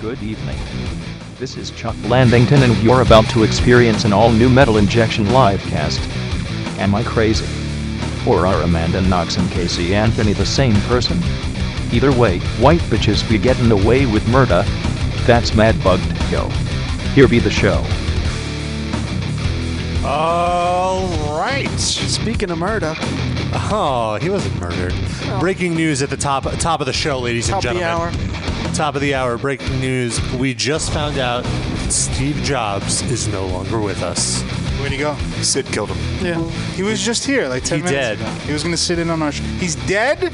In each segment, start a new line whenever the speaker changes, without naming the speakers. Good evening. This is Chuck Landington, and you're about to experience an all new Metal Injection livecast. Am I crazy? Or are Amanda Knox and Casey Anthony the same person? Either way, white bitches be getting away with murder. That's Mad Bugged Yo. Here be the show.
Uh, All right.
Speaking of murder,
Oh, he wasn't murdered. Breaking news at the top top of the show, ladies
top of
and
the
gentlemen.
hour.
Top of the hour. Breaking news. We just found out Steve Jobs is no longer with us.
Where'd he go? Sid killed him.
Yeah.
He was just here like 10
He
minutes
dead.
ago. He was going to sit in on our show. He's dead?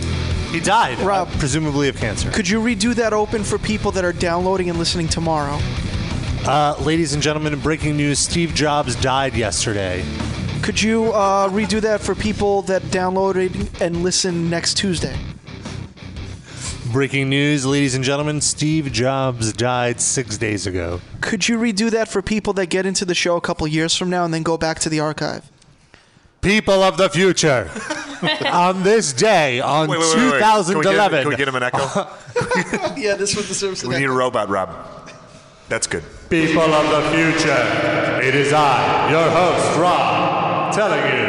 He died,
Rob.
uh, presumably of cancer.
Could you redo that open for people that are downloading and listening tomorrow?
Uh, ladies and gentlemen, breaking news: Steve Jobs died yesterday.
Could you uh, redo that for people that downloaded and listen next Tuesday?
Breaking news, ladies and gentlemen: Steve Jobs died six days ago.
Could you redo that for people that get into the show a couple years from now and then go back to the archive?
People of the future, on this day, on
Wait, wait, wait, wait. Can we, get,
2011,
him- can we get him an echo?
yeah, this was the service.
we need a robot, Rob. That's good.
People of the future, it is I, your host, Rob, telling you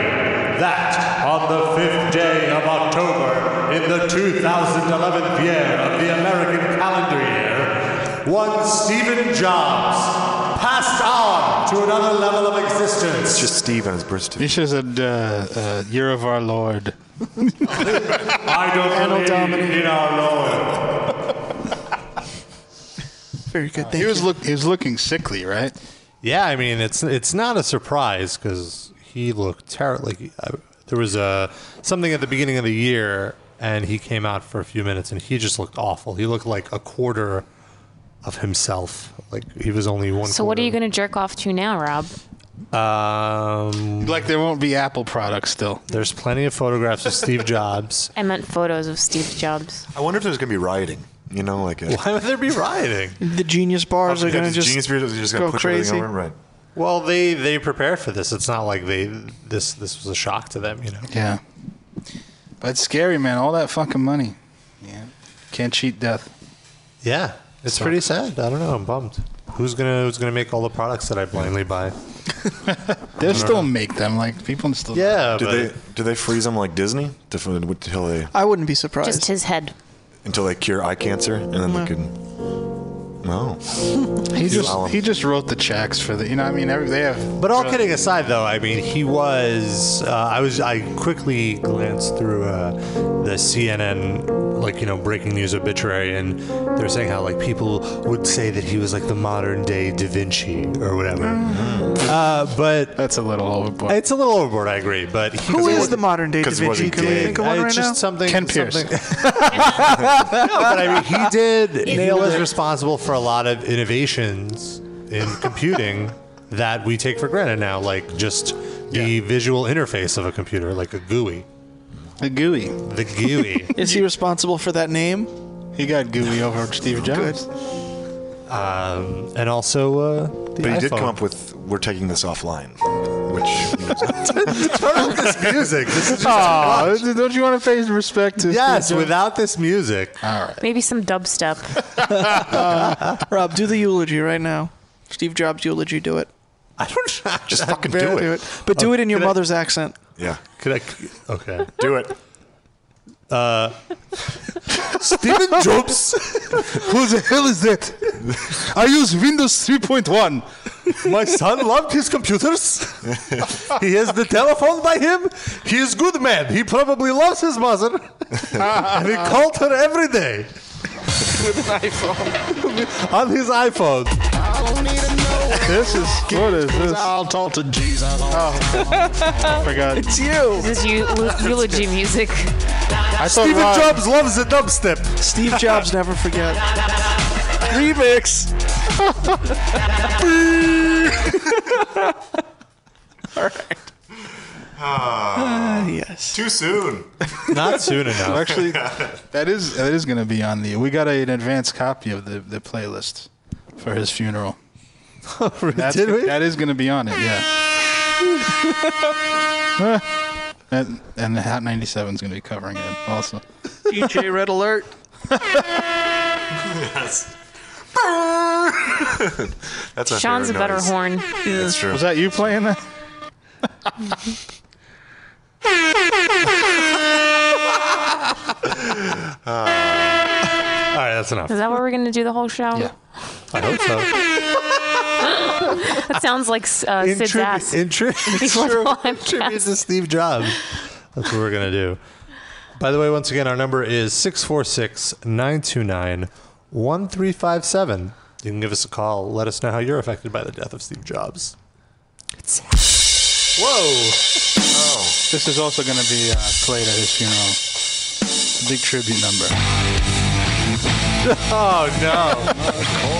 that on the fifth day of October in the 2011th year of the American calendar year, one Stephen Jobs passed on to another level of existence.
It's just Steve on his birth
You
certificate.
should have said, uh, uh, Year of Our Lord.
I don't believe in our Lord.
Very good. Thank
Uh, He
you.
was, look- he was looking sickly, right?
Yeah, I mean it's it's not a surprise because he looked terrible. Like uh, there was a something at the beginning of the year, and he came out for a few minutes, and he just looked awful. He looked like a quarter of himself. Like he was only one.
So what are you going to jerk off to now, Rob?
gonna? Um,
Like there won't be Apple products still.
there's plenty of photographs of Steve Jobs.
I meant photos of Steve Jobs.
I wonder if there's going to be rioting. You know, like. uh, A,
Why would there be rioting?
the genius bars are
Oh, Yeah,
going to
these
just
genius beers are just gonna
go
push
crazy.
everything over, right?
Well, they they prepared for this. It's not like they this this was a shock to them. You know.
Yeah. But it's scary, man. All that fucking money. Yeah. Can't cheat death.
Yeah, it's pretty sad. I don't know. I'm bummed. Who's gonna who's gonna make all the products that I blindly buy?
They'll still make them. Like people still.
Yeah,
Do
but
they do they freeze them like Disney to, f- until they
I wouldn't be surprised.
Just his head.
until they cure eye cancer and then they can. No.
He
Allen.
just he just wrote the checks for the. You know, what I mean, every, they have.
But all kidding aside, though, I mean, he was. Uh, I was. I quickly glanced through uh, the CNN, like you know, breaking news obituary, and they're saying how like people would say that he was like the modern day Da Vinci or whatever.
Mm-hmm.
Uh, but
That's a little overboard.
it's a little overboard. I agree. But he
Who is
wasn't-
the modern day Da
'cause he
Vinci?
wasn't
Can we
gay.
think of
Uh,
one
it's
right
just
now?
something.
Ken Pierce.
something- no, but I mean, he did. he
Nailed
was
it.
responsible for a lot of innovations in computing that we take for granted now, like just the visual interface of a computer, like a GUI.
the gooey.
The GUI.
Is he responsible for that name?
He got gooey over Steve Jobs.
um, and also uh, the
But he
iPhone.
did come up with we're taking this offline, which
Without this music. This is just
Oh, don't you want to pay respect to?
yes,
Steve Jobs?
without this music.
Maybe some dubstep.
Uh, Rob, do the eulogy right now. Steve Jobs eulogy. Do it.
I don't know.
just
I
fucking
barely- Uh,
do
Do
it.
it. But do it in your mother's accent.
Yeah,
Could I? Okay. Uh,
do it.
Stephen Jobs.
Who the hell is that? I use Windows 3.1.
My son loved his computers. he has the telephone by him. He is good man. He probably loves his mother. and he called her every day. With an iPhone. On his iPhone.
This is what is this? I'll talk to Jesus. Oh, I forgot.
It's you.
This is eu- eulogy music.
I thought
Stephen
Rob-
Jobs loves the dubstep.
Steve Jobs never forget. Remix. All right. yes.
Ah. Too soon.
Not soon enough.
Actually, that is that is going to be on the. We got a, an advanced copy of the, the playlist for his funeral. That's,
Oh, Did we?
That is going to be on it. Yeah. and, and the Hot 97 is going to be covering it also.
DJ Red Alert.
Yes. That's my
Sean's a
favorite
better
noise.
horn.
That's true.
Was that you playing that?
Uh,
All right, that's enough.
Is that what we're gonna do the whole show?
Yeah.
I hope so.
That sounds like uh,
In
Sid's
tribu-
ass.
in tri-
Before the
in
podcast.
tribute to Steve Jobs. That's what we're going to do. By the way, once again, our number is 646 929 1357. You can give us a call. Let us know how you're affected by the death of Steve Jobs. Whoa!
This is also going to be uh, played at his funeral. It's a big tribute number.
Oh, no.
Oh.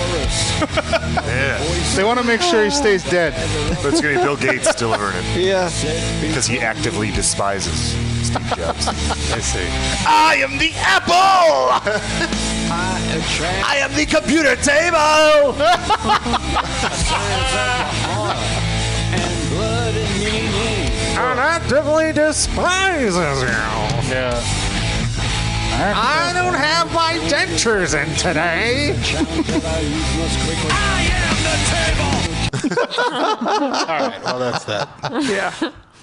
They want to make sure he stays dead.
But it's going to be Bill Gates delivering it
Yeah.
because he actively despises Steve Jobs.
I see.
I am the apple! I am the computer table!
And actively despises you.
Yeah.
I don't have my dentures in today.
Well, Oh, that's that. yeah.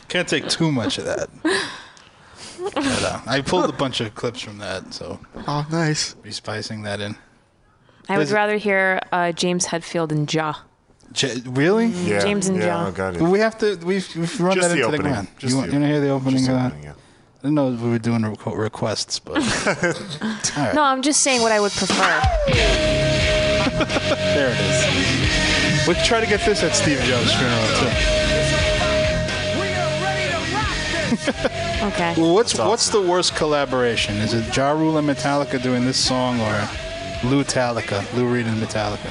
Can't take too much of that. But, uh, I pulled a bunch of clips from that, so
Oh, nice.
be spicing that in.
I would
Is it-
rather hear uh, James Hetfield and Ja. Mm-hmm.
J- really?
Yeah,
James and
yeah,
John.
Oh, God, yeah.
We have to. We've, we've run
Just
that
the
into the
opening.
ground.
Just
you
the
want, you want to hear the opening?
Just
of that?
opening, yeah.
I didn't know we were doing requ- requests, but
No, I'm just saying what I would prefer.
there it is. We could try to get this at Steve Jobs' funeral too.
Okay.
Well, what's what's the worst collaboration? Is it Ja Rule and Metallica doing this song, or Lou Talica, Lou Reed and Metallica?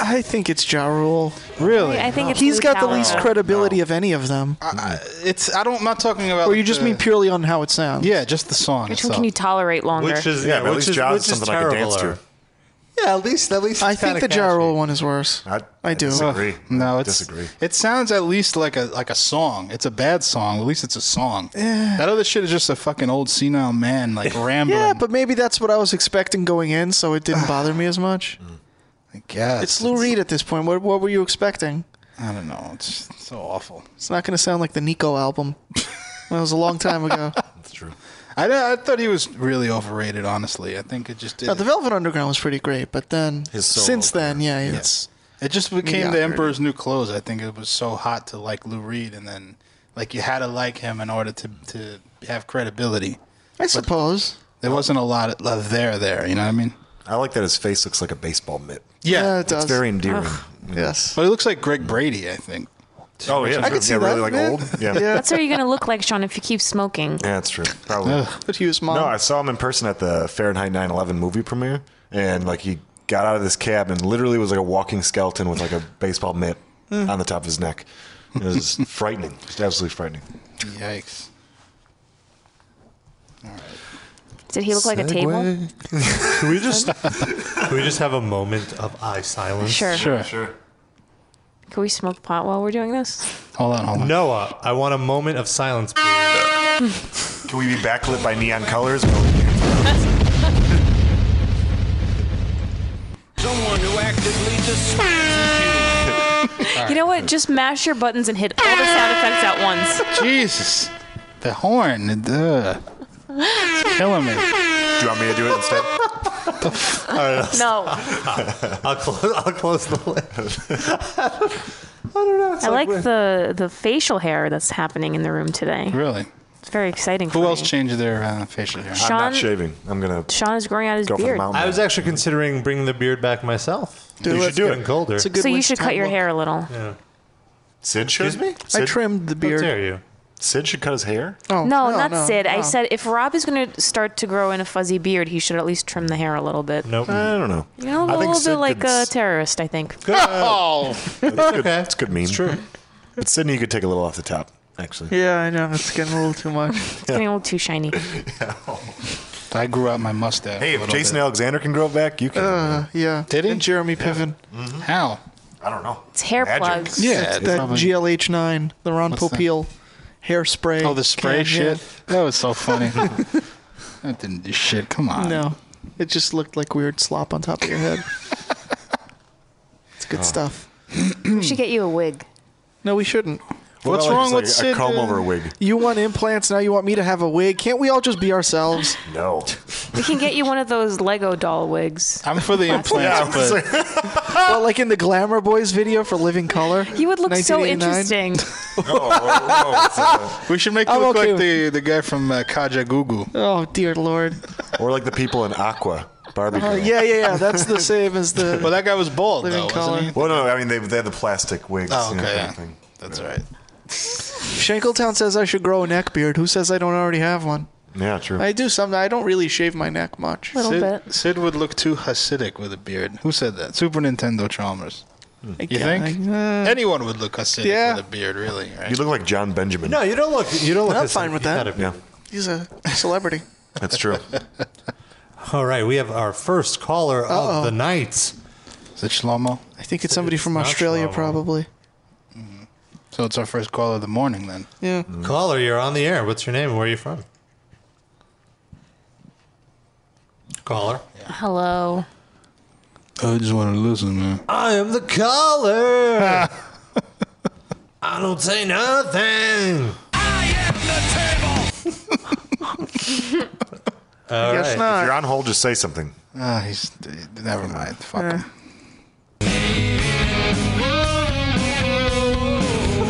I think it's Ja Rule.
Really?
I think it's
He's got the
Metallica.
least credibility of any of them.
it's. I don't. I'm not talking about.
Or you just
the-
mean purely on how it sounds.
Yeah, just the song.
Which one
itself.
can you tolerate longer?
Which is
Yeah,
yeah,
but at
which
least
is
Jaws
which
is
is
something I could dance
terribler.
to.
Yeah, at least at least
I
it's
think
kinda
the Ja
catchy.
Rule one is worse.
I,
I do.
Ugh,
Disagree.
No, it's
disagree.
It sounds at least like a like a song. It's a bad song. At least it's a song. That other shit is just a fucking old senile man like rambling.
Yeah, but maybe that's what I was expecting going in, so it didn't bother me as much.
I guess
It's Lou Reed at this point. What, what were you expecting?
I don't know. It's so awful.
It's not going to sound like the Nico album. that was a long time ago.
That's true.
I, I thought he was really overrated. Honestly, I think it just did.
Now, the Velvet Underground was pretty great, but then
His solo
since then,
career.
yeah, it's
It just became
Mediocrity.
the Emperor's New Clothes. I think it was so hot to like Lou Reed, and then like you had to like him in order to to have credibility.
I suppose.
There wasn't a lot of love there, there. You know what I mean?
I like that his face looks like a baseball mitt.
Yeah, it does.
It's very endearing.
yes.
but it looks like Greg Brady. I think.
Oh yeah,
I could see
yeah, really
that,
like
man.
old. Yeah. yeah,
Yeah,
That's what you're gonna look like, Sean, if you keep smoking.
that's true. Probably.
but he was mom.
No, I saw him in person at the Fahrenheit 9/11 movie premiere, and like he got out of this cab and literally was like a walking skeleton with like a baseball mitt
Hmm.
on the top of his neck. It was frightening, just absolutely frightening.
Yikes.
Did he look like a table?
Can we just can we just have a moment of eye silence?
Sure.
Sure.
Can we smoke pot while we're doing this?
Hold on. Hold on.
Noah, I want a moment of silence.
Ah,
please.
Can we be backlit by neon colors?
You know what? Just mash your buttons and hit all the sound effects at once.
Jesus. The horn. Duh. It's killing me.
Do you want me to do it instead?
No,
I'll close. I'll close the lid.
I like the the facial hair that's happening in the room today.
Really.
It's very exciting. for
Who else
me.
changed their uh, facial hair?
I'm
Sean
not shaving. I'm gonna
Sean is growing out his
go for the
beard.
mountain.
I was actually considering bringing the beard back myself.
Do
you
it.
should do it. Getting colder.
It's a good
So you
winter
should cut
time
your
look.
hair a little.
Sid should.
Excuse me?
I
Sid,
trimmed the
How
beard.
dare you?
Sid should cut his hair.
Oh,
No, not
no,
Sid. I
no.
said if Rob is going to start to grow in a fuzzy beard, he should at least trim the hair a little bit.
Nope.
Uh,
I don't know.
You know, a
I think
little
Sid
bit like
could
a
s-
terrorist, I think.
Oh.
That's good. That's good meme.
True.
But Sydney, you could take a little off the top, actually.
Yeah, I know. It's getting a little too much.
It's getting a little too shiny.
I grew out my mustache.
Hey,
a
if
little
Jason
bit.
Alexander can grow it back, you can. Mm-hmm.
Uh, yeah.
Did he?
And Jeremy Piven.
How?
I don't know.
It's hair
Magic.
plugs.
Mm-hmm. Yeah.
That GLH9, the Ron
What's that?
Popeil hairspray.
Oh, the spray
can, yeah.
shit. That was so funny. that didn't do shit. Come on.
No. It just looked like weird slop on top of your head. Good stuff.
we should get you a wig.
No, we shouldn't.
What What's about, like, wrong just, with like, a Sid, comb uh, over wig?
You want implants, now you want me to have a wig. Can't we all just be ourselves?
No.
We can get you one of those Lego doll wigs.
I'm for the implants, but
well, like in the Glamour Boys video for Living Color.
You would look so
1989.
interesting.
we should make you
I'm
look
okay
like the, the guy from uh, Kaja Gugu.
Oh, dear Lord.
Or like the people in Aqua, Barbie
Uh,
girl.
yeah, yeah, yeah. That's the same as the.
Well, that guy was bald,
Living
though,
color.
wasn't he?
Well, no, I mean they they had the plastic wigs.
Oh,
you know,
okay,
kind of
yeah.
thing.
That's right.
Shankletown says I should grow a neck beard. Who says I don't already have one?
Yeah, true.
I do something. I don't really shave my neck much.
little
Sid, Sid would look too Hasidic with a beard. Who said that? Super Nintendo Chalmers.
Hmm.
I
You
can't-
think?
I- uh,
Anyone would look Hasidic
Yeah.
with a beard, really. Right?
you look like John Benjamin.
No, you don't look. You don't look.
I'm
as-
fine with
you
that.
gotta be.
Yeah,
he's a celebrity.
that's true.
All right, we have our first caller
Uh-oh.
of the night.
Is it Shlomo?
I think it's somebody from
not
Australia,
Shlomo.
probably.
So it's our first call of the morning then.
Yeah.
Caller, you're on the air. What's your name? and Where are you from? Caller.
Hello.
I just want to listen, man.
I am the caller. I don't say nothing. I am the table.
Guess not.
If you're on hold, just say something.
Ah, he's. Never mind. Fuck him.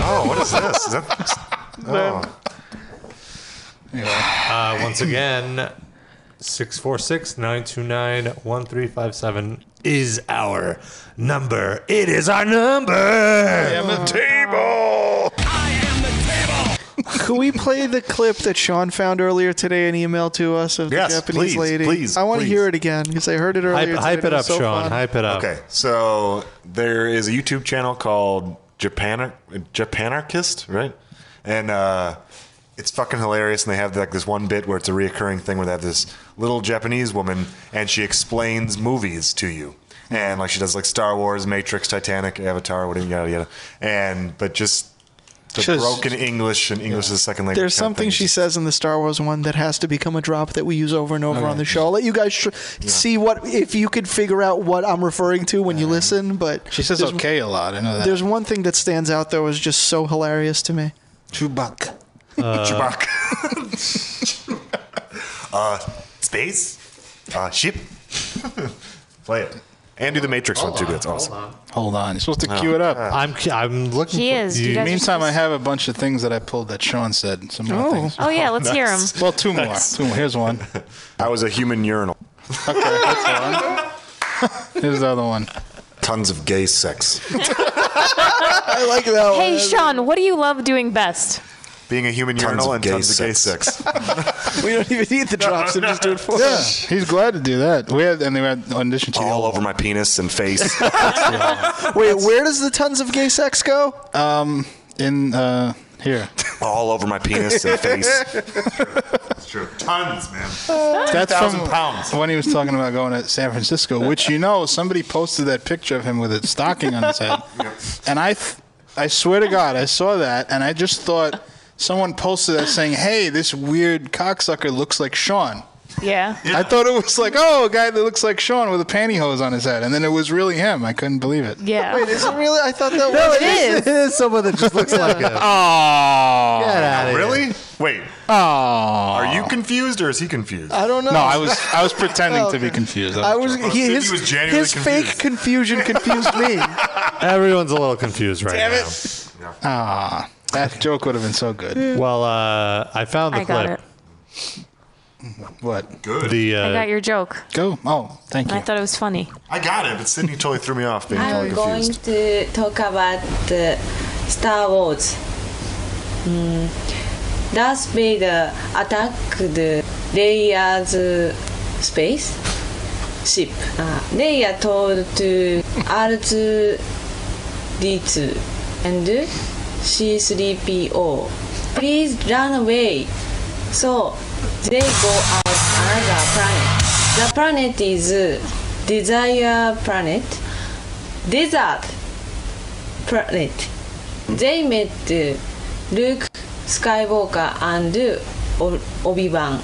Oh, what is this? Is that, oh,
Uh, once again, 646 929 1357 is our number. It is our number.
Could we play the clip that Sean found earlier today and emailed to us of the
Yes,
Japanese
please,
lady?
please,
I want to
please.
hear it again because I heard it earlier. today.
Hype, hype
was
it up,
so
Sean.
fun.
Hype it up.
okay, so there is a YouTube channel called Japan Japanarchist, right? And uh, it's fucking hilarious. And they have like this one bit where it's a reoccurring thing where they have this little Japanese woman and she explains movies to you. And like she does like Star Wars, Matrix, Titanic, Avatar, whatever, yada yada. And but just the
Just-
broken English and English is a second language.
There's
kind of
something
thing.
she says in the Star Wars one that has to become a drop that we use over and over on the show. I'll let you guys tr- see what if you could figure out what I'm referring to when you listen. But
She says
there's,
okay a lot. I know that.
there's one thing that stands out though is just so hilarious to me.
Chewbacca.
Chewbacca. uh, space? Uh, ship? Play it. And do the Matrix one too. That's awesome. Uh,
Hold on. You're supposed to cue it up.
I'm, I'm looking
He
for
is. You
you.
guys-
Meantime, I have a bunch of things that I pulled that Sean said. Some more
Oh.
things.
Oh yeah, let's hear him.
Well, two more. Two more. Here's one.
I was a human urinal.
Here's the other one.
Tons of gay sex.
I like that one.
Hey Sean, what do you love doing best?
Being a human urinal
of
and
gay
tons of gay sex.
We don't even need the drops. I'm just doing for
Yeah,
us.
he's glad to do that. We had and they had audition to the
All
old-
over my penis and face.
Wait, where does the tons of gay sex go?
Um, in uh, here.
All over my penis and face. It's true. Tons, man.
That's from
pounds.
when he was talking about going to San Francisco, which you know somebody posted that picture of him with a stocking on his head, and I, th- I swear to God, I saw that and I just thought someone posted that saying, "Hey, this weird cocksucker looks like Sean."
Yeah.
I thought it was like, oh, a guy that looks like Sean with a pantyhose on his head, and then it was really him. I couldn't believe it.
Yeah.
Wait, is it really? I thought that
No,
was.
it is. It is someone that just looks like a.
Oh,
Get out of here.
Really? Wait.
oh.
Are you confused or is he confused?
I don't know.
No, I was I was pretending to
okay.
be confused.
I was. He,
Sidney
his
was genuinely
his fake confusion confused me.
Everyone's a little confused right now.
Ah, that joke would have been so good.
Well, uh, I found the
I got
clip.
it.
What?
The uh,
I got your joke.
Go. Oh, thank you.
I thought it was funny.
I got it, but Sydney totally threw me off being totally
I'm going
confused.
to talk about uh, Star Wars. Mm, Darth Vader attacked Leia's uh, space ship. Uh, Leia told to R2D2 and C3PO, please run away. So they go out another planet. The planet is uh, Desire Planet desert planet. They met uh, Luke Skywalker and o- Obi-Wan.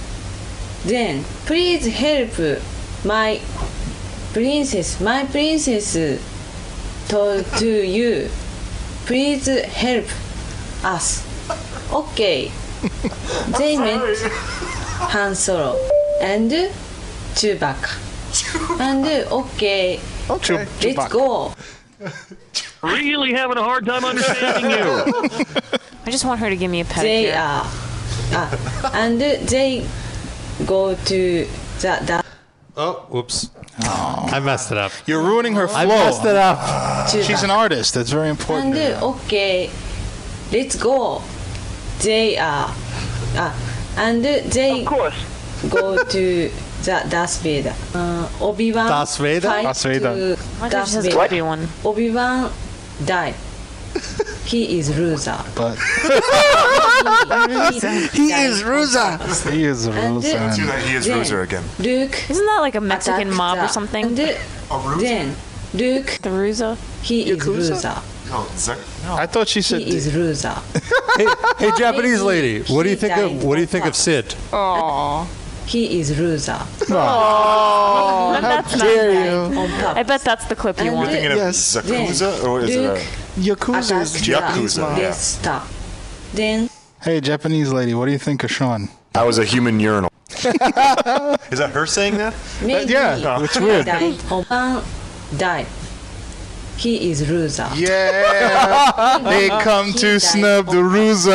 Then, please help my princess. My princess to, to you. Please help us. Okay. They met Han Solo and Chewbacca. And okay,
Okay.
let's go.
Really having a hard time understanding you.
I just want her to give me a
They
pedicure.
are. Ah, and they go to the, the
Oh, whoops. I messed it up.
You're ruining her
I
flow.
messed it up.
She's an artist. That's very important.
And okay, let's go. They are, ah, and they
Of course.
go to the Darth Vader. Uh, Obi Wan.
Darth Vader?
Darth Vader.
My God, she says Obi Wan.
Obi Wan die. He is loser.
But
he is loser.
he is a
And
real
it-
Do
son.
that. He is
Yeah.
Bruiser again.
Luke.
Isn't that like a Mexican
attack
mob
the-
or something?
And
The
then Luke.
Ruza?
He is loser.
No, Zach.
I thought she said
He is loser.
Hey, hey, Japanese lady, what do you think of what do you think of Sid?
He is loser.
Oh, That's not.
Dare you?
On
I
top.
bet that's the clip you
And
want.
Thinking of
Yes.
Zakuza or is it a,
Luke.
Yakuza is
attacked
Japanese
Yakuza,
mob.
yeah.
They stop. Then
Hey, Japanese lady, what do you think of Sean?
I was a human urinal. is that her saying that?
maybe
Uh, yeah, it's weird.
died. Oban died. He is loser.
Yeah, they come to snub the Ruza.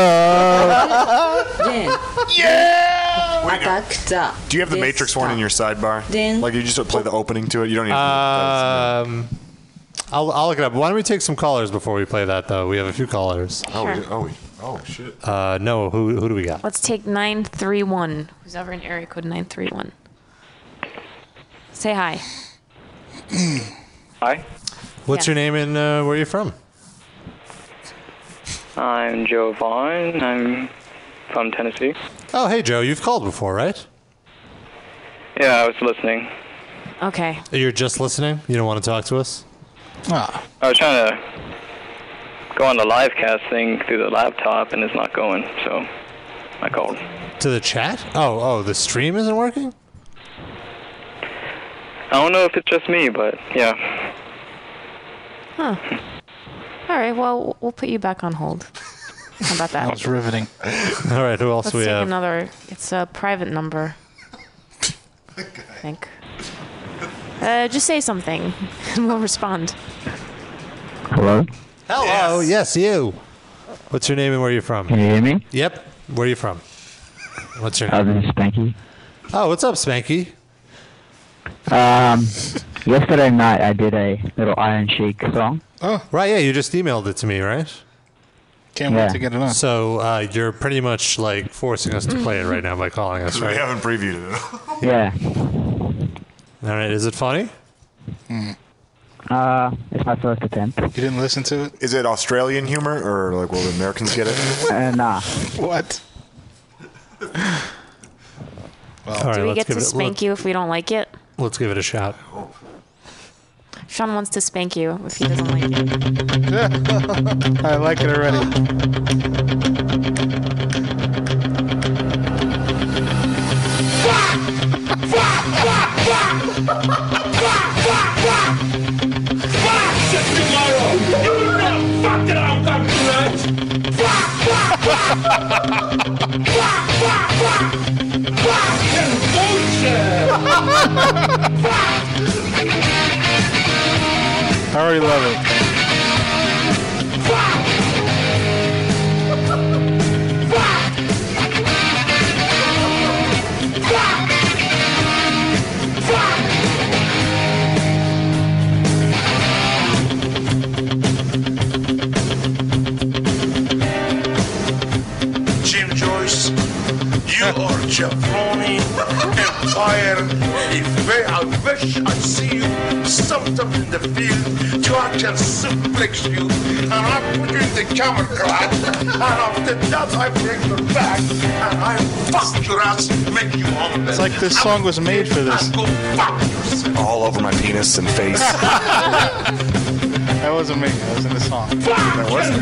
Then
Yeah,
attack the.
Do you have the
they
Matrix one in
stop.
your sidebar?
Then-
like you just play the opening to it. You don't even.
Um, I'll, I'll look it up. Why don't we take some callers before we play that though? We have a few callers.
oh, we- oh, we- oh, shit.
Uh, no, who who do we got?
Let's take 931. Who's ever in area code 931? Say hi.
Hi,
What's
Yeah.
your name and uh, where are you from?
I'm Joe Vaughn. I'm from Tennessee.
Oh, hey Joe, you've called before, right?
Yeah, I was listening.
Okay.
You're just listening. You don't want to talk to us.
Ah,
I was trying to go on the live cast thing through the laptop, and it's not going, so I called.
To the chat? Oh, oh, the stream isn't working.
I don't know if it's just me, but yeah.
All right. Well, we'll put you back on hold. How about that?
that was riveting.
All right, who else
Let's
we
take
have?
another. It's a private number. I think. Uh, just say something, and we'll respond.
Hello?
Hello, yes. you. What's your name and where are you from?
you hear me?
Yep. Where are you from? What's your
Uh,
name?
is Spanky.
Oh, what's up, Spanky?
Um, yesterday night I did a little Iron Sheik song.
Right, yeah, you just emailed it to me, right?
Oh. Can't
Yeah.
wait to get it on.
So uh, you're pretty much like forcing us to play it right now by calling us,
We
right?
haven't previewed it.
Yeah.
All right, is it funny?
Uh, it's my first attempt.
You didn't listen to it?
Is it Australian humor or like will the Americans get it?
Uh, nah.
What?
All right,
Do we
let's
get
give
to
it.
spank
Let's,
you if we don't like it?
let's give it a shot.
Sean wants to spank you if he doesn't like it.
I like it already. I already love it.
Jim Joyce, you are jabroni empire. If I, I wish I see you sometime in the field, so I can suplex you. And I put you in the camera crack, and after that I bring you back, and I fuck your ass, make you humble.
It's like this song was made for this.
Go fuck yourself.
All over my penis and face.
That wasn't me. That was in the song.
That wasn't.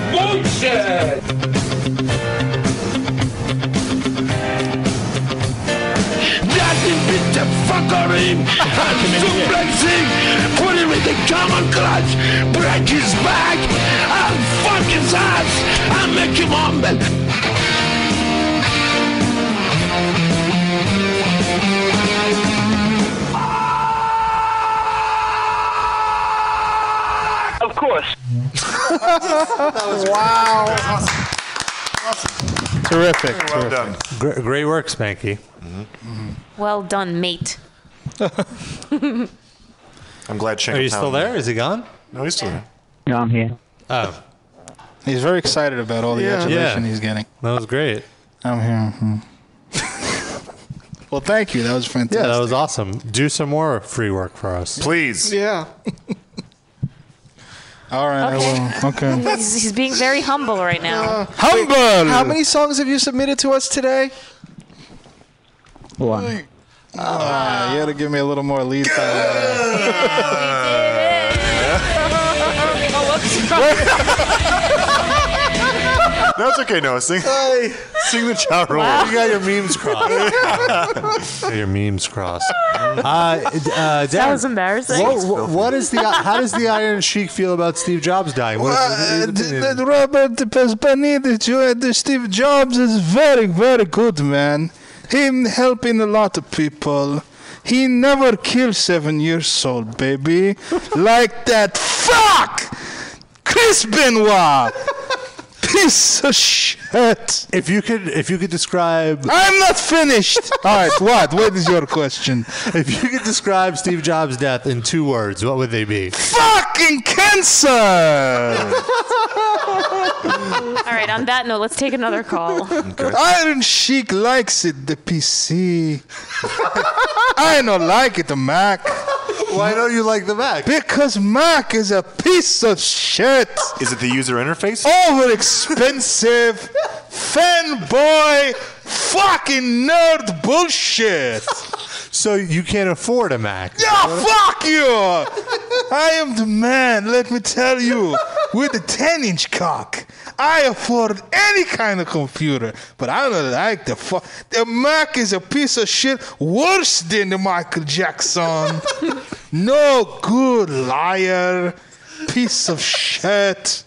Nothing beat the fuckery. I'm suplexing. Put him in the German clutch, break his back, and fuck his ass, and make him humble.
Of course.
wow.
Terrific.
Well
done. Gr- great work, Spanky.
Mm-hmm.
Well done, mate.
I'm glad
Are you still there? Is he gone?
No, he's still there.
No, I'm here.
Oh.
He's very excited about all the
Yeah.
adulation
Yeah.
he's getting.
That was great.
I'm here. mhm. well, thank you. That was fantastic.
Yeah, that was awesome. Do some more free work for us.
Please.
Yeah.
All right, I will. Okay.
He's, he's being very humble right now.
Humble.
Uh, How many songs have you submitted to us today?
One. Ah, you had to give me a little more lead time.
No, it's okay, Noah. Sing, sing the chow roll.
Wow.
You got your memes
Mm-hmm.
crossed.
Your memes crossed. Uh, uh,
That was embarrassing.
What, what- what is the how does the Iron Sheik feel about Steve Jobs dying? What
Uh,
uh, is his opinion?
Robert Paspanidi, Steve Jobs is very, very good man. Him helping a lot of people. He never killed seven years old baby. like that. Fuck! Chris Benoit! Piece of shit!
If you could, if you could describe,
I'm not finished. All right, what? What is your question?
If you could describe Steve Jobs' death in two words, what would they be?
Fucking cancer!
All right, on that note, let's take another call.
Iron Sheik likes it, the PC. I don't like it, the Mac.
Why don't you like the Mac?
Because Mac is a piece of shit.
Is it the user interface?
Over expensive, fanboy, fucking nerd bullshit.
So you can't afford a Mac.
Yeah, fuck you! I am the man, let me tell you, with a 10 inch cock. I afford any kind of computer, but I don't like the fuck. The Mac is a piece of shit worse than the Michael Jackson. no good liar, piece of shit.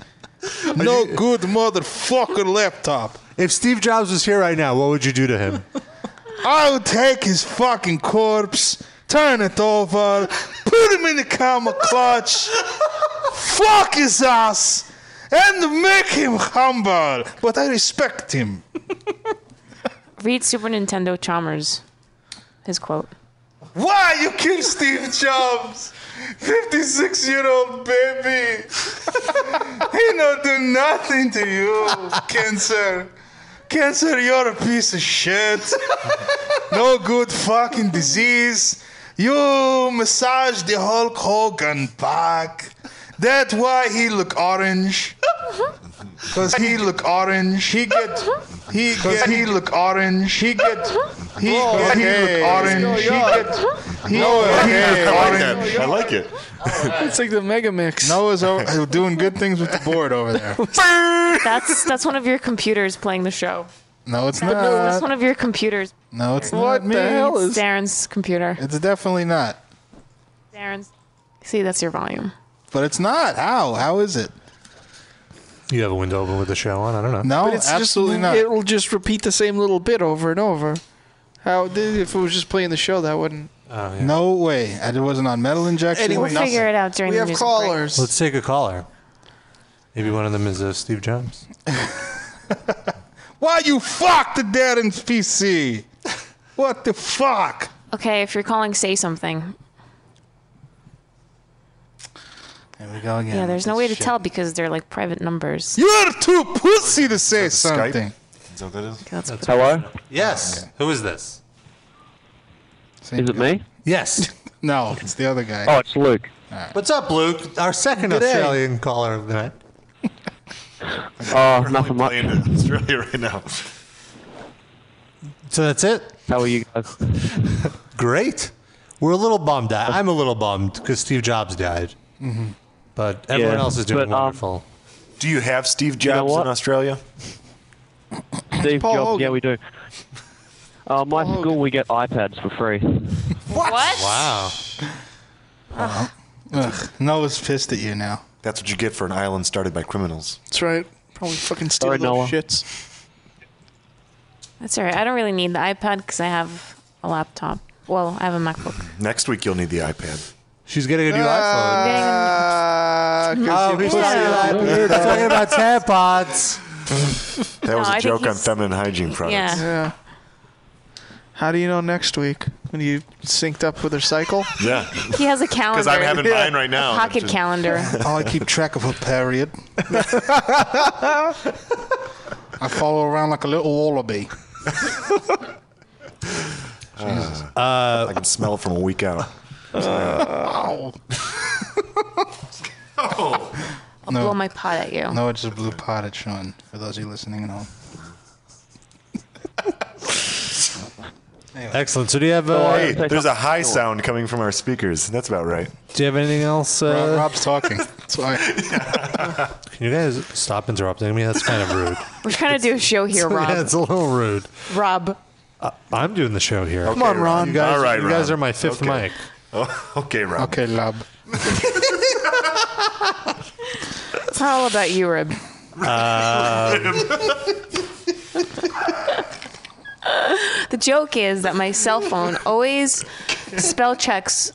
No good motherfucker laptop.
If Steve Jobs was here right now, what would you do to him?
I would take his fucking corpse, turn it over, put him in the camel clutch, fuck his ass, and make him humble. But I respect him.
Read Super Nintendo Chalmers. His quote.
Why you kill Steve Jobs? 56 year old baby. he not do nothing to you, cancer. Cancer, you're a piece of shit. no good fucking disease. You massage the Hulk Hogan back. That's why he look orange. Cause he look orange. He get he get he look orange. He get he get he look orange. He get he get he look orange.
I like it.
it's like the mega mix.
Noah's over, doing good things with the board over there.
that's that's one of your computers playing the show.
No, it's
That- that's one
not.
of your computers.
No, it's
What
not me.
the hell is- It's Darren's computer?
It's definitely not.
Darren's. See, that's your volume.
But it's not. How? How is it?
You have a window open with the show on. I don't know.
But it's just- It'll just repeat the same little bit over and over. How did if it was just playing the show that wouldn't?
No way. I- It wasn't on metal injection. nothing.
We have callers.
Let's take a caller. Maybe one of them is uh, Steve Jobs.
Why you fuck the Darren's PC? What the fuck?
Okay, if you're calling, say something.
There we go
Yeah, there's no way to tell because they're like private numbers.
You're too pussy to say something.
Is that what that is?
That's
Hello?
Yes. Who is this?
Is it me?
Yes.
no, it's the other guy.
Oh, it's Luke.
What's up, Luke? Our second
Good day.
Australian caller of the night.
Oh, nothing much.
Australia right now.
So that's it.
How are you guys?
Great. We're a little bummed. I- I'm a little bummed because Steve Jobs died, but everyone
Yeah,
else is doing
but, um,
wonderful.
Do you have Steve Jobs in Australia?
Steve
Paul
Jobs.
Hogan.
Yeah, we do. Uh, my school, we get iPads for free.
What?
Wow.
Ugh, Noah's pissed at you now.
That's what you get for an island started by criminals.
That's right. Probably fucking steal
Sorry,
those
Noah.
shits.
That's all right. I don't really need the iPad because I have a laptop. Well, I have a MacBook.
Next week you'll need the iPad.
She's getting a new
iPhone.
Oh, he's talking about, he's talking about
tampons. That was
No,
a
I think
joke on
he's-
feminine hygiene products.
Yeah.
yeah. How do you know next week when you synced up with her cycle?
Yeah.
He has a calendar.
I'm having
Yeah.
mine right now.
A pocket calendar.
All I keep track of her period. I follow around like a little wallaby.
Uh, I can smell it from a week out.
Ow.
I'll blow my pot at you.
No, it's just blew pot at Sean, for those of you listening at home.
Excellent. So do you have uh,
hey, there's a high sound coming from our speakers. That's about right.
Do you have anything else? Uh,
Rob-
Rob's talking. Sorry.
Can you guys stop interrupting me? That's kind of rude.
We're trying to do a show here, Rob.
yeah, it's a little rude.
Rob.
Uh, I'm doing the show here.
Come on, Ron.
You guys,
All right,
you guys
Ron.
are my fifth
Okay.
mic.
Oh, okay, Rob.
Okay, Rob.
It's not all about you, Rib.
Um,
The joke is that my cell phone always spell checks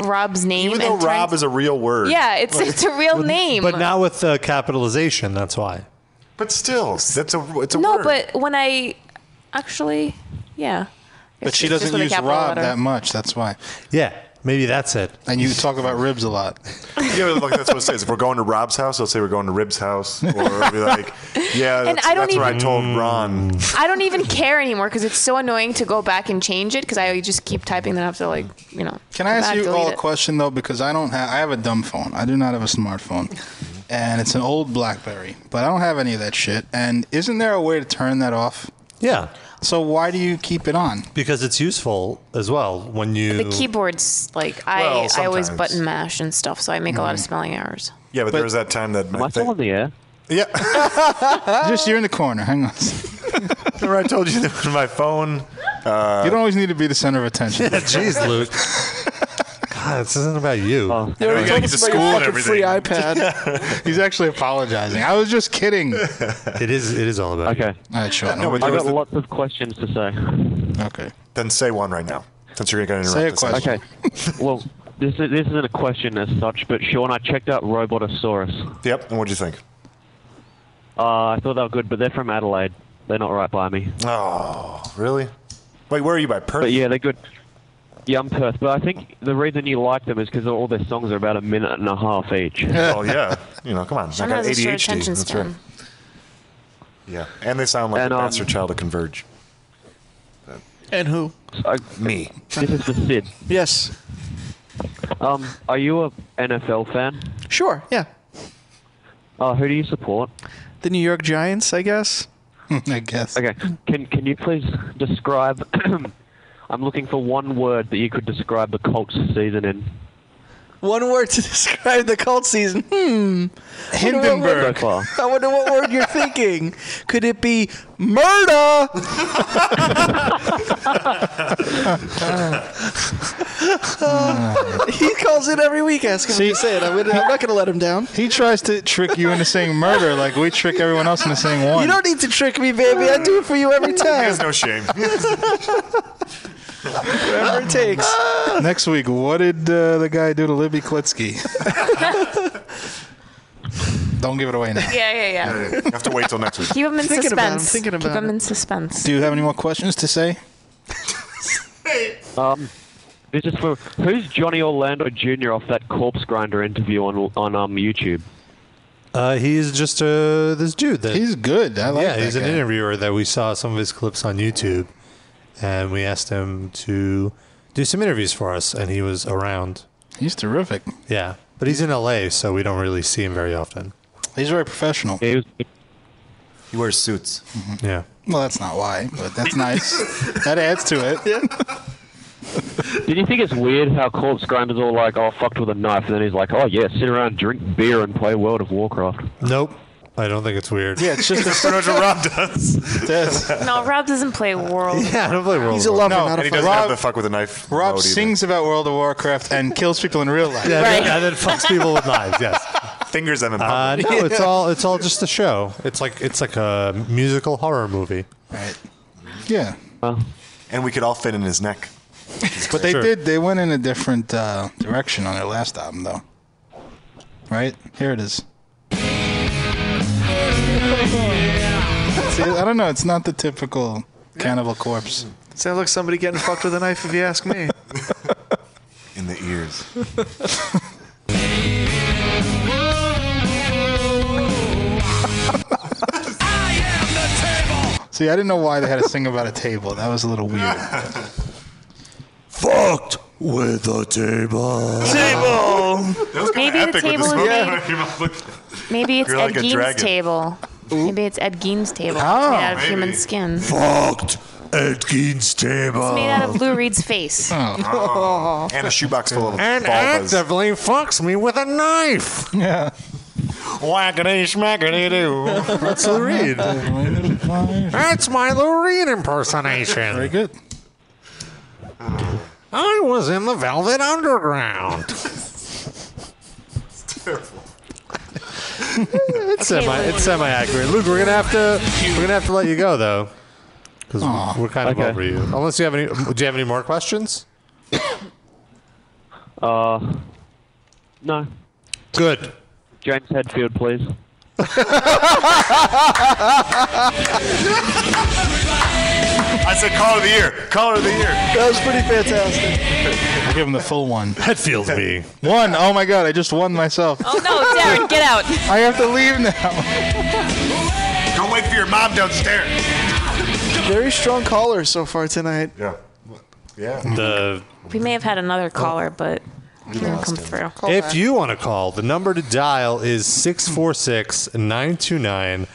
Rob's name
Even though
and
Rob
turns-
is a real word.
Yeah, it's it's a real name.
But not with uh, capitalization. That's why.
But still, that's a it's a
no,
word.
but when I actually, yeah.
But she
It's just
doesn't
with a
use
capital
Rob
letter.
that much. That's why.
Yeah, maybe that's it.
And you talk about ribs a lot.
yeah, but like that's what it says. If we're going to Rob's house, I'll say we're going to Rib's house, or I'll be like, yeah,
And
that's,
I don't
that's what I
even-
told
Mm.
Ron.
I don't even care anymore because it's so annoying to go back and change it because I just keep typing and I have to like you know.
Can I
go
ask
back,
you
delete
all a
it.
question though? Because I don't have I have a dumb phone. I do not have a smartphone, and it's an old BlackBerry. But I don't have any of that shit. And isn't there a way to turn that off?
Yeah.
So why do you keep it on?
Because it's useful as well when you
The keyboard's like I
Well,
I always
sometimes.
button mash and stuff, so I make a lot of spelling errors.
Yeah, but, there was that time that. Am I
still on the air?
Just you're in the corner. Hang on.
Remember I told you that my phone. Uh,
you don't always need to be the center of attention.
Yeah, jeez, Luke. God, this isn't about you.
You already told us about your fucking free
iPad.
He's actually apologizing. I was just kidding.
It is. It is all about.
Okay.
All right, Sean.
No, but there
I
was
got
the-
lots of questions to say.
Okay.
Then say one right now, since you're going to interrupt. this session.
Okay. well, this is, this isn't a question as such, but Sean, I checked out Robotosaurus.
Yep. And what'd you think?
Uh, I thought they were good, but they're from Adelaide. They're not right by me.
Oh, really? Wait, where are you by Perth?
But yeah, they're good. Yeah, I'm Perth, but I think the reason you like them is because all their songs are about a minute and a half each.
Oh yeah. You know, come on. I
Sean
got
has a short
ADHD.
attention
That's
span.
right. Yeah, and they sound like
And,
a
um,
master child to converge.
And who?
me.
This is for Sid.
Yes.
Um, are you a NFL fan?
Sure. Yeah.
Uh, who do you support?
The New York Giants, I guess.
I guess.
Okay. Can Can you please describe? I'm looking for one word that you could describe the Colts season in.
One word to describe the cult season. Hmm. I wonder what word-
So far.
I wonder what word you're thinking. Could it be murder? he calls in every week asking me to say it. I'm, gonna, I'm not going to let him down.
He tries to trick you into saying murder, like we trick everyone else into saying one.
You don't need to trick me, baby. I do it for you every time.
no shame.
Whatever it takes.
Next week, what did uh, the guy do to Libby Klitsky? Don't give it away now.
Yeah, yeah, yeah.
You have to wait till next week.
Keep him in
Thinking about it, I'm
suspense.
thinking about
Keep him
it.
in suspense.
Do you have any more questions to say?
Um, this is for who's Johnny Orlando Jr. off that corpse grinder interview on on um YouTube?
Uh, he's just uh, this dude. That,
he's good. I like
Yeah,
that
he's
guy.
an interviewer that we saw some of his clips on YouTube, and we asked him to do some interviews for us, and he was around.
He's terrific.
Yeah, but he's in LA, so we don't really see him very often.
He's very professional. Mm-hmm.
He,
wears suits.
Yeah.
Well, that's not why, but that's nice. that adds to it.
Did you think it's weird how corpse grinders all like, oh, fucked with a knife, and then he's like, oh yeah, sit around, drink beer, and play World of Warcraft?
Nope. I don't think it's weird.
Yeah, it's just a
similar to Rob does.
No, Rob doesn't play World.
Yeah, I don't play World
He's a lover, No, not a
and he
fighter.
doesn't have
Rob-
the fuck with a knife.
Rob
mode either.
sings about World of Warcraft and kills people in real life.
Yeah, and then- Right. and then fucks people with knives. Yes,
fingers them in
Uh,
public.
no, it's all it's all just a show. It's like it's like a musical horror movie.
Right. Yeah.
And we could all fit in his neck.
But they
Sure.
did. They went in a different uh, direction on their last album, though. Right here it is. See, I don't know. It's not the typical Cannibal Corpse.
Sounds like somebody getting fucked with a knife, if you ask me.
in the ears.
See, I didn't know why they had to sing about a table. That was a little weird.
Fucked with a table.
Maybe the table is made. Maybe it's
You're
Ed
like a
Gein's
dragon.
table. Maybe it's Ed Gein's table.
Ah,
it's made out of
maybe.
human skin.
Fucked at Gein's table.
It's made out of Lou Reed's face.
Oh. And a shoebox full of
And
vulvas.
actively fucks me with a knife.
Yeah.
Whackity schmackity doo. That's Lou Reed. That's my Lou Reed impersonation. Very
good.
I was in the Velvet Underground. it's
Okay,
semi,
Luke.
it's semi accurate. Luke, we're gonna have to, we're gonna have to let you go though, because we're kind of
Okay.
over you. Unless you have any, do you have any more questions?
Uh, no.
Good.
James Headfield, please.
I said caller of the year. Caller of the year. That
was pretty fantastic.
I'll give him the full one.
That feels me.
One. Oh my god! I just won myself.
Oh, no, Darren,
get out.
I have to leave now.
Don't wait for your mom downstairs.
Very strong callers so far tonight.
Yeah. Yeah.
The
We may have had another caller, but he didn't come through.
if you want to call, the number to dial is 646 929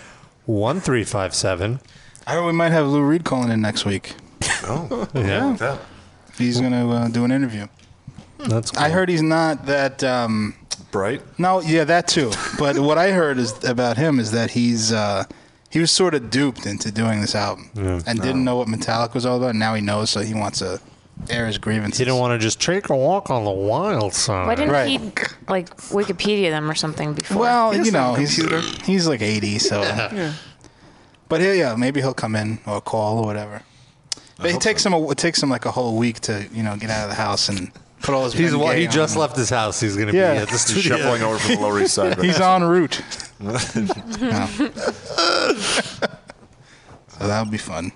1357.
I heard we might have Lou Reed calling in next week.
Oh,
Yeah. He's gonna uh, do an interview.
That's.
I heard he's not that um,
bright.
No, yeah, that too. But what I heard is about him is that he's uh, he was sort of duped into doing this album and didn't know what Metallica was all about. Now he knows, so he wants to air his grievances. He
didn't want to just take a walk on the wild side.
Why didn't
right.
he like Wikipedia them or something before?
Well, you know, he's he's like eighty, so.
Yeah.
But he, yeah, maybe he'll come in or call or whatever. But it takes him a, it takes him like a whole week to you know get out of the house and put all his.
He's
Bengay
wa- he
on.
just left his house. He's going to
Yeah.
be at the
He's
studio.
uh, shuffling over from the Lower East Side right He's now. en route. No. so that would be fun.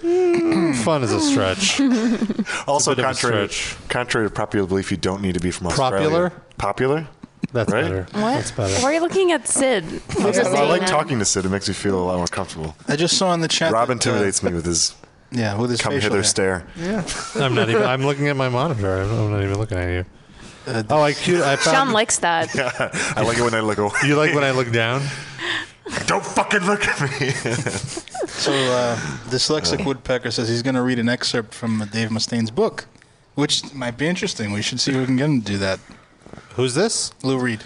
Fun is a stretch.
Also,
It's a bit of a
contrary, contrary to popular belief, you don't need to be from Australia.
Popular?
Popular?
That's
right?
better.
What? Why are you looking at Sid?
I,
Just
I like
saying.
talking to Sid. It makes me feel a lot more comfortable.
I just saw in the chat. uh,
Rob intimidates me with his
yeah, with his
come
facial
hither
hair.
stare.
Yeah.
I'm not even. I'm looking at my monitor. I'm, I'm not even looking at you. oh, I cute. I found.
Sean likes that.
I like it when I look away.
You like when I look down?
Don't fucking look at me.
So uh, dyslexic woodpecker says he's going to read an excerpt from Dave Mustaine's book, which might be interesting. We should see if we can get him to do that.
Who's this?
Lou Reed.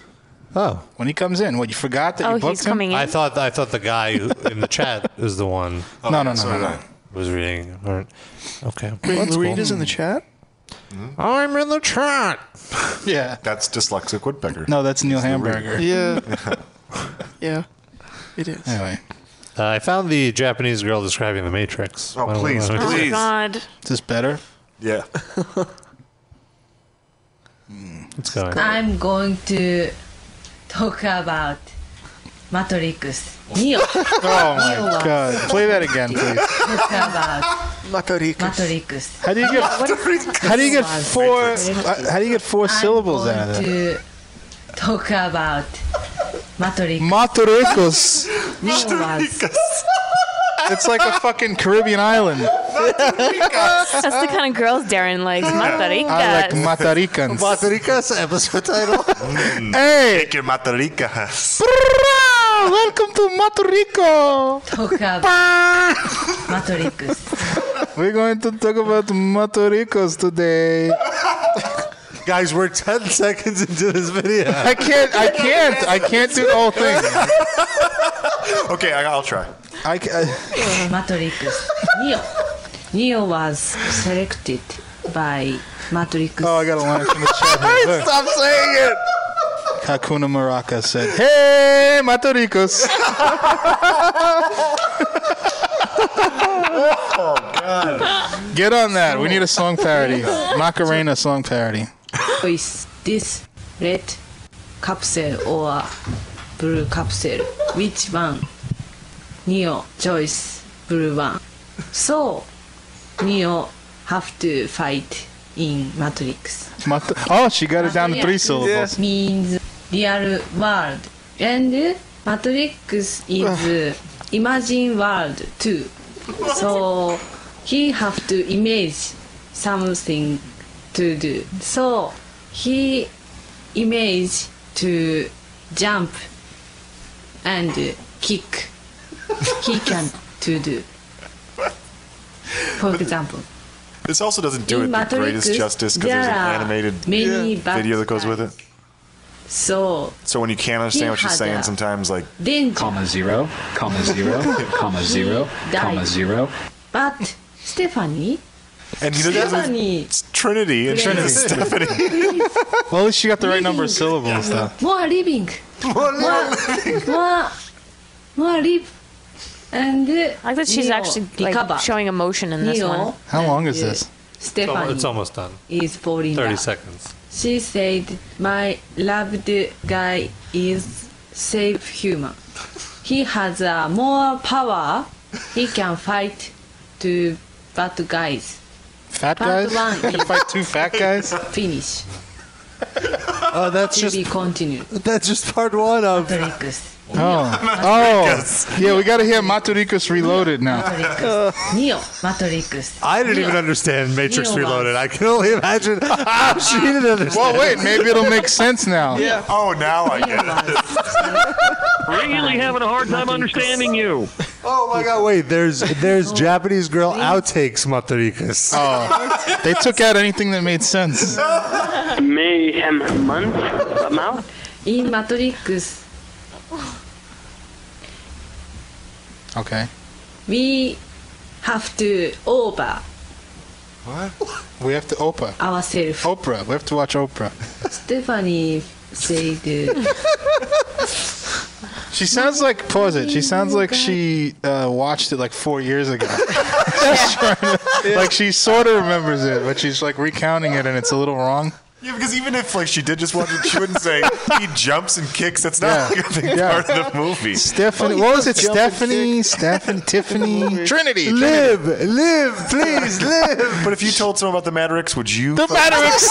Oh.
When he comes in, what you forgot
Oh,
that you booked him?
I thought I thought the guy who, in the chat was the one.
No, no, no,
so
no, no.
Was reading. All right. Okay.
Wait,
Well, that's
Lou Reed
cool.
is in the chat?
I'm in the chat.
Yeah.
That's dyslexic woodpecker.
No, that's Neil
Lou Reed.
Hamburger.
Yeah. Yeah. It is.
Anyway.
Uh, I found the Japanese girl describing the Matrix.
Oh,
Why don't-
please,
why don't-
please.
Oh
God.
Is this better?
Yeah.
Hmm.
It's going.
I'm going to talk about Matrix. Neo.
Oh my
Neo was
god. Play that again, please.
Talk about
Matrix.
Matrix.
How do you get
What is
How do you get
Matrix?
four uh, How do you get four syllables out of that?
to talk about Matrix.
Matorecos.
Neo was
It's like a fucking Caribbean island.
That's the kind of girls Darren likes. Mataricas.
I like Mataricans.
Mataricas episode title.
hey!
Mm. Take your mataricas.
Welcome to Matorico.
talk about Matrix.
We're going to talk about Matoricos today.
Guys, we're 10 seconds into this video.
I can't. I can't. I can't do the whole thing.
okay, I, I'll try.
I uh, can.
Matrix. Neo. Neo was selected by Matrix.
Oh, I got a line from the chat.
Stop saying it.
Hakuna Maraka said, "Hey, Matoricos."
oh God.
Get on that. We need a song parody. Macarena song parody.
With this red capsule or blue capsule, which one? Neo choice blue one. So, Neo have to fight in Matrix.
Mat- oh, she got it down to three
Matrix
syllables.
means real world, and Matrix is imagine world too. So he have to image something to do. So he image to jump and kick. He can to do. For example.
This also doesn't do
In
it the
Matrix,
greatest justice because there's an
there are
animated
many bad
video that goes with it.
So
So when you can't understand what she's saying, sometimes like
danger.
comma zero, comma
zero, comma zero, comma
zero.
But Stephanie,
And he doesn't.
Stephanie,
Trinity and
Trinity.
Stephanie.
well, at least she got the right number of syllables, though.
more living, more
living.
more, more live, and I
like that she's actually like showing emotion in this
Neo.
one.
How long is this?
It's al-
Stephanie.
It's almost done.
Is 40
30 seconds.
She said, "My loved guy is safe human. He has uh, more power. He can fight to bad guys.
Fat
Part
guys?
one
Can
is-
fight two fat guys?
Finish.
Oh, that's
just continued.
That's just part one of.
Oh, oh, yeah. We got to hear Matoricos Reloaded now.
Neo Matrix.
I didn't even understand Matrix Reloaded. I can only imagine how she didn't understand.
Well, wait. Maybe it'll make sense now.
Yeah. Oh, now I get
really having a hard time understanding you.
Oh my God! Wait, there's there's Japanese girl outtakes Matorikas.
Oh, they took out anything that made sense.
Mayhem month amount. In Matrix,
Okay.
we have to over
What? We have to Oprah.
Ourselves.
Oprah. We have to watch Oprah.
Stephanie said.
She sounds like pause it. She sounds like she uh, watched it like four years ago. She's trying to- Like she sort of remembers it, but she's like recounting it, and it's a little wrong.
Yeah, because even if like she did just watch it, she wouldn't say he jumps and kicks. That's not
Yeah.
like, a big
Yeah.
part of the movie.
Stephanie, what was it? Stephanie, Stephanie, Tiffany, Trinity.
Live,
live, please live.
But if you told someone about the Mavericks, would you?
The Mavericks.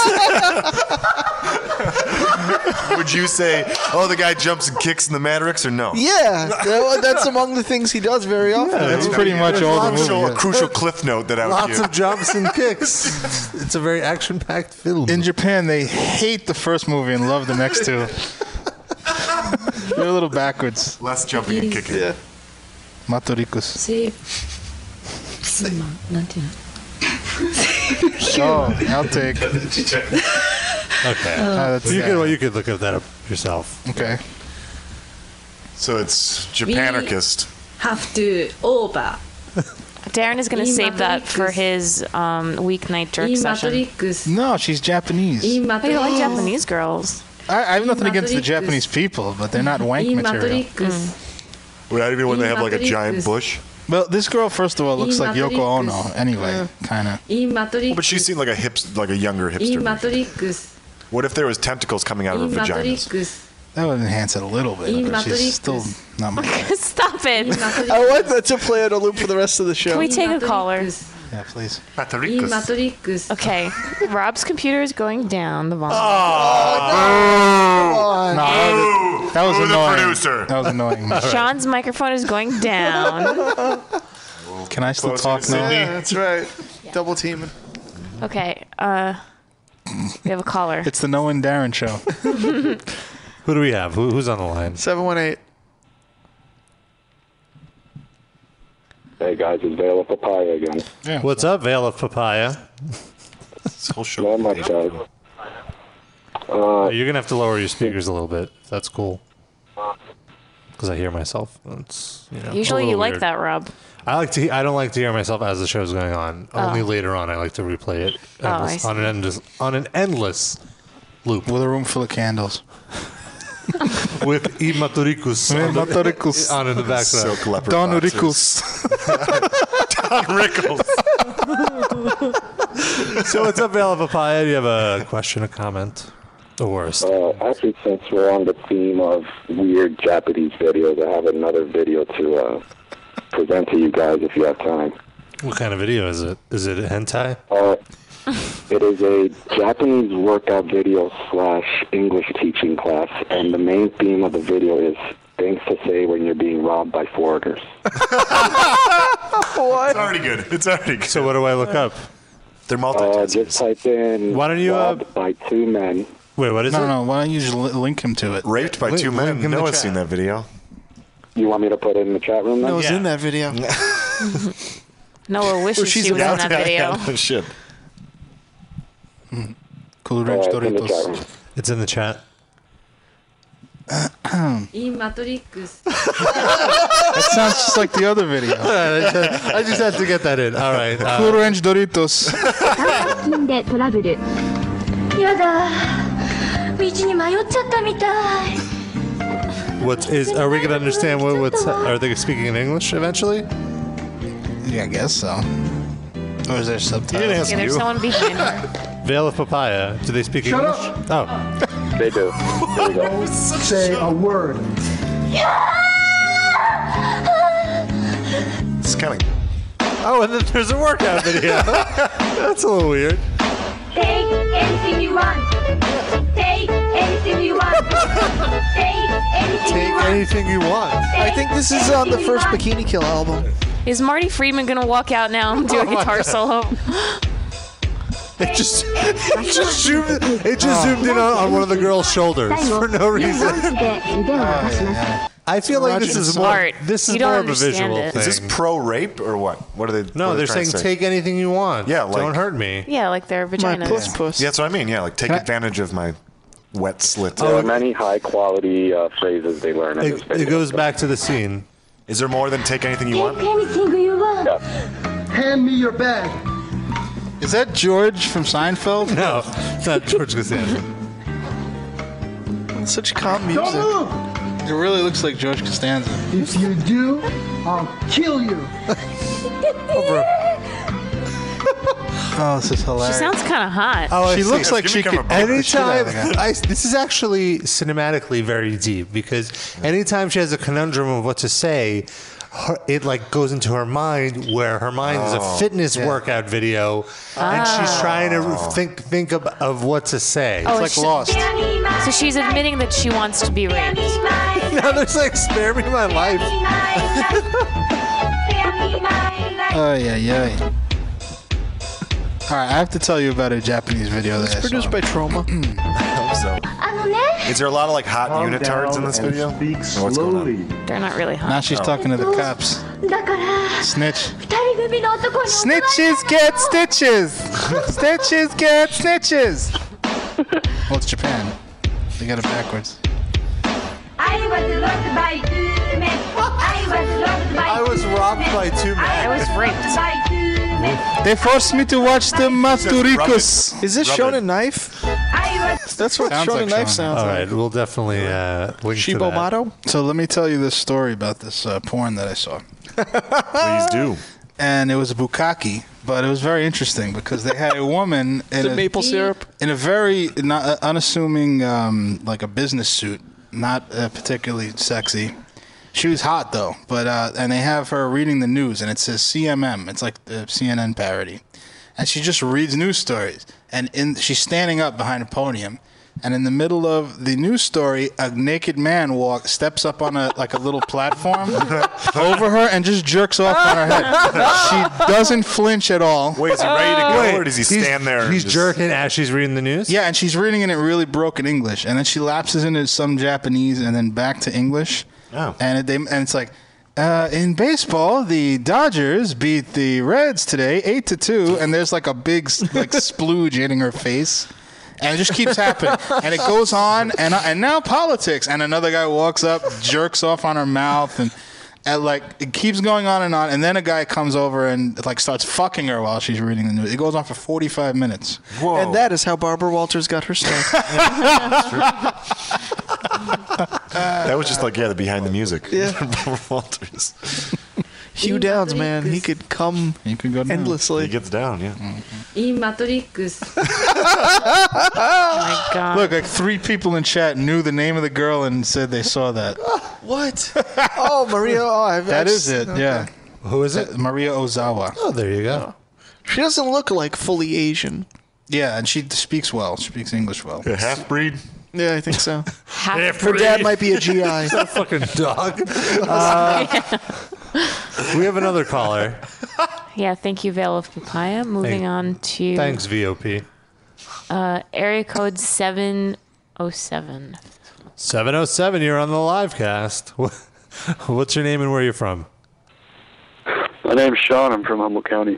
would you say, "Oh, the guy jumps and kicks in the Mavericks," or
Oh.
no?
Yeah, that- that's among the things he does very often.
crucial, A crucial cliff note that I would
Lots
give.
of jumps and kicks. It's a very action-packed film.
In Japan, they hate the first movie and love the next two. They're a little backwards.
Less jumping and kicking.
Yeah. Matoricos.
Safe. human. なんていうの
Oh, outtake.
Okay.
Uh, that's-
you could well, you could look at that up yourself.
Okay.
So it's Japanicist.
have to oh, over
Darren is going to save that for his um, weeknight jerk
In
session.
No, she's Japanese.
I like
Matrix.
Japanese girls.
I, I have nothing against the
Matrix.
Japanese people, but they're not wank material.
Mm.
Would that be when they have like a
Matrix.
giant bush?
Well, this girl, first of all, looks like Yoko
Matrix.
Ono. Anyway, kind of.
in Matrix
But she seemed like a hips, like a younger
in
hipster.
Matrix
What if there was tentacles coming out of
in
her vagina?
Matrix
That would enhance it a little
In
bit, but
Matrix.
she's still not. My
Stop it.
I like that to play on a loop for the rest of the show.
Can we take a caller?
yeah, please.
Matrix.
Okay. Rob's computer is going down
Oh,
the volume.
Oh.
No, that was, that was annoying. That was annoying.
Sean's microphone is going down.
Can I still talk now?
Yeah, that's right. Double teaming.
Okay. Uh, we have a caller.
It's the No and Darren show.
Who do we have? Who, who's on the line?
Seven one eight.
Hey guys, it's Vale of Papaya again.
What's up, Vale of Papaya?
Not much, guys. Uh,
You're gonna have to lower your speakers a little bit. If that's cool. Because I hear myself. It's, you know, a
Usually you
little
like
weird.
that, Rob.
I like to. he- I don't like to hear myself as the show's going on.
Oh.
Only later on, I like to replay it
Oh, I
endless- on
see.
an endless on an endless loop
with a room full of candles.
with Imaturicus on,
Imaturicus.
the, on in the background.
Silk leopard Don boxes.
Don Rickles. so what's up, Vale of Papaya? Do you have a question, a comment, or a
Uh, actually, since we're on the theme of weird Japanese videos, I have another video to uh, present to you guys if you have time.
What kind of video is it? Is it a hentai?
Uh, it is a Japanese workout video slash English teaching class, and the main theme of the video is things to say when you're being robbed by foreigners.
what?
It's already good. It's already good. So
what do I look up?
They're
Uh, just type in
Why don't you, uh,
robbed by two men.
Wait, what
is
no,
it?
No, no, why don't you just li- link him to it?
Raped by two men. No one's seen that video.
You want me to put it in the chat room? Then?
No, it's in that video.
Noah wishes she was in that video.
Shit.
Hmm.
Cool Ranch
Alright, Uh, in the chat
Doritos.
It's in the chat.
In Matrix.
That sounds just like the other video.
I just had to get that in. All right.
Cool Ranch Doritos.
ピンでトラブルやだ道に迷っちゃったみたい
What is? Are we gonna understand what, what's? Are they speaking in English eventually?
Yeah, I guess so. Or is there subtitles?
didn't ask
And there's
you.
someone behind her.
Vale of Papaya. Do they speak
Shut
English? Oh.
They do.
Say a word.
It's coming.
Oh, and then there's a workout video. That's a little weird.
Take anything you want. Take anything you want. Take anything you want.
anything you want.
I think this is on the first Bikini Kill album.
Is Marty Friedman gonna walk out now and do
Oh
a
my
guitar
God.
solo?
It just, it just zoomed, it just zoomed in on, on one of the girls' shoulders for no reason.
腕 を動かします
I feel like this is more. This is more of a visual thing.
Is this pro rape or what? What are they?
No,
what are they
they're
trying to
saying
say?
take anything you want.
Yeah, like,
don't hurt me.
yeah, like their vaginas.
Yeah, that's what I mean. Yeah, like take advantage of my wet slit.
Oh,
There are many high quality uh, phrases they learn in this
It-
video.
it goes
back to the scene.
Is there more than take anything you want?
Anything you want. Hand me your bag.
Is that George from Seinfeld?
No, it's not George Costanza.
Such calm music. It really looks like George Costanza.
If you do, I'll kill you.
Oh, this is
She
hilarious.
sounds kind of hot.
she looks Oh, like she could edit the shit out
Anytime,
of that.
I, this is actually cinematically very deep because anytime she has a conundrum of what to say, her, it like goes into her mind where her mind is
Oh,
a fitness
yeah. Oh.
workout video, and she's
Ah. Oh,
trying to think think of, of what to say.
she- So she's admitting that she wants to be raped.
now there's like spare me my life.
Oh yeah, yeah. All right, I have to tell you about a Japanese video that
It's
I saw.
produced by Trauma.
Is there a lot of like hot
Calm
unitards
down
in this
and
video?
speak
Or what's going on? Oh.
They're not really hot.
Now she's talking to the cops.
だから
Snitch.
二人組の男に
Snitches get stitches. Snitches get snitches. Well, it's Japan. They got it backwards.
I was robbed by two men. I was robbed by
I was robbed by two men.
I was raped by two men.
They forced me to watch the Maturicus.
Is this
Rub it.
Shonen Knife?
I was
That's what Shonen Knife sounds
All
like.
right, we'll definitely uh, link to that.
So let me tell you this story about this uh, porn that I saw.
Please do.
And it was bukkake, but it was very interesting because they had a woman in
Is it
a,
maple syrup?
in a very not, uh, unassuming, um, like a business suit, not uh, particularly sexy. She was hot though, but uh, and they have her reading the news, and it says CMM. It's like uh, the CNN parody, and she just reads news stories. And in she's standing up behind a podium, and in the middle of the news story, a naked man walk steps up on a like a little platform over her and just jerks off on her head. She doesn't flinch at all.
Wait, is he ready to go, or does he stand there? and
he's
just-
jerking as she's reading the news.
Yeah, and she's reading it in really broken English, and then she lapses into some Japanese, and then back to English. Oh. And it, they, and it's like. Uh, in baseball, the Dodgers beat the Reds today, eight to two, and there's like a big s- like splooge hitting her face, And it just keeps happening. And it goes on. And, and now politics. And another guy walks up, jerks off on her mouth. And, and like, it keeps going on and on. And then a guy comes over and like starts fucking her while she's reading the news. It goes on for 45 minutes.
And that is how Barbara Walters got her start.
that was just like yeah, the behind the music.
Yeah.
Barbara Walters.
Hugh Downs, man, he could come
down.
endlessly.
He gets down, yeah.
In Matrix.
oh my god.
Look, like three people in chat knew the name of the girl and said they saw that.
What? Oh, Maria. Oh, I've,
That
I've
is
s-
it. Yeah.
Who is it?
Maria Ozawa.
Oh, there you go.
She doesn't look like fully Asian.
Yeah, and she speaks well. She speaks English well.
half breed.
Yeah, I think so.
Half
Her dad might be a GI.
fucking dog. Uh, we have another caller.
Yeah, thank you, Vale of Papaya. Moving
Thank-
on to
Thanks, VOP.
Uh, area code seven oh seven.
707, you're on the live cast. What's your name and where you're from?
My name's Sean. I'm from Humboldt County,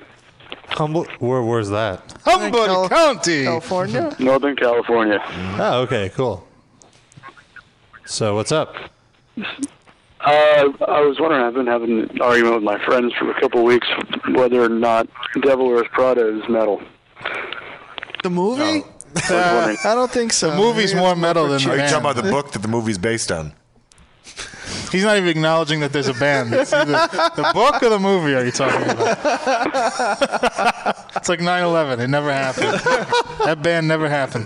Humble. Where, where's that?
Humboldt County,
California.
Northern California.
Oh, okay, cool. So, what's up?
Uh, I was wondering. I've been having an argument with my friends for a couple of weeks whether or not Devil Wears Prada is metal.
The movie?
wondering.
I don't think so.
The movie's
Maybe
more
it's
metal than
Are
the
you
band.
talking about the book that the movie's based on?
He's not even acknowledging that there's a band. It's either the book or the movie are you talking about? It's like 9/11. It never happened. That band never happened.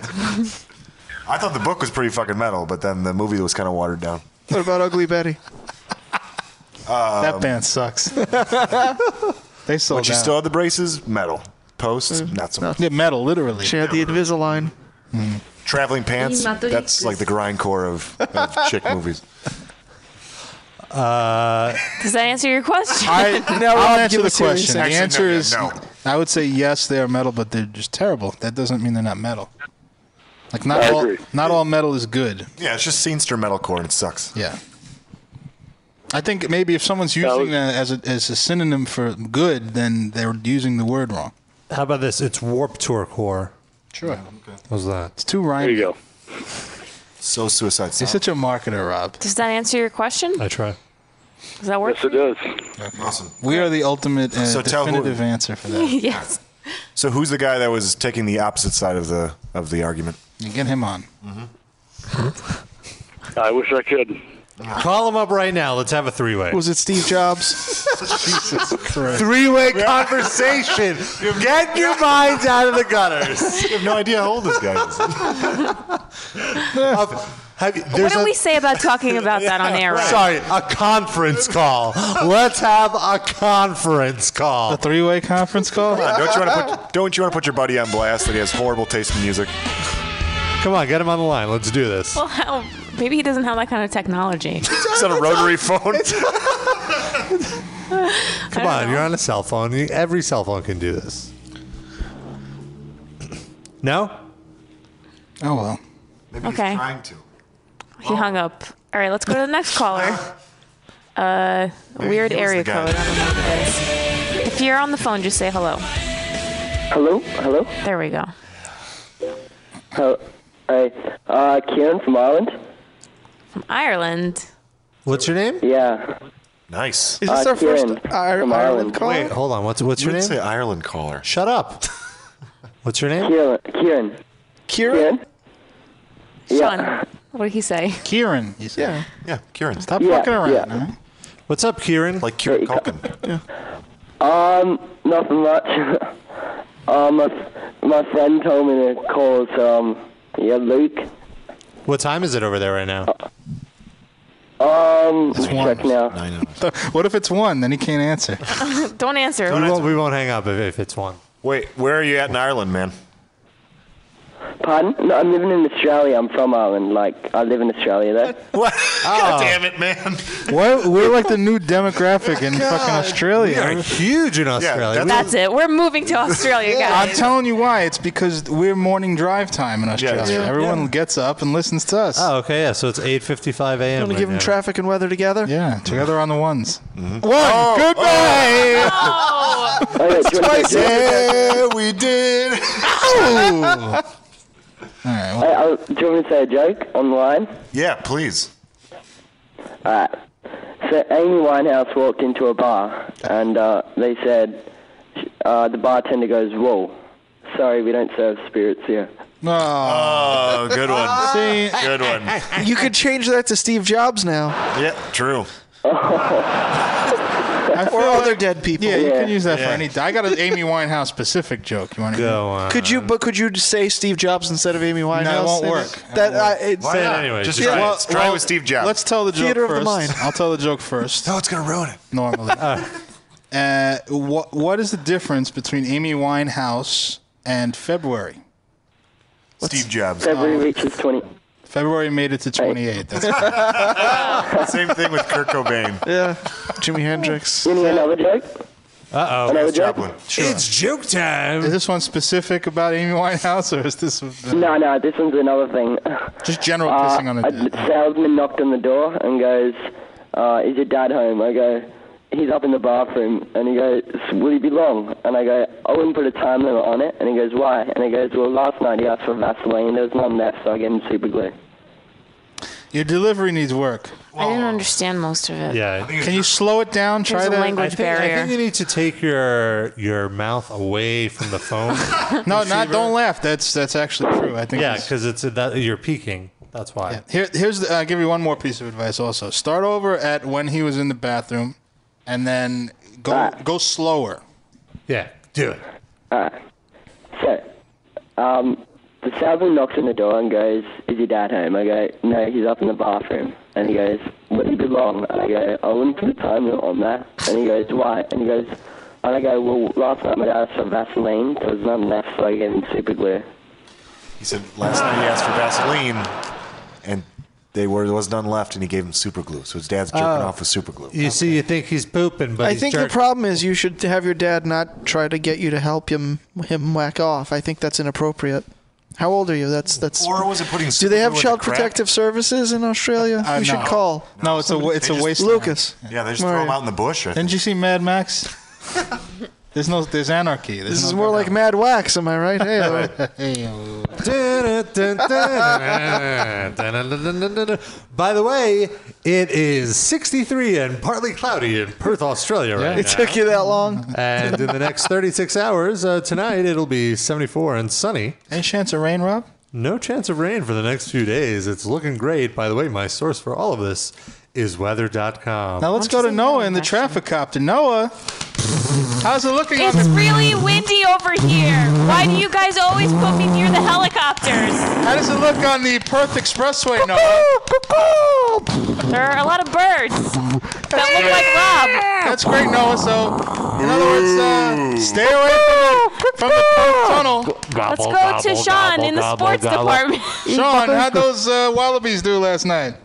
I thought the book was pretty fucking metal, but then the movie was kind of watered down.
What about Ugly Betty?
Um,
That band sucks. They sold
When she
out.
still had the braces, metal. Posts,
Mm-hmm.
not so much.
Yeah, metal, literally.
She had the Invisalign.
Traveling pants,
Matrix.
that's like the grindcore of, of chick movies.
Uh,
Does that answer your question?
I, I'll answer the question. The
Actually, no,
answer
yeah,
is
no.
I would say yes, they are metal, but they're just terrible. That doesn't mean they're not metal. Like not
I
all,
agree.
not all metal is good.
Yeah, it's just scenester metalcore and it sucks.
Yeah. I think maybe if someone's using that as a, as a synonym for good, then they're using the word wrong.
How about this? It's Warp Tour Core.
Sure.
What's that?
It's too rhymy. There you
go.
So suicide.
You're such a marketer, Rob.
Does that answer your question?
I try.
Does that work?
Yes, it does.
Awesome.
We are the ultimate uh,
So tell who-
definitive answer for that.
yes.
So who's the guy that was taking the opposite side of the of the argument?
You get him on.
I wish I could.
Call him up right now. Let's have a three way.
Was it Steve Jobs?
Jesus Christ.
Three way conversation. Get your minds out of the gutters.
You have no idea how old this guy is.
Up- have you-
What
there's
did
a-
we say about talking about that on air? Right?
Sorry, a conference call. Let's have a conference call. A
three-way conference call?
Come on, don't you want to put don't you want to put your buddy on blast that he has horrible taste in music?
Come on, get him on the line. Let's do this.
Well, how, maybe he doesn't have that kind of technology.
Is that a rotary phone?
Come on, you're on a cell phone. You- Every cell phone can do this. No?
Oh well.
okay.
Oh.
He hung up. All right, let's go to the next caller. Uh, weird
he was
area
the guy.
code. I don't know what it is. If you're on the phone, just say hello.
Hello, hello.
There we go.
Uh, hi, uh, Kieran from Ireland.
From Ireland.
What's your name?
Yeah.
Nice.
Is this Uh, our first Kieran Ir- from Ireland Ireland. caller?
Wait, hold on. What's what's
You
your name?
didn't say Ireland caller.
Shut up. What's your name?
Kieran. Kieran.
Kieran.
Sean, what did he say?
Kieran. You said.
Yeah.
Yeah, Kieran.
Stop
Yeah,
fucking around.
yeah.
man.
What's up, Kieran?
Like Kieran Culkin.
Um, nothing much. um, my, my friend told me to call it, um, yeah, Luke.
What time is it over there right now?
one.
Um, check now.
What if it's one? Then he can't answer.
don't answer.
we, won't, we won't hang up if, if it's one.
Wait, where are you at in Ireland, man?
Pardon? No, I'm living in Australia. I'm from Ireland. Like, I live in Australia there.
What?
God
damn it, man.
Why, Ah, we're like the new demographic in fucking Australia.
We are huge in Australia.
That's it. We're moving to Australia,
I'm
guys.
telling you why. It's because we're morning drive time in Australia.
Yeah.
Everyone
Yeah.
gets up and listens to us.
oh, okay. Yeah, so it's 8.55 a.m.
I'm going
right
to give him
now.
traffic and weather together.
Yeah, together on the ones. One.
Oh,
goodbye.
Oh, yeah, do you wanna go-
Twice.
Yeah, we did.
Oh. All right.
I, I, do you want me to say a joke on the line?
Yeah, please.
Alright. So Amy Winehouse walked into a bar and uh, they said, uh, the bartender goes, whoa, sorry, we don't serve spirits here.
Oh, good one.
See?
Good one.
You could change that to Steve Jobs now.
Yeah, true.
or other dead people.
Yeah, you can use that for any. I got an Amy Winehouse specific joke. You want to
go on?
Could you? But could you say Steve Jobs instead of Amy Winehouse?
won't
It
work.
is-
It won't
That
work.
I, it's uh,
Why not? Just try it. Try with Steve Jobs. Let's tell the joke
Theater of
first.
the mind.
I'll tell the joke first. No,
it's gonna ruin it.
Normally. uh, what What is the difference between Amy Winehouse and February?
Steve Jobs.
February reaches twenty.
February made it to twenty eight. That's
Same thing with Kurt Cobain.
Yeah. Jimi Hendrix.
You need another joke?
Uh
Another It's joke? Joplin.
It's joke time.
Is this one specific about Amy Winehouse, or is this the
No, no, this one's another thing.
Just general
Uh,
pissing on a dick.
salesman knocked on the door and goes, uh, "Is your dad home?" I go, "He's up in the bathroom." And he goes, "Will he be long?" And I go, "I wouldn't put a time limit on it." And he goes, "Why?" And he goes, "Well, last night he asked for Vaseline. There was none left, so I gave him super glue."
Your delivery needs work.
I didn't understand most of it.
Yeah.
Can you slow it down? Try
There's a
that.
language
I think, I think you need to take your your mouth away from the phone.
no, not don't laugh. That's that's actually true. I think.
yeah,
it's-
because it's that, you're peaking. That's why.
Here, here's the, I'll give you one more piece of advice. Also, start over at when he was in the bathroom, and then go go slower.
Yeah, do it.
Alright. So, um, the salesman knocks on the door and goes, Is your dad home? I go, No, he's up in the bathroom. And he goes, Would he be long? And I go, I wouldn't put a time limit on that. And he goes, Why? And he goes, And I go, Well, last night my dad asked for Vaseline, so there's none left, so I gave him super glue.
He said last night he asked for Vaseline, and they were there was none left, and he gave him super glue. So his dad's jerking
Oh.
off with super glue.
You see, you think he's pooping, but
I
he's
think the
jerking.
problem is you should have your dad not try to get you to help him him whack off. I think that's inappropriate. How old are you? That's that's.
Or was it putting?
Do they have
glue in
child
the crack?
protective services in Australia?
Uh,
we
no.
should call.
No, it's a wa- it's
They
a
just-
waste.
Lucas.
Yeah, they just
Mario.
throw him out in the bush. I
Didn't you see Mad Max? there's no there's anarchy. There's
This
no
is more like Mad Wax, am I right? Hey, all right.
By the way, it is 63 and partly cloudy in Perth, Australia right
It
now.
took you that long.
And in the next 36 hours, uh, tonight it'll be 74 and sunny.
Any chance of rain, Rob?
No chance of rain for the next few days. It's looking great. By the way, my source for all of this is weather.com.
Now let's go to Noah in the traffic copter. Noah, how's it looking?
It's really windy over here. Why do you guys always put me near the helicopters?
How does it look on the Perth Expressway, Noah?
There are a lot of birds that look like Rob.
That's great, Noah. So, in other words, uh, stay away from the, from the Perth tunnel.
Let's go to Sean in the sports department.
Sean, how'd those uh, wallabies do last night?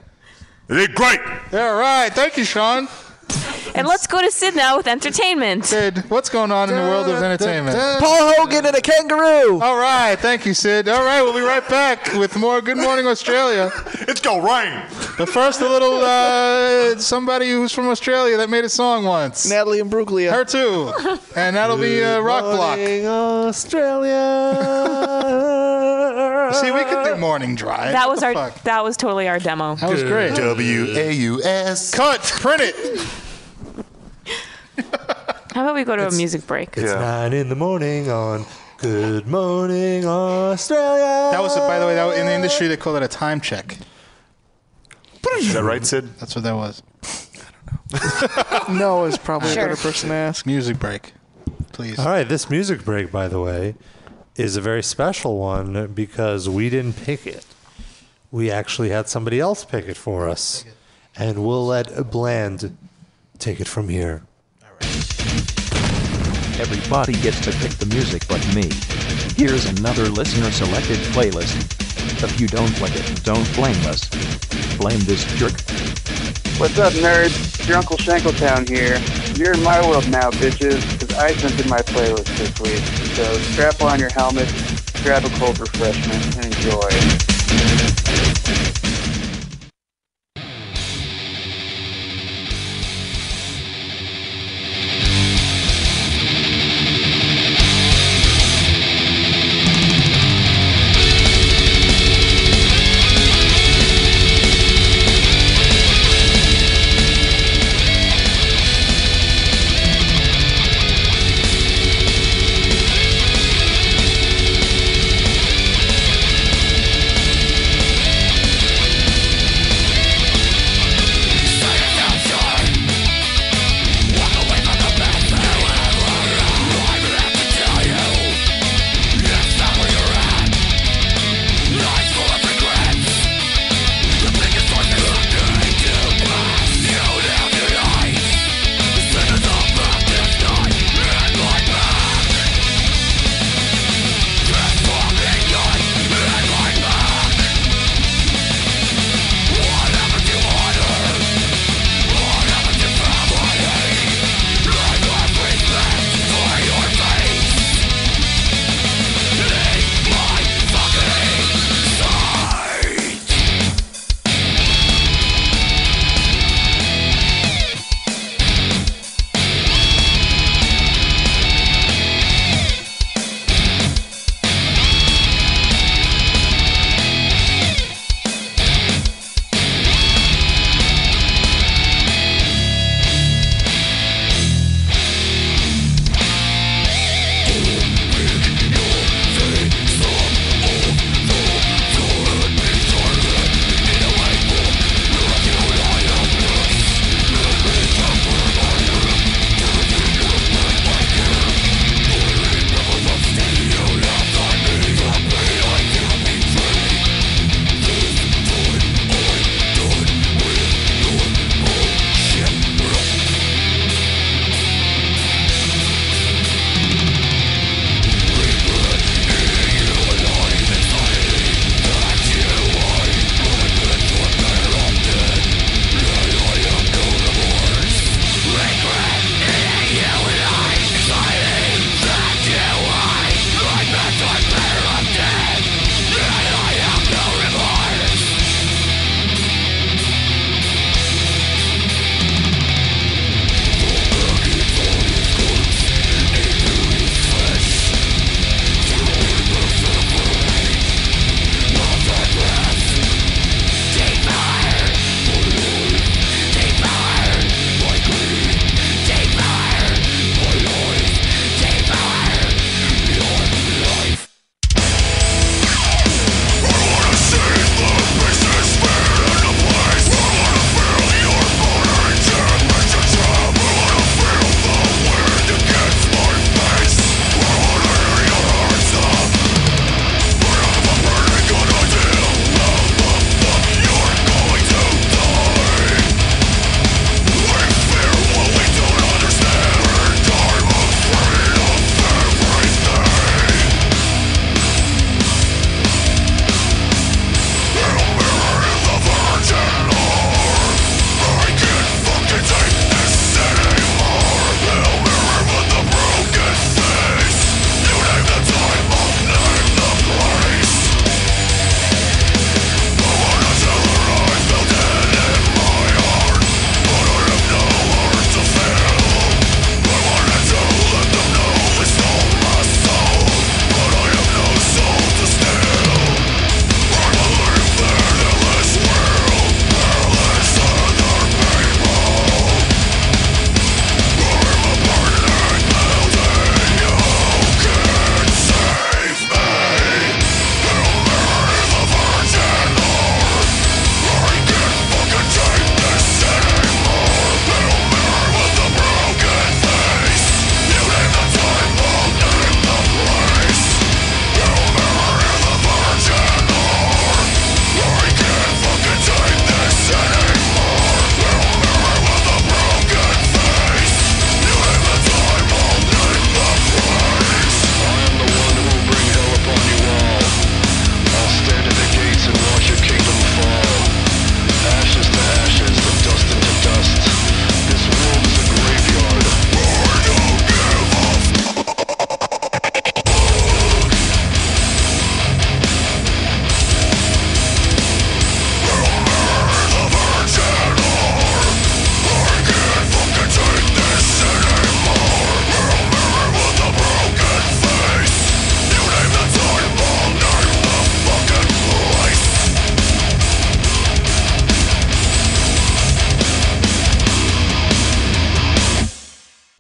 They did great.
Yeah, all right. Thank you, Sean.
And let's go to Sid now with entertainment.
Sid, what's going on in the world of entertainment?
Paul Hogan and a kangaroo.
All right. Thank you, Sid. All right. We'll be right back with more Good Morning Australia.
It's go rain.
But first, a little uh, somebody who's from Australia that made a song once.
Natalie and Bruglia.
Her too. And that'll be uh, Rock Block.
Australia.
See, we could do morning drive.
That was
What
our.
the fuck?
That was totally our demo.
That was great.
W A U S.
Cut. Print it.
How about we go to a music break?
It's nine in the morning on Good Morning Australia.
That was, by the way, that was, in the industry they call it a time check.
Is that right, Sid?
That's what that was.
Noah is probably
Sure.
a better person to ask.
Music break, please.
All right, this music break, by the way, is a very special one because we didn't pick it. We actually had somebody else pick it for us. And we'll let Bland take it from here.
Everybody gets to pick the music but me. Here's another listener selected playlist. If you don't like it, don't blame us. Blame this jerk.
What's up, nerds? Your Uncle Shankletown here. You're in my world now, bitches, 'cause I sent in my playlist this week. So strap on your helmet, grab a cold refreshment, and enjoy.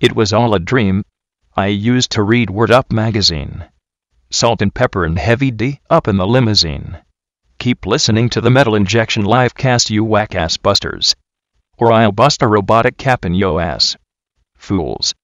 It was all a dream. I used to read Word Up magazine. Salt and Pepper and Heavy D up in the limousine. Keep listening to the Metal Injection Livecast, you whack ass busters. Or I'll bust a robotic cap in yo ass. Fools.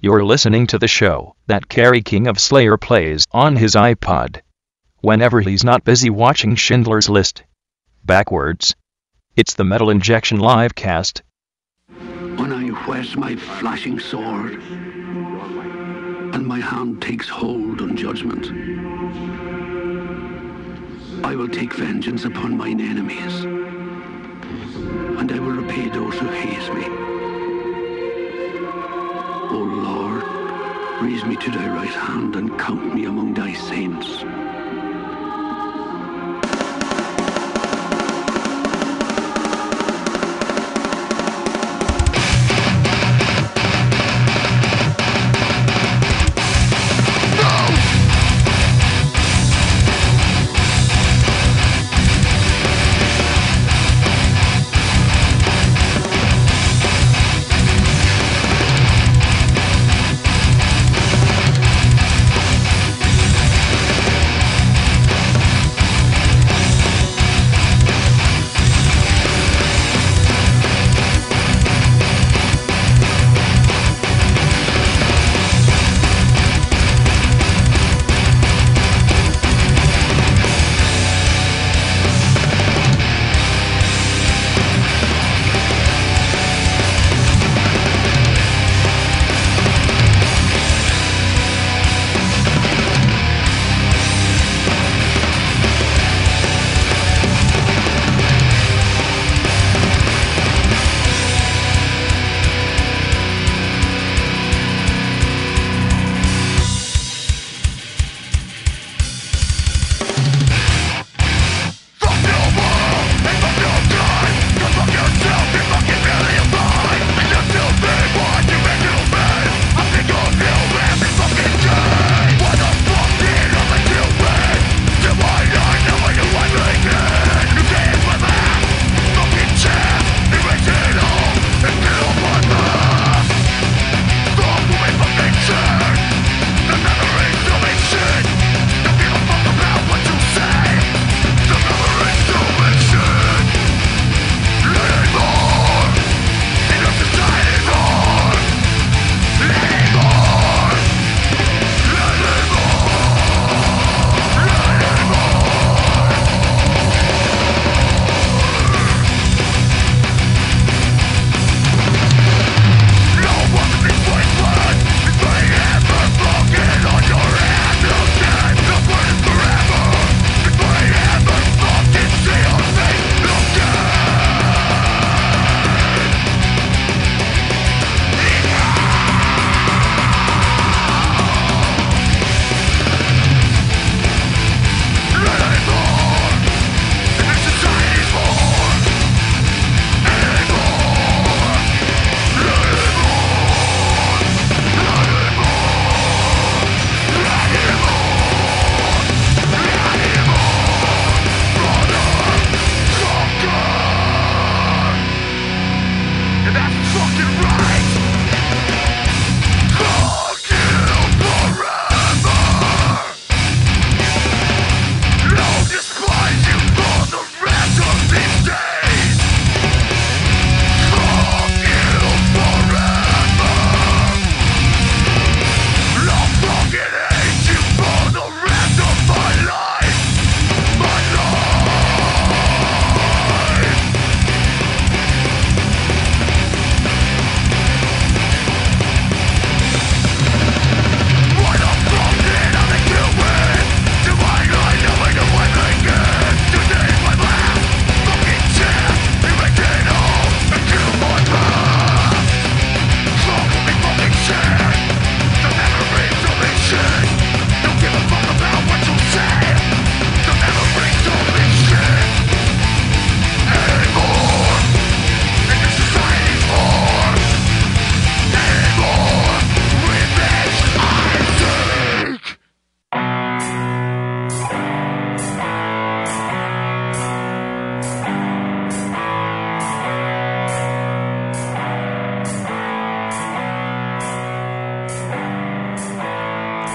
You're listening to the show that Kerry King of Slayer plays on his iPod. Whenever he's not busy watching Schindler's List. Backwards. It's the Metal Injection Livecast.
When I whet my flashing sword, and my hand takes hold on judgment, I will take vengeance upon mine enemies, and I will repay those who hate me. O Lord, Raise me to thy right hand and count me among thy saints.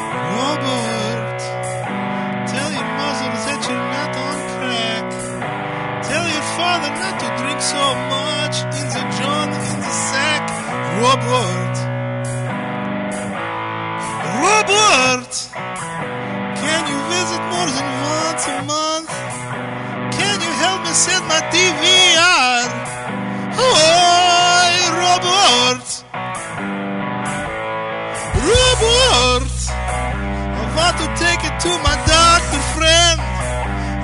Robert, tell your mother that you're not on crack. Tell your father not to drink so much in the John in the sack. Robert, Robert, can you visit more than once a month? Can you help me set my DVR? Oh, Robert, Robert. I want to take it to my doctor friend.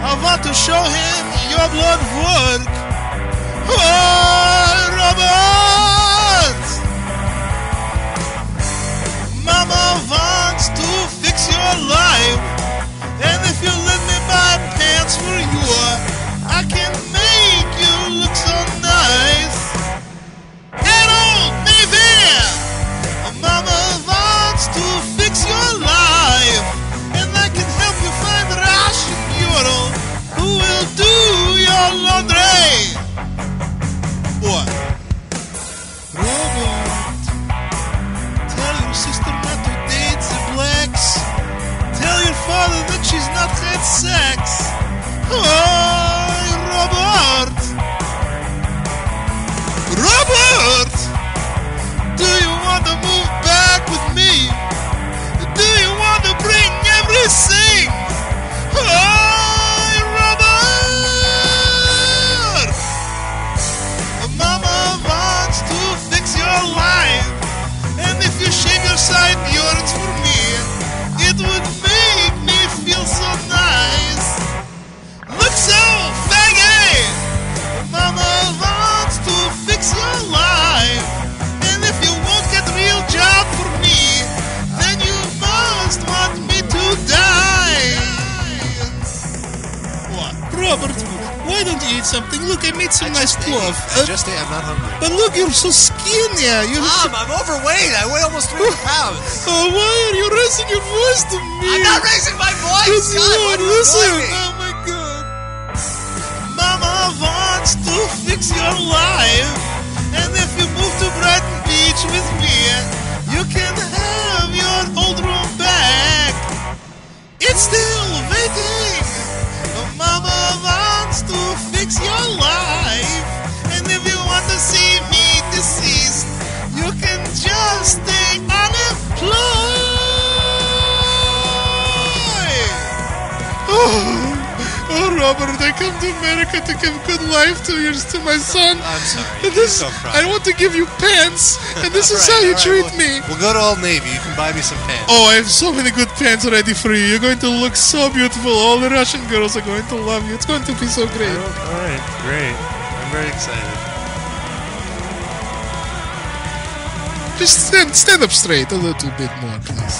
I want to show him your blood work. Oh, Robert! Mama, sex. Oi, Robert! Robert! Do you want to move back with me? Do you want to bring everything? Oi, Robert! Mama wants to fix your life. And if you shake your side yours for me, it would make me feel so nice. Look so faggy! Mama wants to fix your life. And if you won't get a real job for me, then you must want me to die. What? Robert, why don't you eat something? Look, I made some nice plov. Uh, just ate. I'm not hungry. But look, you're so skinny. You're
Mom, I'm overweight. I weigh almost 300 pounds.
Oh, why are you raising your voice to me?
I'm not raising my voice,
Good
God, why
Lord,
do you
listen.
annoy me?
Oh my God. Mama wants to fix your life, and if you move to Brighton Beach with me, you can have your old room back. It's still waiting. Mama wants to fix your life, and if you want to see me deceased, you can just stay unemployed.
Oh,
oh, Robert, I come to America to give good life to yours to my son.
I'm sorry.
And this,
Please don't cry.
I want to give you pants, and this is
All
how
right,
you
all right,
treat
we'll-
me.
We'll go to Old Navy. You can buy me some pants.
Oh, I have so many good pants ready for you. You're going to look so beautiful. All the Russian girls are going to love you. It's going to be so great.
All right, great. I'm very excited.
Just stand, stand up straight a little bit more, please.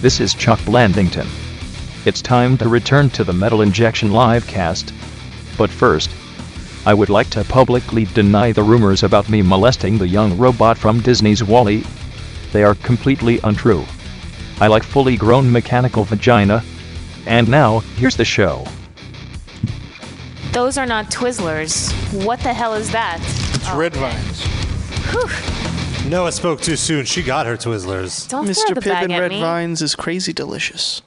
This is Chuck Blandington. It's time to return to the Metal Injection livecast. But first, I would like to publicly deny the rumors about me molesting the young robot from Disney's Wally. They are completely untrue. I like fully grown mechanical vagina. And now, here's the show.
Those are not Twizzlers. What the hell is that? Oh.
It's red vines.
Noah spoke too soon. She got her Twizzlers.
Don't
Mr.
throw the
Pibb
bag
and
at
Red
me.
Vines is crazy delicious.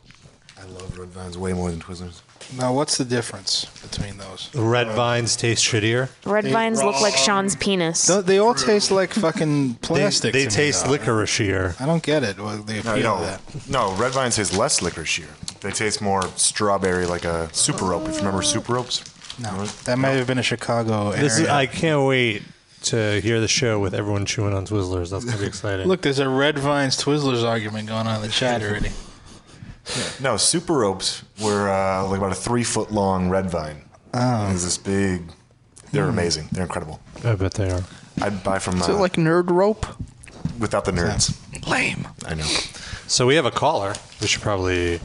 Red Vine's way more than Twizzlers.
Now, what's the difference between those?
Red vines taste shittier.
Red vines look like Sean's penis.
They, they all taste like fucking
They-
plastic.
They,
to me,
taste
though.
licorice-ier.
I don't get it. Well, the
No,
appeal
you
of
know,
that.
no, red vines taste less licorice. They taste more strawberry, like a super rope. If you remember super ropes.
No, that might have been a Chicago
Oh,
This is,
area.
I can't wait to hear the show with everyone chewing on Twizzlers. That's gonna be exciting.
Look, there's a Red Vines Twizzlers argument going on in the chat already.
No, super ropes were uh, like about a three foot long red vine.
Oh.
It was this big. They're
Hmm.
amazing. They're incredible.
I bet they are.
I'd buy from.
Is
uh,
it like nerd rope?
without the nerds?
Lame.
I know.
So we have a caller. We should probably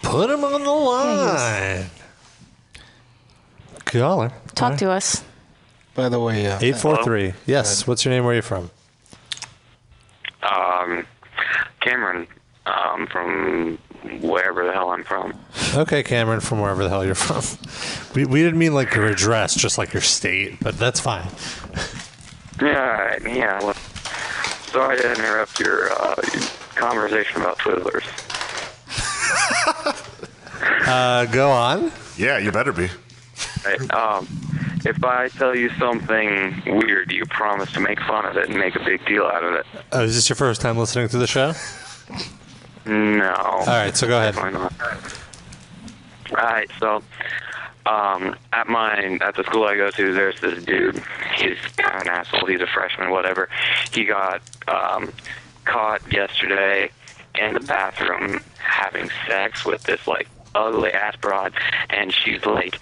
put him on the line. Caller.
Talk to us.
By the way, uh,
Eight four three. Yes. What's your name? Where are you from?
Um, Cameron, um, from wherever the hell I'm from.
Okay, Cameron, from wherever the hell you're from. We, we didn't mean like your address, just like your state, but that's fine.
Yeah, yeah. Well, sorry to interrupt your uh, conversation about Twizzlers.
Uh, go on.
Yeah, you better be.
Right, Um, if I tell you something weird, you promise to make fun of it and make a big deal out of it.
Uh, is this your first time listening to the show?
No.
All right, so go ahead.
All right, so um, at mine, at the school I go to, there's this dude. He's kind of an asshole. He's a freshman, whatever. He got um, caught yesterday in the bathroom having sex with this like ugly ass broad, and she's like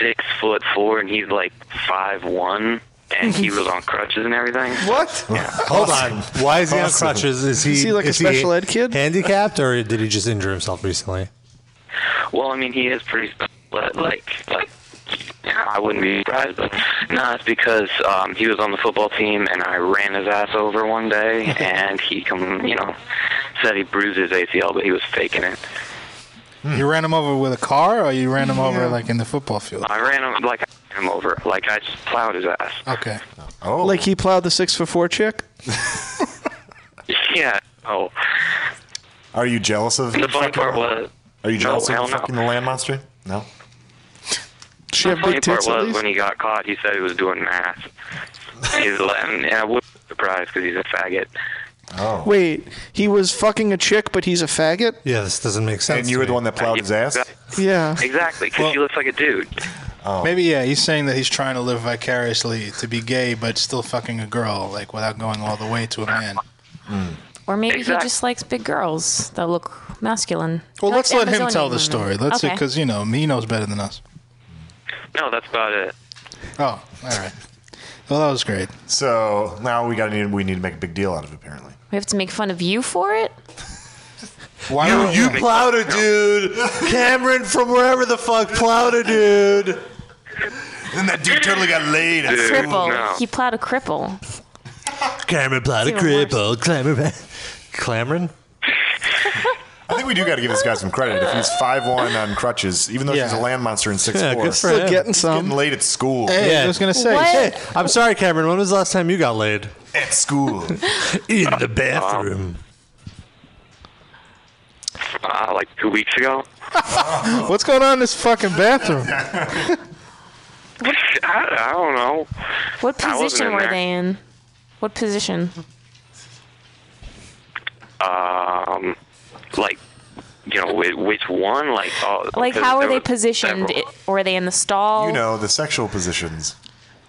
six foot four, and he's like five one, and he was on crutches and everything.
What?
Hold on. Why is he on
Awesome.
crutches? Is he
Is he like a special ed
kid? Handicapped, or did he just injure himself recently?
Well, I mean, he is pretty special, but like, like I wouldn't be surprised, but no, it's because um, he was on the football team, and I ran his ass over one day, and he come, you know, said he bruised his ACL, but he was faking it.
You ran him over with a car, or you ran him over like in the football field?
I ran him like I ran him over, like I just plowed his ass.
Okay.
Oh.
Like he plowed Uh, the six for four chick?
Yeah. Oh.
Are you jealous of?
The funny part was.
Are you jealous
no, hell
of
no.
fucking the land monster? No.
She
the funny part was when he got caught, he said he was doing math. He's Latin, and I was surprised because he's a faggot.
Oh.
Wait, he was fucking a chick, but he's a faggot?
Yeah, this doesn't make sense.
And you were the one that plowed his ass.
Yeah.
Exactly, because he looks like a dude.
Oh.
Oh.
Maybe yeah. He's saying that he's trying to live vicariously to be gay, but still fucking a girl, like without going all the way to a man.
Or maybe
Exact-
he just likes big girls that look masculine.
Well,
Like
let's let him
Amazonian
tell the
women.
story. Let's
okay.
because you know he knows better than us.
No, that's about it.
Oh, all right. Well, that was great.
So now we got to need we need to make a big deal out of it. Apparently,
we have to make fun of you for it.
Why
Oh,
don't
you,
we-
plowed a dude, Cameron from wherever the fuck plowed a dude.
And that dude totally got laid.
cripple. He plowed a cripple.
Cameron plowed a
It's even
cripple. Cameron. Cameron.
I think we do got to give this guy some credit. If he's five one on crutches, even though he's a land monster in six
Yeah,
four,
good for Still him. getting
some. Getting laid at school.
Hey, I'm sorry, Cameron. When was the last time you got laid?
At school.
In the bathroom.
Uh, like two weeks ago.
What's going on in this fucking bathroom?
I, I don't know.
What
I wasn't
position
in
were
there.
they in? What position?
Um, like, you know, whi- which one? Like, oh,
Like,
because
how were
there
they
was
positioned?
several.
It, were they in the stall?
You know the sexual positions.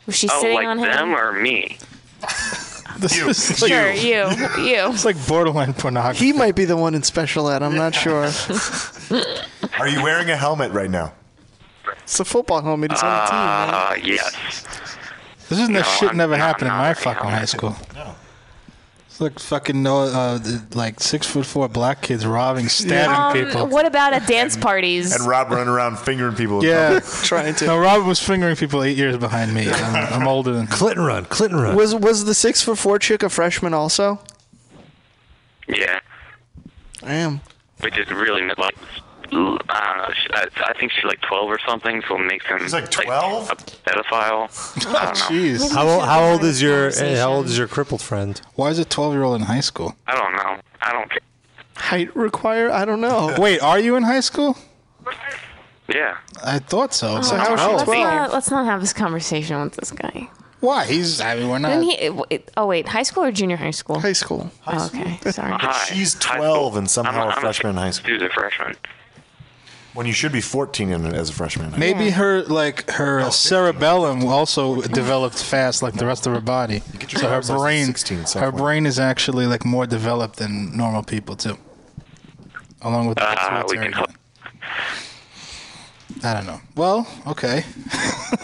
Was she
oh,
sitting
like
on him?
them or me?
This is
Sure, you, you.
It's like borderline pornography.
He might be the one in special ed. I'm not sure.
Are you wearing a helmet right now?
It's a football helmet. He's on the team.
Uh, yes.
This isn't
No,
this shit
I'm
never
not-
happened in
not
my
right
fucking
now.
high school. It's like fucking no, uh, the- like six foot four black kids robbing, stabbing
Um,
people.
What about at dance parties?
Rob running around fingering people.
Yeah,
trying to.
No, Robin was fingering people eight years behind me. I'm, I'm older than
Clinton. Run, Clinton. Run.
Was was the six for four chick a freshman also?
Yeah.
I am.
Which is really like, I don't know. She, I, I think she's like 12 or something, so it makes him. He's like 12? a pedophile. I don't know.
How, old- how old is your eh, How old is your crippled friend?
Why is a twelve year old in high school?
I don't know. I don't care.
Height require? I don't know.
Wait, are you in high school?
Yeah.
I thought so.
Oh, let's, not, let's not have this conversation with this guy.
Why? He's. I mean, we're not.
Didn't he, it- it- oh wait, high school or junior high school? High
school.
okay, sorry.
She's 12 and somehow a freshman in high school.
She's a freshman.
When you should be 14 in, as a freshman.
Maybe her like
Oh,
her uh, cerebellum also developed fast, like the rest of her body.
your
so her
license at
brain,
16 at some
her
point.
brain is actually like more developed than normal people too. Along with the
Uh, we can hope.
I don't know. Well, okay.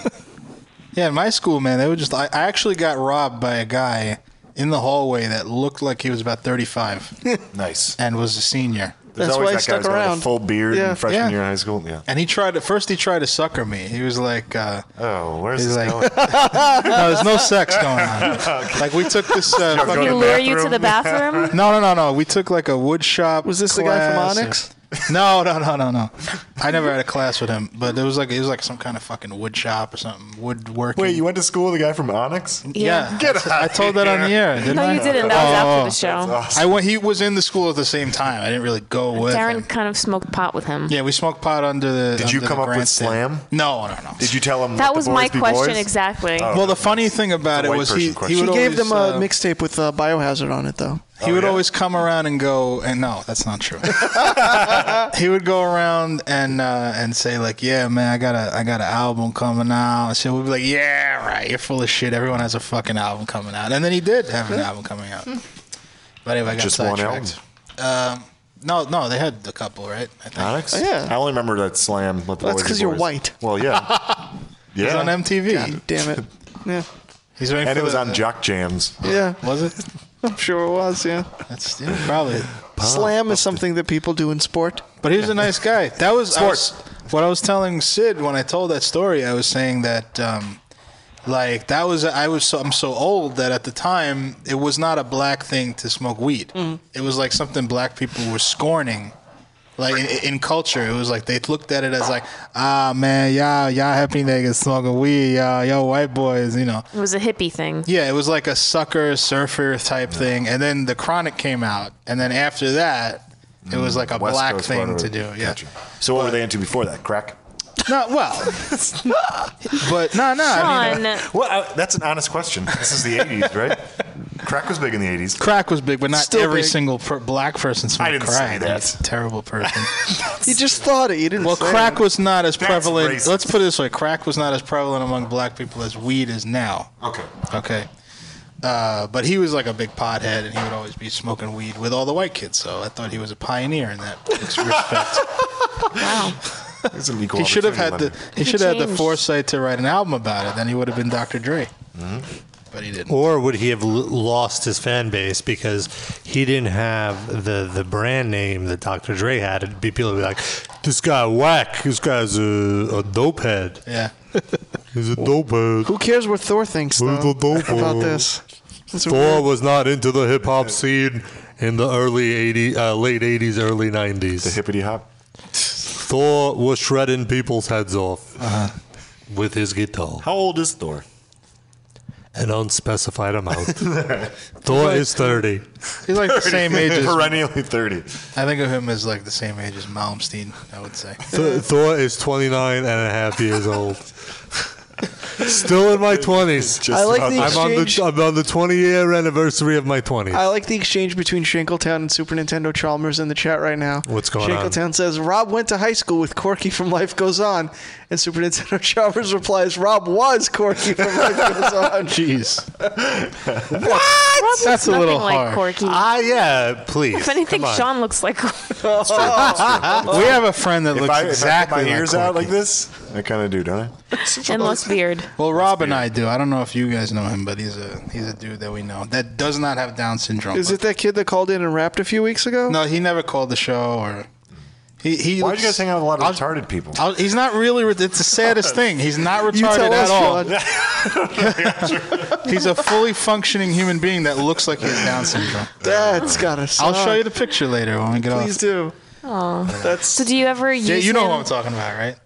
yeah, in my school, man, they were just. I, I actually got robbed by a guy in the hallway that looked like he was about thirty-five.
nice.
And was a senior.
There's always that guy who's got a full beard in freshman year in high school. Yeah.
And he tried to first. He tried to sucker me. He was like, uh,
"Oh, where's
he's
this
like,
going?"
no, there's no sex going on. Like we took this. Uh,
Did he
fucking-
lure you to the
bathroom?
no, no, no, no. We took like a wood shop. Was
this the guy from Onyx?
No, no, no, no, no. I never had a class with him, but it was like it was like some kind of fucking wood shop or something, woodworking.
Wait, you went to school with a guy from Onyx?
Yeah,
Get
That's-
out
I told that on the air. Didn't
No,
I? Oh.
you didn't. That was after the show.
That's awesome.
I went. He was in the school at the same time. I didn't really go with. him.
Darren kind of smoked pot with him.
Yeah, we smoked pot under the.
Did you
under
come
the
up with
grandstand.
Slam?
No, no, no.
Did you tell him
That
let the
was
boys
my
be
question
boys? Oh.
exactly.
well, the funny thing about
It's a
it
white
was
person
he, he
question.
He
would
gave
always,
them a
uh,
mixtape with uh, Biohazard on it, though.
He
Oh,
would always come around and go, and no, that's not true. he would go around and uh, and say like, "Yeah, man, I got a I got an album coming out." So we'd be like, "Yeah, right, you're full of shit. Everyone has a fucking album coming out." And then he did have an album coming out. But anyway, I got
Just one album.
sidetracked. Um, no, no, they had a couple, right? I think.
Onyx?
Oh, yeah.
I only remember that Slam. Let the
That's
boys be
'cause you're
boys.
white.
Well, yeah.
It was
Yeah.
on MTV.
damn it. Yeah.
He's waiting
and
for
it was
the-
on Jock Jams.
Yeah.
Was it?
I'm sure it was, yeah.
That's yeah, probably.
Slam is something that people do in sport.
But he was a nice guy. That was, I was- what I was telling Sid when I told that story. I was saying that, um, like, that was I was so, I'm so old that at the time it
Mm.
was not a black thing to smoke weed. It was like something black people were scorning Like in, in culture, it was like they looked at it as like, ah man, y'all y'all happy niggas smoking weed, y'all y'all white boys, you know.
It was a hippie thing.
Yeah, it was like a sucker surfer type thing, and then the Chronic came out, and then after that, it was like a
Mm, West
black
Coast
thing
part
to
of-
do. Yeah.
Gotcha. So what were they into before that? Crack.
No, well, but no, no. I mean, uh,
well, I- that's an honest question. This is the '80s, right? Crack was big in the '80s.
Crack was big, but not
Still
every
big.
single per- black person smoked
I didn't
crack.
say that.
You terrible person.
You just thought it. You didn't.
well,
say
crack
it.
was not as
That's
prevalent.
racist.
Let's put it this way: crack was not as prevalent among black people as weed is now.
Okay.
Okay. Uh, but he was like a big pothead, and he would always be smoking weed with all the white kids. So I thought he was a pioneer in that respect.
wow.
It's an equal
He should have had
opportunity
the
lender.
he should have had the foresight to write an album about it. Then he would have been Dr. Dre.
Uh-huh. Mm-hmm.
But he didn't.
Or would he have l- lost his fan base because he didn't have the, the brand name that Dr. Dre had? It'd be people would be like, this guy whack. This guy's a,
uh,
a dope head.
Yeah.
He's a dope head.
Who cares what Thor thinks
Who's
though,
a dope
about
head?
this? It's
Thor was not into the hip hop scene in the early 80, uh, late 80s, early 90s. The
hippity hop.
Thor was shredding people's heads off
Uh-huh.
with his guitar.
How old is Thor?
An unspecified amount. Thor is 30.
He's like the same age as
perennially thirty.
I think of him as like the same age as Malmsteen. I would say.
Th- Thor is 29 and a half years old. Still in my 20s.
I like the
I'm, on
exchange-
the, I'm on the 20 year anniversary of my 20s.
I like the exchange between Shankletown and Super Nintendo Chalmers in the chat right now.
What's going on?
Shankletown says Rob went to high school with Corky from Life Goes On, and Super Nintendo Chalmers replies Rob was Corky from Life Goes On.
Jeez.
Rob looks nothing like Corky.
Ah, yeah, please.
If anything,
Come on.
Sean looks like.
we have a friend that
If
looks
I- if I put
exactly
my
like
ears out like this. I kind of do, don't
and less beard.
Well, Rob and I do. I don't know if you guys know him, but he's a he's a dude that we know that does not have Down syndrome.
Is it that kid that called in and rapped a few weeks ago?
No, he never called the show or. He, he
Why'd you
guys hang out with a lot of retarded people?
he's not really. re- It's the saddest thing. He's not retarded
You tell us,
at all.
Sean.
He's a fully functioning human being that looks like he has Down syndrome.
That's gotta suck.
I'll show you the picture later when we get
Please
off.
do.
Oh.
That's.
So do you ever use?
Yeah, you know
him?
who I'm talking about, right?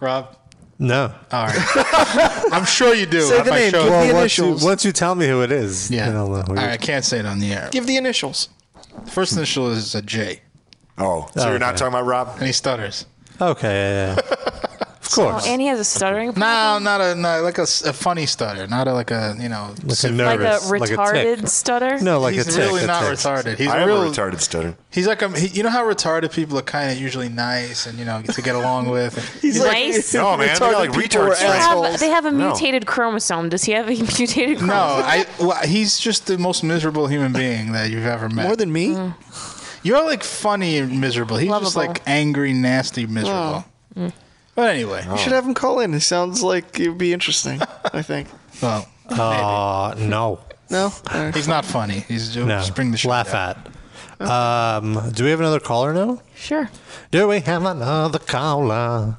Rob.
No.
All right. I'm sure you do. if I showed you.
Well, once you, once you tell me who it is,
Yeah.
then I'll know who
All
you-
right, I can't say it on the air.
Give the initials.
First initial is a J.
Oh, so you're not
Okay.
talking about Rob?
And he stutters.
Okay. yeah, yeah. of course.
Oh, and he has a stuttering.
No, not a no, like a, s- a funny stutter, not a, like a you know
Like a
Like a
nervous. like a tick.
retarded stutter.
he's really not retarded. He's
I
a
have
real
a retarded stutter.
He's like a, he, you know how retarded people are kind of usually nice and you know to get along with.
He's like- Nice?
No, man, they got, like, retard
They have, they have a
No.
mutated chromosome. Does he have a mutated chromosome?
No, I. Well, he's just the most miserable human being that you've ever met. More
than me.
Mm.
You're like funny and miserable. He's just
Lovable.
like angry, nasty,
Mm.
miserable. But anyway,
You should have him call in. It sounds like it would be interesting, I think.
Well,
Uh, no.
No?
He's not funny. He's just,
No.
just bring the shit
Laugh
down.
at. Um, do we have another caller now?
Sure.
Do we have another caller?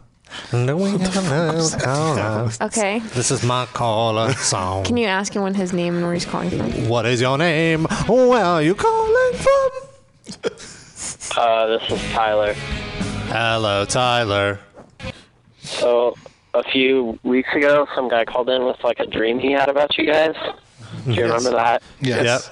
Do we have another caller?
Okay.
This is my caller song.
Can you ask him what his name and where he's calling from?
What is your name? Where are you calling from?
Uh, this is Tyler.
Hello, Tyler.
So a few weeks ago, some guy called in with like a dream he had about you guys. Do you remember that?
Yes.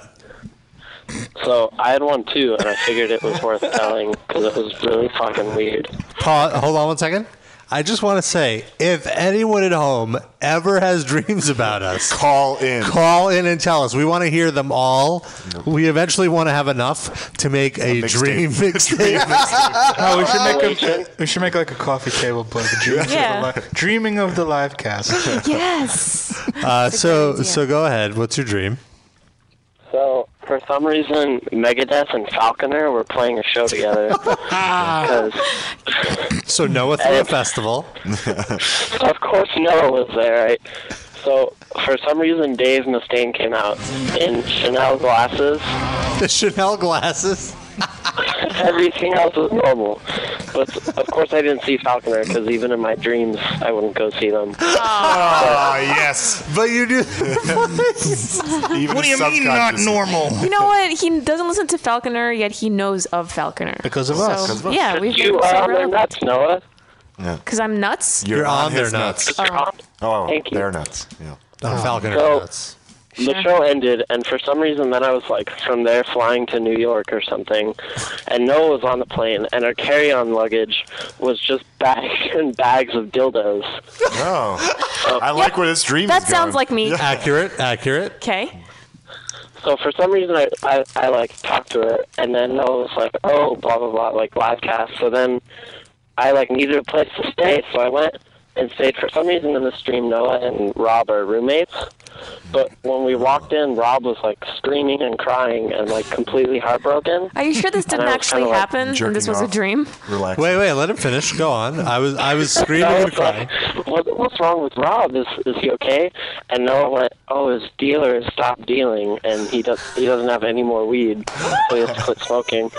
So I had one too, and I figured it was worth telling because it was really fucking weird.
Pa- hold on one second. I just want to say, if anyone at home ever has dreams about us,
call in.
Call in and tell us. We want to hear them all. We eventually want to have enough to make a, dream mixtape.
No, Oh, we should make a, we should make like a coffee table book. Dreaming,
Yeah.
of, the li- dreaming of the live cast.
yes.
uh, so, so go ahead. What's your dream?
So for some reason, Megadeth and Falconer were playing a show together. 'Cause-
So Noah threw a festival.
of course, Noah was there, right? So for some reason, Dave Mustaine came out in Chanel glasses.
the Chanel glasses.
Everything else was normal. But of course, I didn't see Falconer because even in my dreams, I wouldn't go see them.
Ah, yes.
But you do.
Even What do you mean not subconsciously. normal?
You know what? He doesn't listen to Falconer, yet he knows of Falconer.
Because of
So,
us. Because of us.
Yeah, we've
You
been
are
so
on their
relevant.
nuts, Noah.
Because I'm nuts?
You're, on, their nuts.
Oh.
Oh,
Thank you.
they're nuts. Yeah.
Falconer
So-
nuts.
The show ended, and for some reason, then I was like from there flying to New York or something, and Noah was on the plane, and our carry-on luggage was just bags and bags of dildos.
Oh, I like where this dream
That sounds like me.
Accurate, accurate.
Okay.
So for some reason, I, I, I like talked to her, and then I was like, oh, blah blah blah, like live cast. So then I like needed a place to stay, so I went and stayed for some reason in the stream. Noah and Rob are roommates, but when we walked in, Rob was like screaming and crying and like completely heartbroken.
Are you sure this
And I
didn't
was
actually
kinda, like,
happen and this was a dream?
Relax.
Wait, wait. Let him finish. Go on. I was, I was screaming
I
and
was like,
crying.
What, what's wrong with Rob? Is is he okay? And Noah went, oh, his dealer has stopped dealing, and he does he doesn't have any more weed, so he has to quit smoking.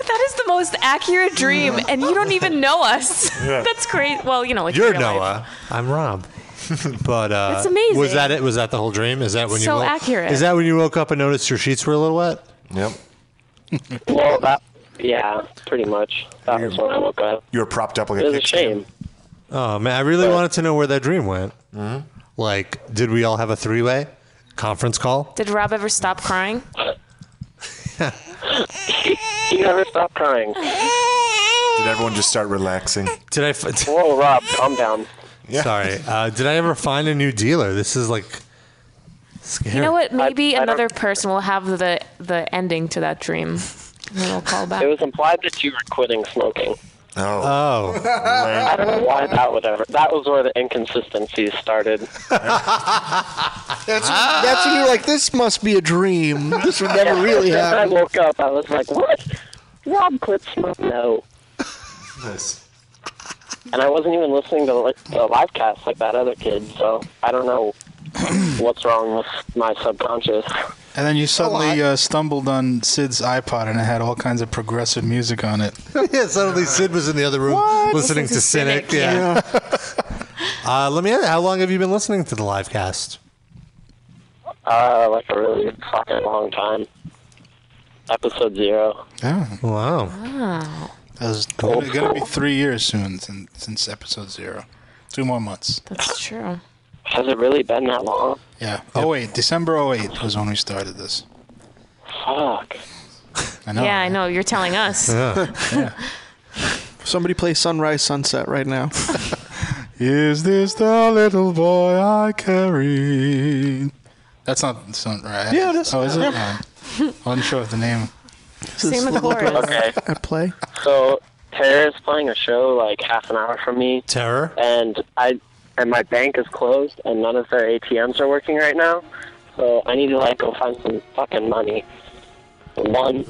That is the most accurate dream, and you don't even know us.
Yeah.
That's great. Well, you know, like
You're
real life.
Noah. I'm Rob. but uh,
That's amazing.
Was that it? Was that the whole dream? Is that when
So
you? woke-
accurate.
Is that when you woke up and noticed your sheets were a little wet?
Yep.
Well, that yeah, pretty much. That was when I woke up.
You were propped up like
It was a shame.
Oh man, I really wanted to know where that dream went.
Mm-hmm.
Like, did we all have a three-way conference call?
Did Rob ever stop crying?
He never stopped crying.
Did everyone just start relaxing?
Did I? F-
Whoa, Rob, calm down.
Sorry. Uh, did I ever find a new dealer? This is like scary.
You know what? Maybe another person will have the the ending to that dream. And we'll call back.
It was implied that you were quitting smoking.
Oh.
I don't know why that would ever. That was where the inconsistencies started.
That's, that's when you're like, this must be a dream. This would never really
Then
happen.
I woke up. I was like, what? Rob quit smoking? No.
Nice.
And I wasn't even listening to like, the live cast like that other kid, so I don't know what's wrong with my subconscious.
And then you suddenly uh, stumbled on Sid's iPod, and it had all kinds of progressive music on it.
yeah, suddenly Sid was in the other room listening to Cynic. Yeah. uh, let me ask, how long have you been listening to the live cast?
Uh, like a really fucking long time. Episode zero.
Yeah.
Wow.
Wow.
That's gonna, gonna be three years soon since, since episode zero. Two more months.
That's true.
Has it really been that long?
Yeah. Oh wait, December 08 was when we started this.
Fuck.
I know.
yeah, I know. You're telling us.
Somebody play Sunrise Sunset right now.
Is this the little boy I carried? That's not sound right.
Yeah, it is.
Oh, is it?
Yeah.
Yeah. I'm unsure of the name.
This
the
little girl
Okay.
At play.
So Tara's playing a show like half an hour from me.
Terror.
And I and my bank is closed and none of their ATMs are working right now. So I need to like go find some fucking money. One.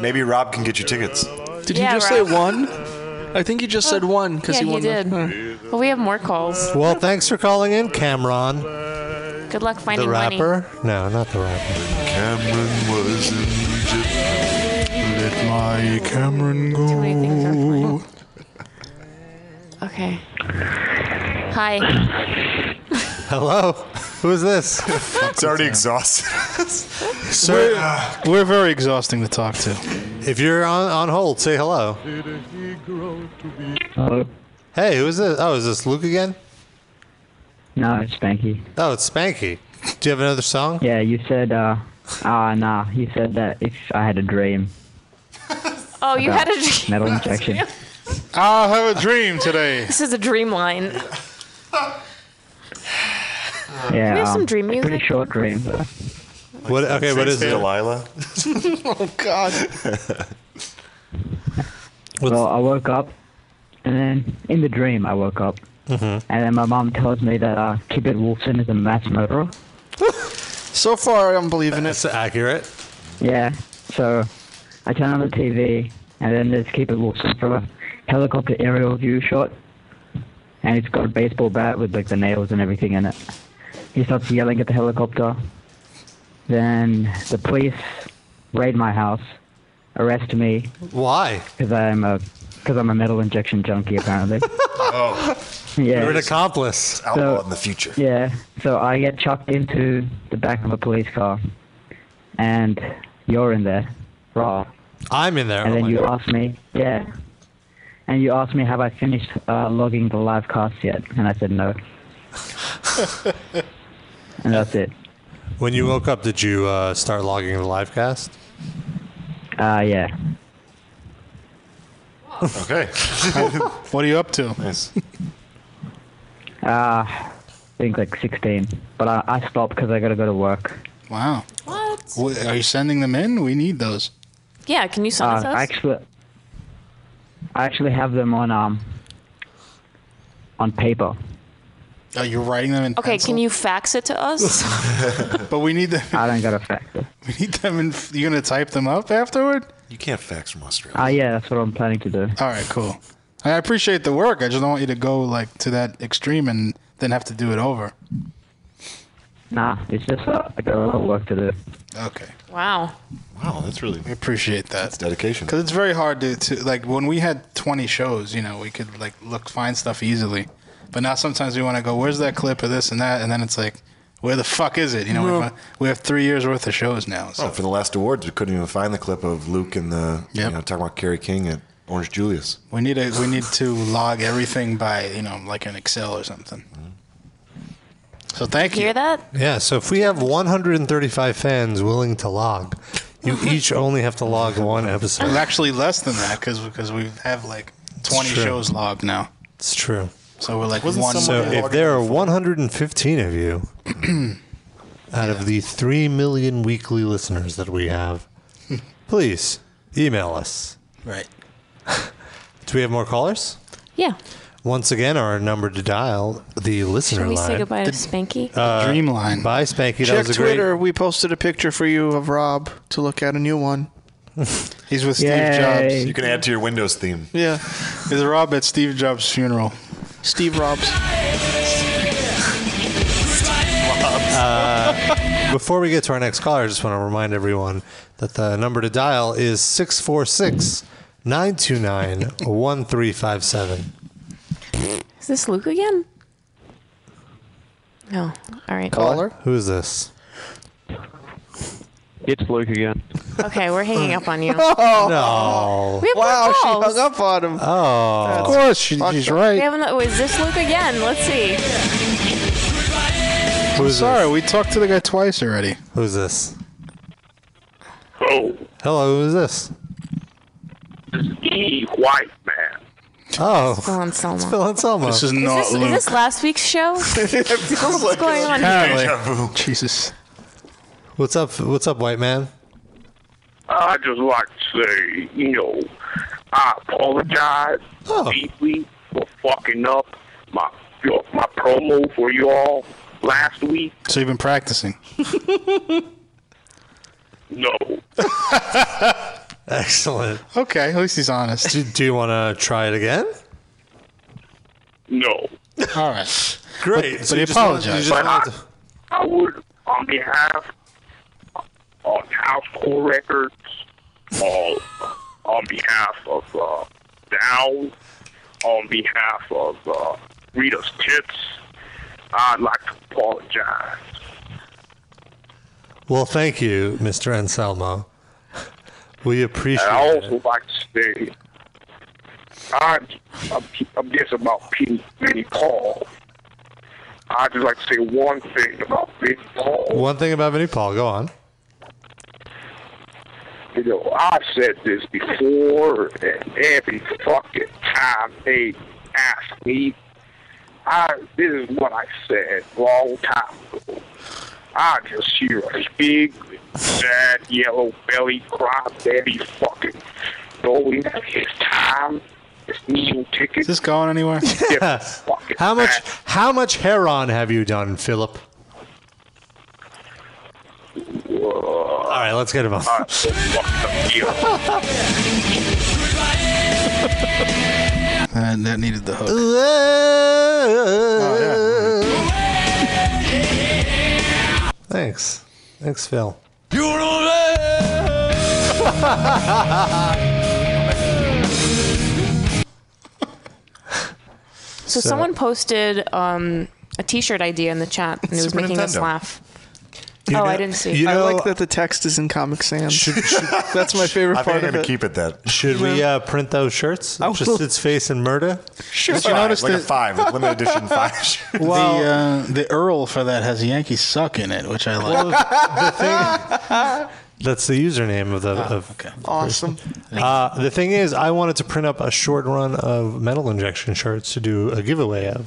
Maybe Rob can get you tickets.
Did
Yeah,
he just
Rob.
say one? I think he just said one because
yeah,
he
he
won. the-
did. Well, we have more calls.
Well, thanks for calling in, Cameron,
Good luck finding
the
money.
rapper. No, not the rapper.
Cameron was in
Let my Cameron go.
Okay. Hi.
Hello. Who is this?
it's already exhausted.
Sir,
uh,
uh, we're, we're very exhausting to talk to.
If you're on, on hold, say hello. Hey, who is this? Oh, is this Luke again?
No, it's Spanky.
Oh, it's Spanky. Do you have another song?
Yeah, you said, uh, ah, nah, you said that if I had a dream.
Oh, you had
about
a dream.
Metal injection.
I have a dream today.
This is a dream line.
yeah.
we have some
um,
dream
a Pretty
music?
short dream, but.
What? Okay, what is it?
Delilah.
oh God.
well, I woke up, and then in the dream, I woke up. And then my mom tells me that uh, Kibit Wolfson is a mass murderer.
So far, I'm believing it.
That's accurate.
Yeah. So I turn on the TV, and then there's Kibit Wolfson from a helicopter aerial view shot. And he's got a baseball bat with like the nails and everything in it. He starts yelling at the helicopter. Then the police raid my house. arrest me.
Why?
Because I'm a because I'm a metal injection junkie apparently.
Oh.
Yeah.
You're an accomplice.
Outlaw in the future.
yeah. So I get chucked into the back of a police car, and you're in there, raw.
I'm in there.
And
oh
then
my
you
God.
asked me, yeah. And you asked me, have I finished uh, logging the live casts yet? And I said no. and that's it.
When you woke up, did you uh, start logging the live cast?
Uh, yeah.
Okay.
what are you up to?
Nice.
Uh, I think like 16. But I, I stopped because I got to go to work.
Wow.
What?
Are you sending them in? We need those.
Yeah, can you send
Uh,
us?
I actually, I actually have them on um on paper.
Oh, you're writing them in
okay, can you fax it to us?
but we need them.
I don't got a fax.
We need them in. You gonna type them up afterward?
You can't fax from Australia.
Ah, yeah, that's what I'm planning to do.
All right, cool. I appreciate the work. I just don't want you to go like to that extreme and then have to do it over.
Nah, it's just uh, I got a lot of work to do.
Okay.
wow.
Wow, that's really. I
appreciate that.
That's dedication.
Because it's very hard to, to like when we had 20 shows, you know, we could like look find stuff easily. But now sometimes we want to go, where's that clip of this and that, and then it's like, where the fuck is it? You know, we
No.
fi- we have three years worth of shows now. So.
Oh, for the last awards, we couldn't even find the clip of Luke and the you know talking about Kerry King at Orange Julius.
We need a, we need to log everything by you know like an Excel or something. So thank you.
Hear that?
Yeah, so if we have 135 fans willing to log, you each only have to log one episode.
Well, actually, less than that because because we have like 20
true.
shows logged now.
It's true.
So we're like one.
So if there are 115 of you out of the 3 million weekly listeners that we have, please email us.
Right.
Do we have more callers?
Yeah.
Once again, our number to dial, the listener
Should we
line.
say goodbye to Spanky?
uh,
dream line.
Bye, Spanky. that
Check
was a great
Twitter. We posted a picture for you of Rob to look at a new one.
He's with
Yay.
Steve Jobs.
You
can add to your Windows theme.
Yeah.
Is Rob at Steve Jobs' funeral?
Steve Rob's.
Uh, before we get to our next caller, I just want to remind everyone that the number to dial is 646 929 1357.
Is this Luke again? No. All right.
Who is this?
It's Luke again.
Okay, we're hanging up on you.
No.
We have
wow,
more
she
calls.
hung up on him.
Oh.
Of
course, she,
she's
We have another. Wait, oh, is this Luke again? Let's see.
Sorry, we talked to the guy twice already.
Who's this? Hello, who is this?
E. White man.
Oh.
Phil Anselmo.
It's Phil Anselmo.
This
Is
is not
this, is
Luke.
this last week's show? What's going on here?
Apparently. Jesus.
What's up? What's up, white man?
Uh, I just like to say, you know, I apologize deeply for fucking up my your, my promo for you all last week.
So you've been practicing.
No,
Excellent.
Okay, at least he's honest.
Do, do you want to try it again?
no.
All right.
Great.
But,
So
but he
you just
apologized.
wanted-
But I, I would, on behalf of House Core Records, on, on behalf of uh, Down, on behalf of uh, Rita's Tits, I'd like to apologize.
Well, thank you, Mr. Anselmo. We
And
appreciate
I
it.
also like to say, I, I'm, I'm just about Vinnie Vinnie Paul. I'd just like to say one thing about Vinnie Paul.
One thing about Vinnie Paul, go on.
You know, I've said this before, and every fucking time they ask me, I this is what I said a long time ago. I just hear a big, sad, yellow belly cry, baby fucking knowing that his time is meal ticket.
Is this going anywhere?
how much how much heron have you done, Philip? All right, let's get him off.
Uh, that needed the hook. Thanks.
Thanks, Phil.
You don't
So,
So-
someone posted um, a T-shirt idea in the chat, and it was
Super
making us
Nintendo.
laugh.
You
oh,
know- oh,
I didn't see.
I like that the text is in Comic Sans. That's my favorite part of it.
it that. Should we uh, print those shirts?
I
Just
will.
its face and murder.
Sure.
Did you notice that-
Well-
the uh, the Earl for that has Yankee suck in it, which I like.
That's the username of the. of
Awesome.
Uh, the thing is, I wanted to print up a short run of metal injection shirts to do a giveaway of.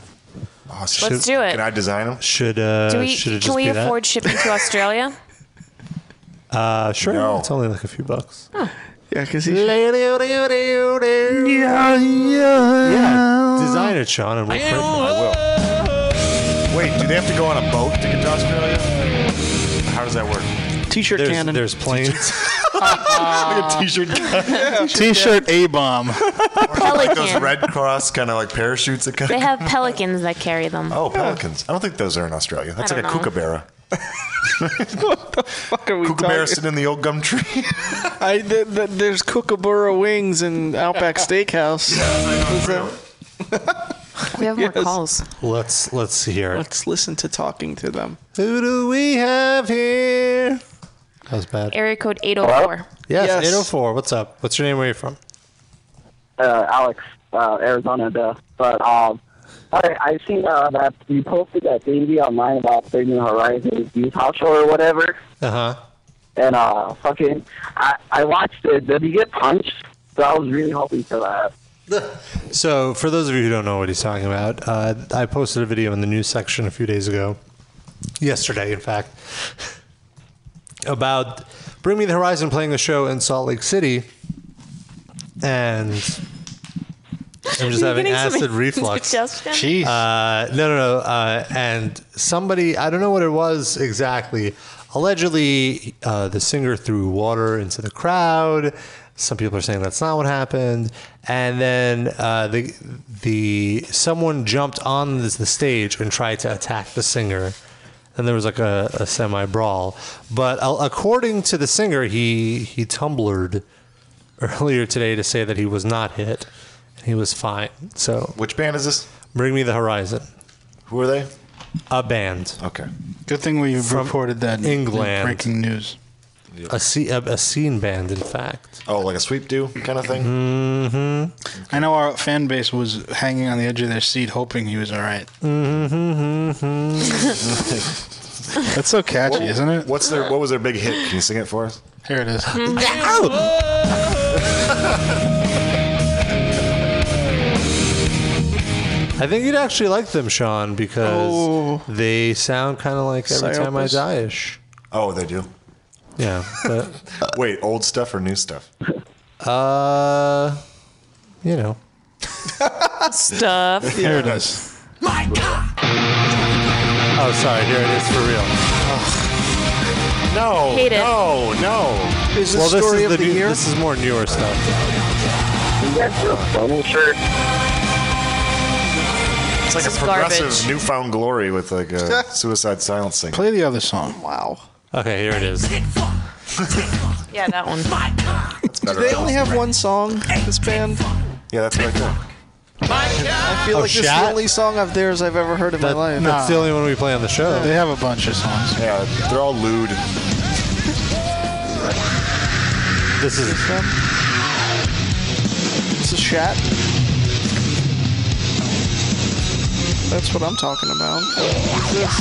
Let's Should- do it. can I
design them? Should uh,
Do we?
should it
Can
just
we
be that?
afford shipping to Australia?
Uh, sure. It's only like a few bucks.
Yeah, because
he's. yeah,
yeah.
Design it, Sean, and we'll print it.
I will. Wait, do they have to go on a boat to get to Australia? How does that work?
T-shirt
there's, cannon. There's planes.
like a t-shirt cannon.
T-shirt a bomb.
like those
Pelican.
Red Cross kind of like parachutes that kind
they
of.
have pelicans that carry them.
Oh, pelicans. I don't think those are in Australia. That's
I
like a
don't know.
kookaburra.
what the fuck are we
Kookaburra
talking?
sitting in the old gum tree.
I, th- th- there's Kookaburra Wings and Outback Steakhouse. Is that-
We have more
Yes.
calls.
Let's let's hear it.
Let's listen to talking to them.
Who do we have here? That was bad.
Area code 804.
Yes,
Yes.
804. What's up? What's your name? Where are you from?
uh, Alex, uh, Arizona, duh. But um, I, I seen uh, that you posted that video online about Bring the Horizon youth house show or whatever,
Uh huh.
and uh, fucking, I, I watched it. Did he get punched? So I was really hoping for that.
So, for those of you who don't know what he's talking about, uh, I posted a video in the news section a few days ago, yesterday, in fact, about Bring Me the Horizon playing a show in Salt Lake City, and I'm just
You're
having
getting some
acid reflux.
indigestion? Jeez.
Jeez. Uh, no, no, no. Uh, and somebody, I don't know what it was exactly. Allegedly, uh, the singer threw water into the crowd. Some people are saying that's not what happened. And then uh, the the someone jumped on the, the stage and tried to attack the singer. And there was like a, a semi brawl. But uh, according to the singer, he he tumblered earlier today to say that he was not hit. He was fine. So
which band is this?
Bring Me the Horizon.
Who are they?
A band.
Okay.
Good thing we
From
reported that.
England.
Breaking news.
A, se- a, a scene band, in fact.
Oh, like a sweep do kind of thing.
Mm.
Mm-hmm. I know our fan base was hanging on the edge of their seat, hoping he was all right. That's so catchy,
What-
isn't it?
What's their What was their big hit? Can you sing it for us?
Here it is.
Mm-hmm. I think you'd actually like them, Sean, because
Oh.
they sound kind of like Every Time I
Psyopus.
Die ish.
Oh, they do.
Yeah. But,
Wait, old stuff or new stuff?
uh, you know.
Stuff.
Here it is. Oh, sorry. Here it is for real. No.
Hate it.
No. No.
Oh, Is this
well, this
story
is
of
the,
the
new,
year?
This is more newer stuff.
It's like
This
a
is
progressive
garbage.
newfound glory with like a suicide silence singer.
Play the other song.
Wow.
Okay, here it is.
Yeah, that one.
Do they only have one song? This band.
Yeah, that's right there.
I feel
Oh,
like this is
Shat?
the only song of theirs I've ever heard in my life.
That's the only one we play on the show.
They have a bunch of songs.
Yeah, they're all lewd.
This is
This is Shat. That's what I'm talking about. What's this?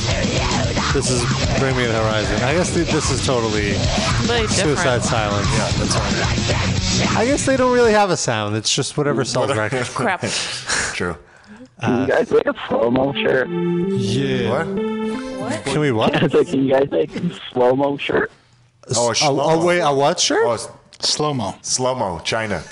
This is Bring Me the Horizon. I guess th- this is totally
Completely
Suicide
different.
Silence. Yeah, that's right. I guess they don't really have a sound. It's just whatever sells records. Uh,
Crap.
True.
Can you guys make a slow mo shirt?
Yeah.
What?
Can we what?
I was like, can you guys make a slow mo shirt?
Oh,
a- a-
wait, a what shirt?
slow mo.
Slow mo, China.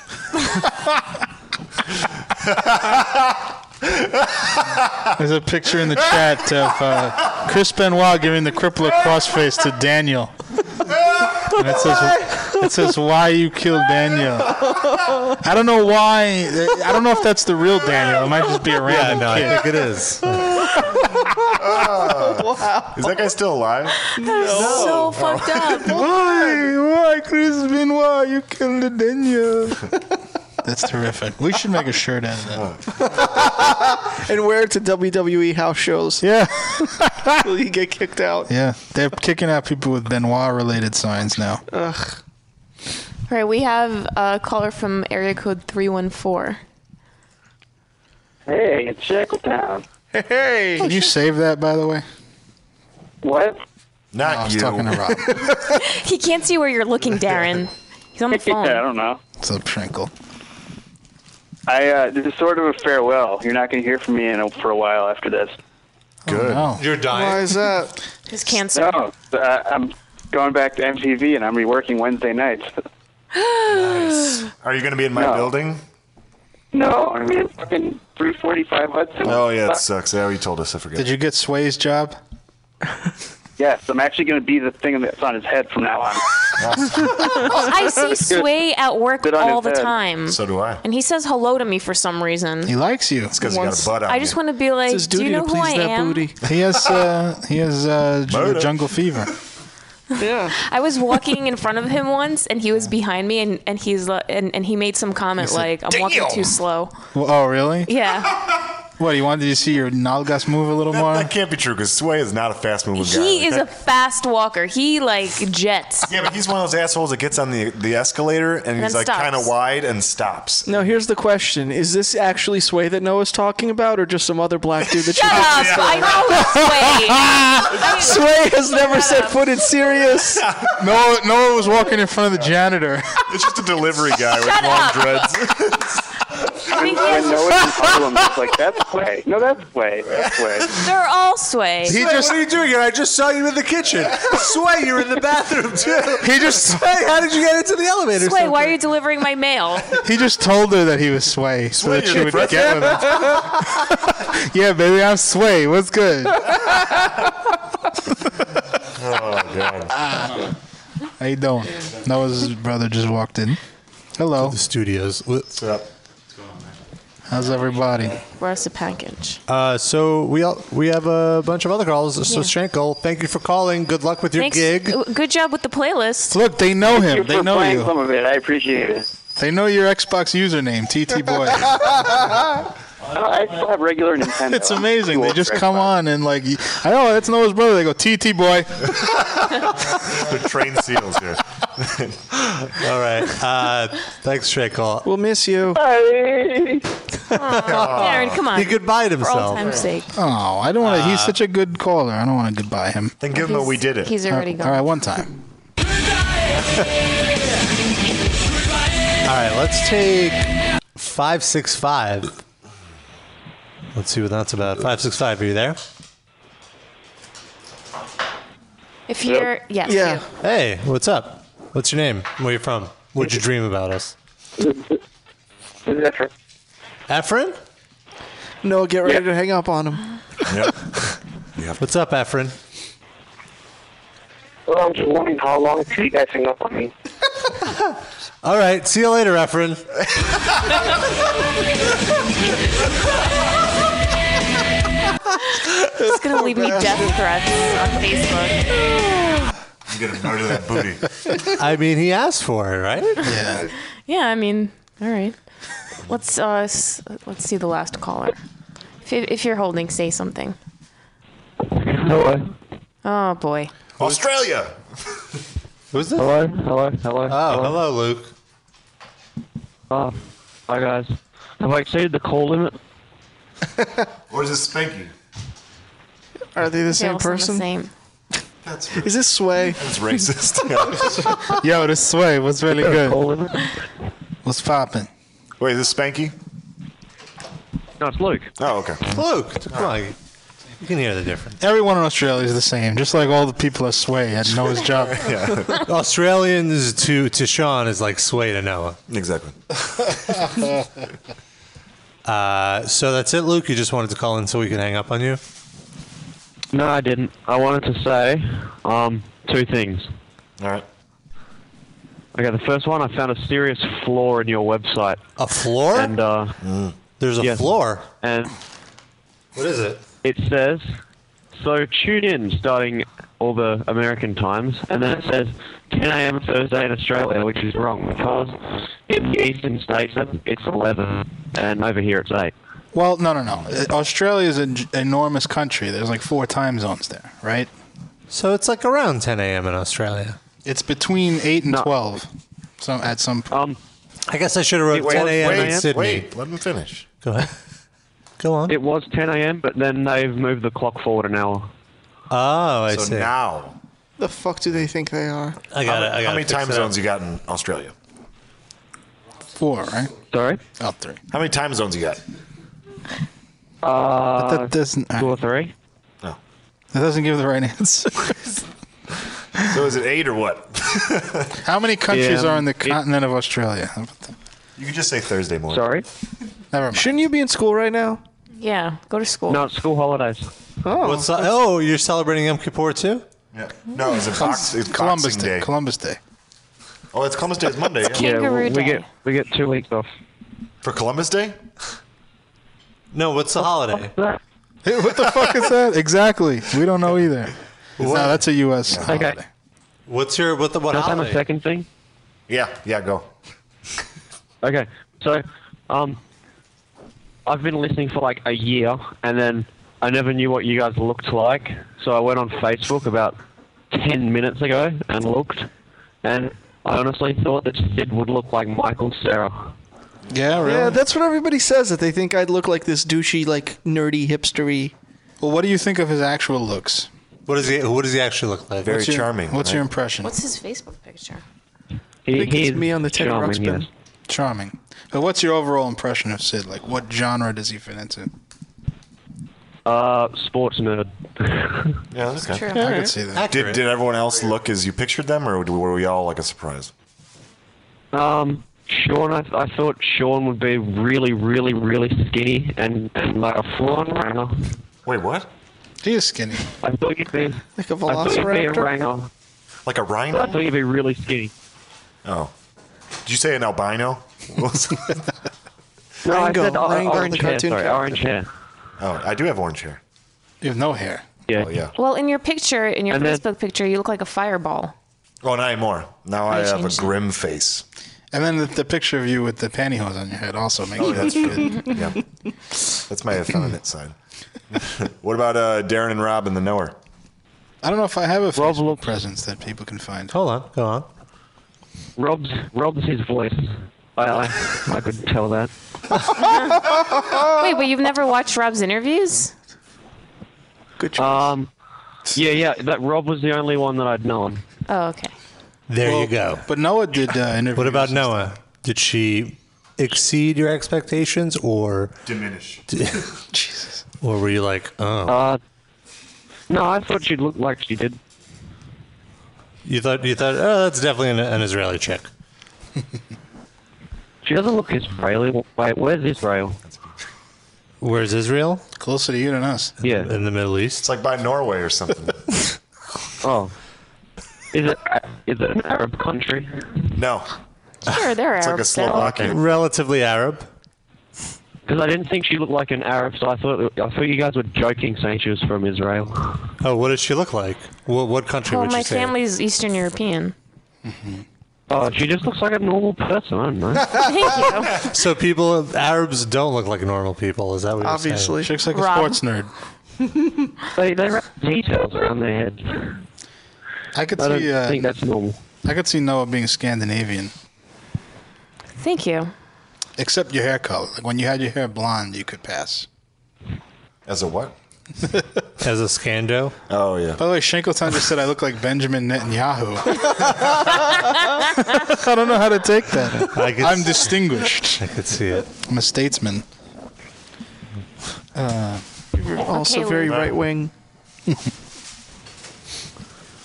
There's a picture in the chat of uh, Chris Benoit giving the crippler crossface to Daniel. And it says, it says, "Why you killed Daniel?" I don't know why. I don't know if that's the real Daniel. It might just be a random
no, I
kid.
think it is.
wow. Is that guy still alive?
so fucked up.
Oh. why? Why, Chris Benoit? You killed Daniel. That's terrific. We should make a shirt out of that.
and wear it to WWE house shows.
Yeah.
Will you get kicked out?
Yeah, they're kicking out people with Benoit related signs now.
Ugh.
All right, we have a caller from area code 314.
Hey, it's Shackletown.
Hey.
Can you save that, by the way?
What?
Not
I was
you.
talking to Rob.
he can't see where you're looking, Darren. He's on the phone.
I don't know.
What's up, Trinkle?
I uh, this is sort of a farewell. You're not going to hear from me in a, for a while after this.
Good.
You're dying.
Why is that?
His cancer.
No, uh, I'm going back to MTV and I'm reworking Wednesday nights.
Are you going to be in my building?
No, I mean fucking 345 Hudson.
Oh, yeah, it sucks. Yeah, you told us. I forget.
Did you get Sway's job?
Yes, I'm actually going to be the thing that's on his head from now on.
oh, I see Sway at work
Sit on
all
his
the
head.
time.
So do I.
And he says hello to me for some reason.
He likes you. It's
because he got a butt on
I just want to be like, do you know who I am?
He has uh, he has uh, j-
Murder.
jungle fever.
Yeah.
I was walking in front of him once, and he was behind me, and, and he's li- and, and he made some comment
He said,
like, "I'm walking
"Damn."
too slow."
Well, oh, really?
Yeah,
What you wanted to see your nalgas move a little more?
That can't be true because Sway is not a fast moving guy.
he is a fast walker. He like jets.
Yeah, but he's one of those assholes that gets on the, the escalator and,
And
he's
then
like kind of
stops.
wide and stops.
Now here's the question: Is this actually Sway that Noah's talking about, or just some other black dude that
Shut up!
you
I know Sway.
Sway has never set foot in serious.
Noah, Noah was walking in front of the janitor.
It's just a delivery guy with
Shut
long
up.
dreads.
I think he
I
has-
know it's a problem. It's like that's way. No, that's way. That's way.
They're all Sway.
He just
what are you doing here? I just saw you in the kitchen. Sway, you're in the bathroom too.
He just-
Sway, how did you get into the elevator?
Sway, why are you delivering my mail?
He just told her that he was Sway, so that she would get with him. Yeah, baby, I'm Sway. What's good?
Oh, God.
How you doing? Noah's brother just walked in. Hello. the
studios. What's
up?
How's everybody?
Where's the package?
Uh, so we all, we have a bunch of other calls. So
Yeah.
Shankel, thank you for calling. Good luck with your
Thanks-
gig.
w- Good job with the playlist.
Look, they know
Thank you
him. They
for
know
playing
you.
some
of it. I appreciate it.
They know your Xbox username, TT Boy.
I still have regular Nintendo.
it's amazing. They just come on and like, y- I know that's Noah's brother. They go TT Boy.
They're trained seals here.
all right. Uh, thanks, Shankel.
We'll miss you.
Darren, come on.
He goodbyed
For
himself.
all time's sake.
Oh, I don't want to. he's
Uh,
such a good caller. I don't want to goodbye him.
Then
give him a Ah. He's- we did it. he's already
All
gone.
right, one time.
All right, let's take 565. Let's see what that's about. 565, are you there?
If you're yes, you.
Hey, what's up? What's your name? Where you from? What'd you dream about us? Efren?
Noah, get ready to hang up on him.
What's up, Efren?
Well, I'm just wondering how long till you guys hang up on me.
All right, see you later, Efren.
He's gonna leave me death threats on Facebook.
I'm going to murder that booty.
I mean, he asked for it, right?
Yeah.
Yeah, I mean, all right. Let's uh, s- let's see the last caller. If, if you're holding, say something.
Hello.
Oh boy.
Australia.
this?
Who's
Hello. Hello. Hello. Oh, hello,
Uh, Luke.
Oh, hi guys. Have I exceeded the call limit?
Or is it Spanky?
Are they the same
all sound the
person?
same.
Is this Sway?
That's racist.
Yo, this Sway was really good. What's popping?
Wait, is this Spanky?
No, it's Luke.
Oh, okay.
Luke, come on. You can hear the difference.
Everyone in Australia is the same, just like all the people at Sway at Noah's job.
Australians to, to Sean is like sway to Noah.
Exactly.
Uh, so that's it, Luke. You just wanted to call in so we can hang up on you?
No, I didn't. I wanted to say um, two things.
All right.
Okay, the first one, I found a serious flaw in your website.
A floor? Mm.
And uh,
there's a
yes.
floor?
And
What is it?
it says
So tune in starting all the American times, and then it says 10 a.m. Thursday in Australia, which is wrong because in the eastern states it's 11, and over here it's 8.
Well, no, no, no. Uh, Australia is an enormous country. There's like four time zones there, right?
So it's like around 10 a.m. in Australia.
It's between eight and twelve. So at some point.
Um,
I guess I should have wrote 10 a.m. in Sydney.
let me finish.
Go ahead. Go on.
It was 10 a.m., but then they've moved the clock forward an hour.
Oh,
I
so
see.
now,
The fuck do they think they are?
I got it. I got
how many time zones you got in Australia?
Uh, Four, right?
Sorry?
Oh, three.
How many time zones you got?
Uh,
that doesn't. Two
or three?
No.
That doesn't give the right answer.
So is it eight or what?
How many countries
Yeah,
are on the
it-
continent of Australia?
You can just say Thursday morning.
Sorry?
Never mind.
Shouldn't you be in school right now?
Yeah, go to school.
No, it's school holidays.
Oh.
What's the- oh, you're celebrating Yom Kippur too?
Yeah. No, it's, a box, it's
Columbus
Boxing
Day.
Day.
Columbus Day.
Oh, it's Columbus Day. It's Monday.
It's Kangaroo
we
Day.
get we get two weeks off
for Columbus Day.
No, what's the holiday?
Hey, what the fuck is that? Exactly. We don't know either. No, that's a uh, U.S.
Okay.
What's your what the what
Can I say my
holiday?
second thing?
Yeah, yeah, go.
Okay, so um, I've been listening for like a year, and then I never knew what you guys looked like, so I went on Facebook about ten minutes ago and looked, and I honestly thought that Sid would look like Michael Sarah.
Yeah, really.
Yeah, that's what everybody says that they think I'd look like this douchey, like nerdy hipstery.
Well, what do you think of his actual looks?
What does he What does he actually look like?
What's your- What's your impression?
What's his Facebook picture?
He,
think it's
he's
me on the Teddy
charming,
Ruxpin.
yes.
Charming. But what's your overall impression of Sid? Like, what genre does he fit into?
Uh, sports nerd.
Yeah, that's
True. I could see that.
Did, did everyone else look as you pictured them, or were we all like a surprise?
Um, Sean, I, I thought Sean would be really, really, really skinny and, and like a full-on wranger.
Wait, what?
He is skinny.
I thought you'd be like I
a
thought you'd be a
velociraptor?
wranger.
Like a rhino?
I thought you'd be really skinny.
Oh, did you say an albino? What was it?
No,
Rango,
I said o-
Rango, the
orange hair.
cartoon
Sorry,
character.
orange hair.
oh, I do have orange hair.
You have no hair.
Yeah.
Oh, yeah.
Well, in your picture, in your
And then-
Facebook picture, you look like a fireball.
Oh, not anymore. Now
I
I have a
changed it.
grim face.
And then the, the picture of you with the pantyhose on your head also makes
Oh,
sense.
that's good. yeah. That's my effeminate side. what about uh, Darren and Rob and the Knower?
I don't know if I have a Facebook presence that people can find.
Hold on, go on.
Rob's Rob's his voice. I I, I could tell that.
Wait, but you've never watched Rob's interviews?
Good choice. Um, yeah, yeah. That Rob was the only one that I'd known.
Oh, okay.
There you go.
But Noah did uh, interviews.
What about Noah? Did she exceed your expectations or
diminish?
Jesus. Or were you like, oh?
Uh, no, I thought she looked like she did.
You thought you thought, oh, that's definitely an, an Israeli chick.
She doesn't look Israeli. Wait, where's Israel?
Where's Israel?
Closer to you than us.
Yeah.
In the Middle East. It's
like by Norway or something.
Oh. Is it is it an Arab country?
No.
Sure, there are.
It's like a
Arabs
slow
there.
walking.
Relatively Arab.
Because I didn't think she looked like an Arab, so I thought I thought you guys were joking saying she was from Israel.
Oh, what does she look like? What, what country
Well,
would you
my
say?
family's Eastern European.
Oh, she just looks like a normal person. I don't know.
Thank you.
So people, Arabs don't look like normal people. Is that what you're
Obviously.
saying?
She looks like a Rob. sports
nerd.
they they wrap details around their head.
I could
I don't
see. Uh,
think that's normal.
I could see Noah being Scandinavian,
Thank you.
except your hair color. Like when you had your hair blonde, you could pass.
As a what?
As a scando?
Oh yeah.
By the way, Shankletown just said I look like Benjamin Netanyahu. I don't know how to take that.
I
I'm distinguished.
I could see it.
I'm a statesman. Uh,
You're also very right wing.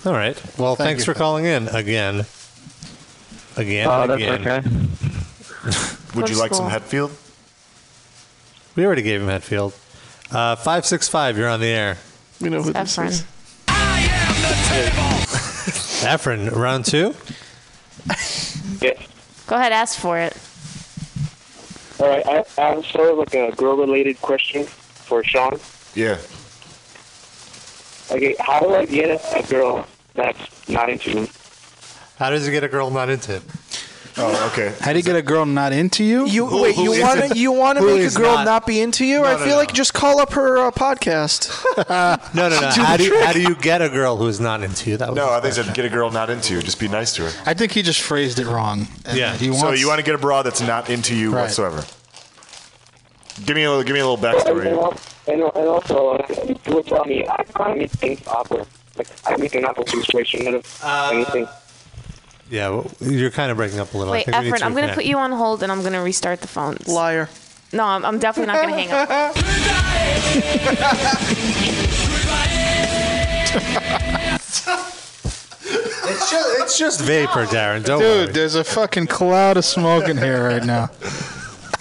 All right. Well,
Thank
thanks
you.
for calling in again. Again.
Oh, that's
again.
okay.
Would you like some
Cool.
Hetfield?
We already gave him Hetfield. Uh, 565, you're on the air.
You know who
That's fine.
Efren, round two?
Go ahead, ask for it.
All right, I, I have sort of like a girl-related question for Sean.
Yeah.
Okay, how do I get a girl that's not into me?
How does he get a girl not into him?
Oh, okay.
How do you get a girl not into you?
You wait. You want to you want to make a girl not, be into you?
No,
I
no,
feel
no.
like just call up her uh, podcast.
No, no, no.
Do the
How do, you,
trick.
how do you get a girl who is not into you? That was
No, I think they said get a girl not into you. Just be nice to her.
I think he just phrased it wrong. And He wants,
so you want to get a broad that's not into you
Right.
whatsoever. Give me a little, give me a little backstory.
And, and also, like, people tell me I kind of make things awkward. Like, I make an awkward situation out of anything.
Yeah, well, you're kind of breaking up a little.
Wait,
I think we need
Efren,
to
I'm going to
reconnect.
put you on hold and I'm going to restart the phones.
Liar.
No, I'm, I'm definitely not going to hang up.
It's just, it's just vapor, Darren. Don't
Dude, there's a fucking cloud of smoke in here right now.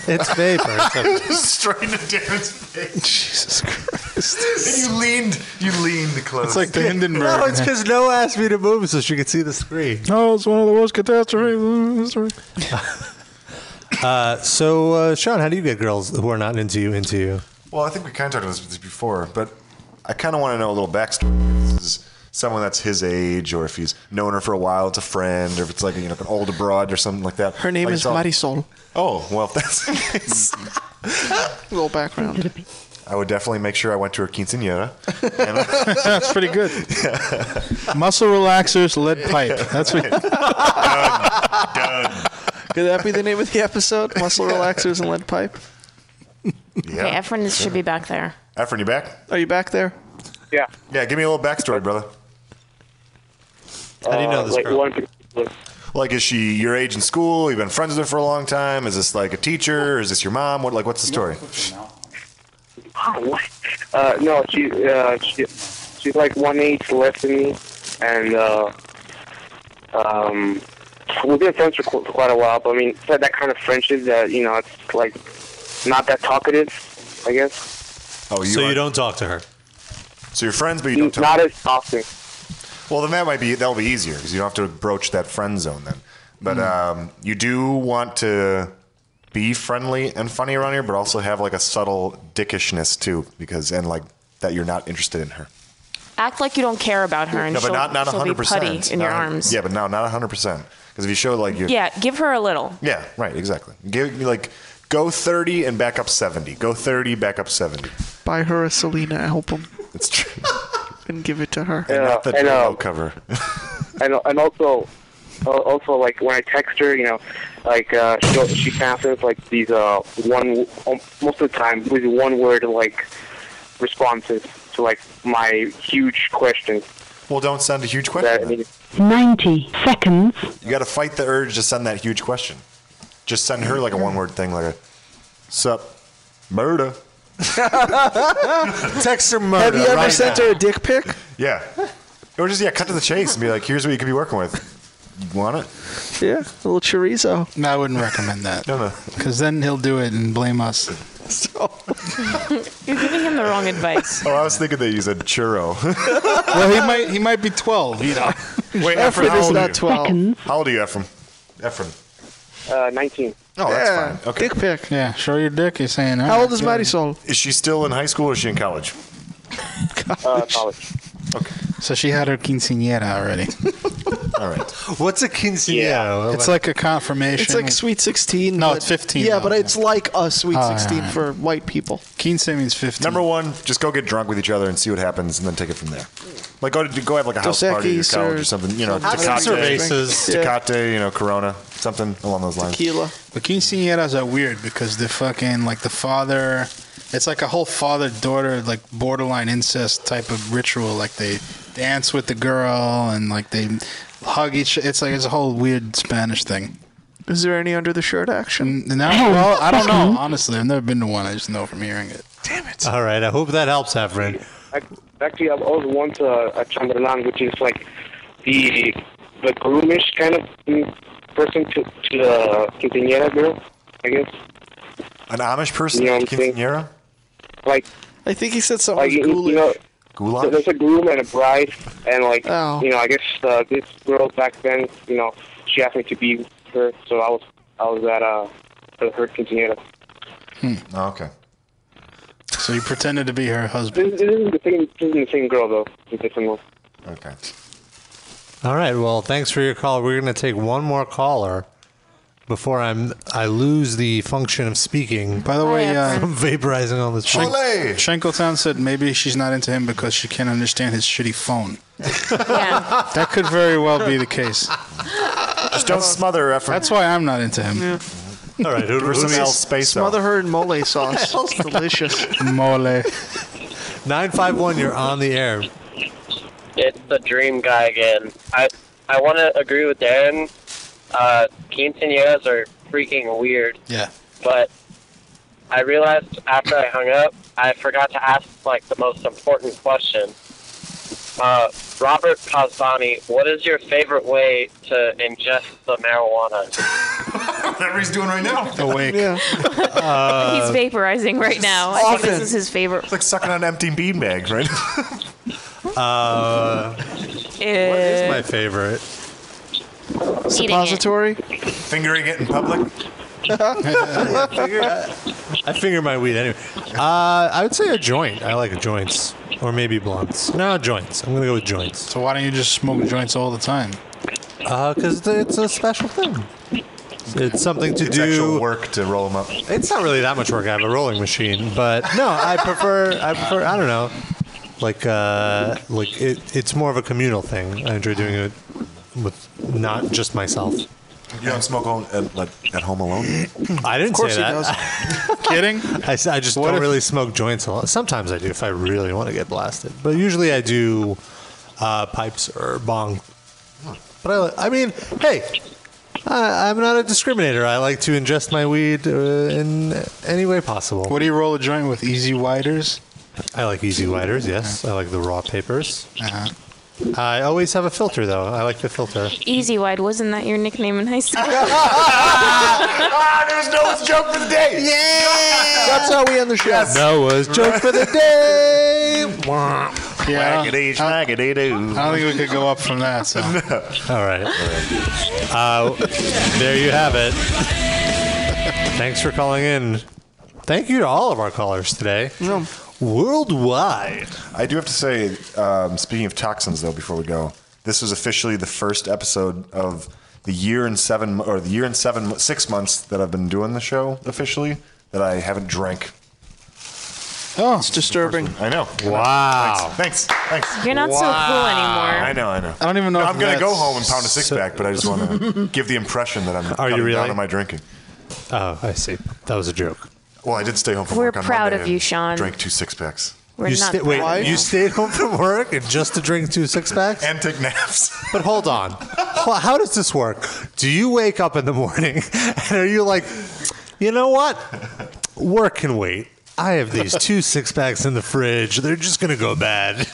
It's vapor.
Straight into Darren's face. Jesus Christ! And you leaned, you leaned close.
It's like the Hindenburg.
No, it's because Noah asked me to move so she could see the screen.
No, it's one of the worst catastrophes in history.
Uh, so, uh, Sean, how do you get girls who are not into you into you?
Well, I think we kind of talked about this before, but I kind of want to know a little backstory. If This is someone that's his age, or if he's known her for a while, it's a friend, or if it's like you know an older broad or something like that.
Her name
Like
is
yourself.
Marisol.
Oh well, if that's the case,
little background.
I would definitely make sure I went to her quinceanera.
That's pretty good. Muscle relaxers, lead pipe. That's what.
Could that be the name of the episode? Muscle relaxers and lead pipe.
Yeah.
Okay, Efren is- should be back there.
Efren, you back?
Are you back there?
Yeah.
Yeah, give me a little backstory, brother.
How do you know Uh, this like, girl? one
Like, is she your age in school? You've been friends with her for a long time. Is this like a teacher? Is this your mom? What like what's the story?
Uh, no, she, uh, she, she's like one age less than me, and uh, um, we've been friends for, qu- for quite a while. But I mean, it's like that kind of friendship that you know, it's like not that talkative, I guess.
Oh, you
so you don't talk to her.
So you're friends, but you don't talk.
Not as often.
Well, then that might be that'll be easier because you don't have to broach that friend zone then. But
Mm.
um, you do want to be friendly and funny around here, but also have like a subtle dickishness too, because and like that you're not interested in her.
Act like you don't care about her and
no, but
she'll,
not not
she'll be
hundred percent
putty in your arms.
Yeah, but no, not hundred percent. Because if you show like your
Yeah, give her a little.
Yeah, right, exactly. Give me like go 30 and back up 70. Go 30, back up 70.
Buy her a Selena album.
It's true.
And give it to her.
And not the
I know.
Dolo cover.
and and also al- also like when I text her, you know, like uh, she she passes like these uh one um, most of the time with one word like responses to like my huge questions.
Well, don't send a huge question. then.
90 seconds.
You got to fight the urge to send that huge question. Just send her like a one-word thing like a sup murder.
Text her murder.
Have you ever
right
sent
now.
her
a dick pic?
Yeah. Or just yeah, cut to the chase and be like, "Here's what you could be working with. You want it?"
Yeah, a little chorizo.
No, I wouldn't recommend that.
no, no.
Because then he'll do it and blame us.
You're giving him the wrong advice.
Oh, I was thinking that you said churro.
well, he might he might be 12. You know.
Wait, Ephraim, how old are you? How old are you, Ephraim? Ephraim.
Uh, 19.
Oh, that's fine. Okay.
Dick pic.
Yeah, show your dick. You're saying.
How
"Alright,
old is
yeah."
Marisol?
Is she still in high school or is she in college?
Uh, college.
So she had her quinceanera already.
All right.
What's a quinceanera?
It's like a confirmation.
It's like Sweet 16.
No,
but-
it's 15
Yeah,
now,
but it's like a Sweet
Oh,
16
alright.
for white people.
Quince means 15.
Number one, just go get drunk with each other and see what happens, and then take it from there. Like go to go have like a house party
Dos Equis
at your college
or
or something. You know,
something.
Tecate,
Cervezas.
Tecate, you know, Corona, something along those lines.
But quinceañeras are weird because they're fucking like the father. It's like a whole father-daughter like borderline incest type of ritual. Like they dance with the girl and like they hug each. It's like it's a whole weird Spanish thing.
Is there any under the shirt action?
And now, well, I don't know. Honestly, I've never been to one. I just know from hearing it.
Damn it!
All right, I hope that helps, Efren.
Actually, I was once uh, a chambrelan, which is like the the groomish kind of mm, person to to the quinceañera girl, I guess.
An Amish person,
Yeah, I'm saying-
quinceanera,
Like
I think he said something
like you, you know,
goulash.
there's a groom and a bride, and like
Oh.
you know, I guess uh, this girl back then, you know, she asked me to be her, so I was I was at uh her quinceañera.
Oh, okay.
Hmm. So you pretended to be her husband.
This, this isn't the same. This isn't the same girl though. It's a different one.
Okay.
All right. Well, thanks for your call. We're going to take one more caller before I'm I lose the function of speaking.
By the way, uh,
from vaporizing on this.
Shank- Shankletown said maybe she's not into him because she can't understand his shitty phone. That could very well be the case.
Just don't smother her effort.
That's why I'm not into him.
All right, who-
Or some
who's-
L space
Smother-
Mother her in mole sauce. Delicious.
Mole.
Nine five one. You're on the air.
It's the dream guy again. I I want to agree with Darren. Uh, quinceañeras are freaking weird.
Yeah.
But I realized after I hung up, I forgot to ask like the most important question. Uh, Robert Pazdani, what is your favorite way to ingest the marijuana?
Whatever he's doing right now.
Awake.
Yeah.
Uh,
Uh,
He's vaporizing right now. I think this is his favorite.
It's like sucking on an empty bean bag, right?
Uh,
Ew.
it's my favorite.
Suppository?
Fingering it in public.
I finger my weed anyway. Uh, I would say a joint. I like joints or maybe blunts. No joints. I'm gonna go with joints.
So why don't you just smoke joints all the time?
Uh, cause it's a special thing. It's something to
It's
do.
actual work to roll them up.
It's not really that much work. I have a rolling machine, but no, I prefer. I prefer. I don't know. Like, uh, like it, it's more of a communal thing. I enjoy doing it with not just myself.
You don't smoke on, at, like, at home alone?
I didn't
Of course
say
he
that.
does.
Kidding?
I, s- I just
What
don't
if-
really smoke joints a lot. Sometimes I do if I really want to get blasted, but usually I do uh, pipes or bong. But I, li- I mean, hey, I, I'm not a discriminator. I like to ingest my weed uh, in any way possible.
What do you roll a joint with? Easy widers?
I like easy lighters, yes. I like the raw papers.
Uh-huh.
I always have a filter, though. I like the filter.
Easy Wide, wasn't that your nickname in high school?
ah, there's Noah's joke for the day.
Yeah. That's how we end the show.
Noah's joke for the day. Wah.
Yeah.
Waggity,
Uh,
smaggity, doo.
I don't think we could go up from that. So.
All right. Uh, there you have it. Thanks for calling in. Thank you to all of our callers today. Worldwide.
I do have to say, um, speaking of toxins, though, before we go, this was officially the first episode of the year and seven, mo- or the year and seven, mo- six months that I've been doing the show officially that I haven't drank.
Oh, it's
disturbing.
I know.
Wow.
Thanks. Thanks. thanks.
You're not so cool Wow. anymore.
I know. I know.
I don't even know.
I'm
if
gonna go
that's-
home and pound a six pack, but I just want to give the impression that I'm
Are you
cutting
really?
down on my drinking.
Oh, I see. That was a joke.
Well, I did stay home from
We're
work on
proud
Monday
of
and
you, Sean.
Drank two six packs.
We're
you
not
sta- wait,
proud.
you stayed home from work and just to drink two six packs
and take naps.
But hold on, Ho- how does this work? Do you wake up in the morning and are you like, you know what, work can wait. I have these two six packs in the fridge. They're just gonna go bad.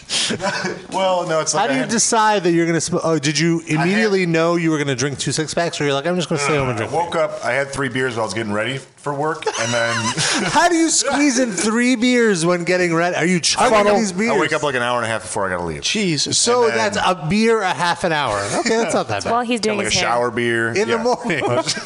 Well, no, it's like
How
I
do you
had-
decide that you're gonna? Sm- oh, did you immediately know you were gonna drink two six packs, or you're like, I'm just gonna stay home and
I
drink?
woke up. I had three beers while I was getting ready for work, and then
How do you squeeze in three beers when getting ready? Are you chugging these beers?
I wake up like an hour and a half before I gotta leave.
Jesus.
So that's a beer a half an hour. Okay, that's not that bad.
While he's doing
like
his
a
hair.
shower beer
in the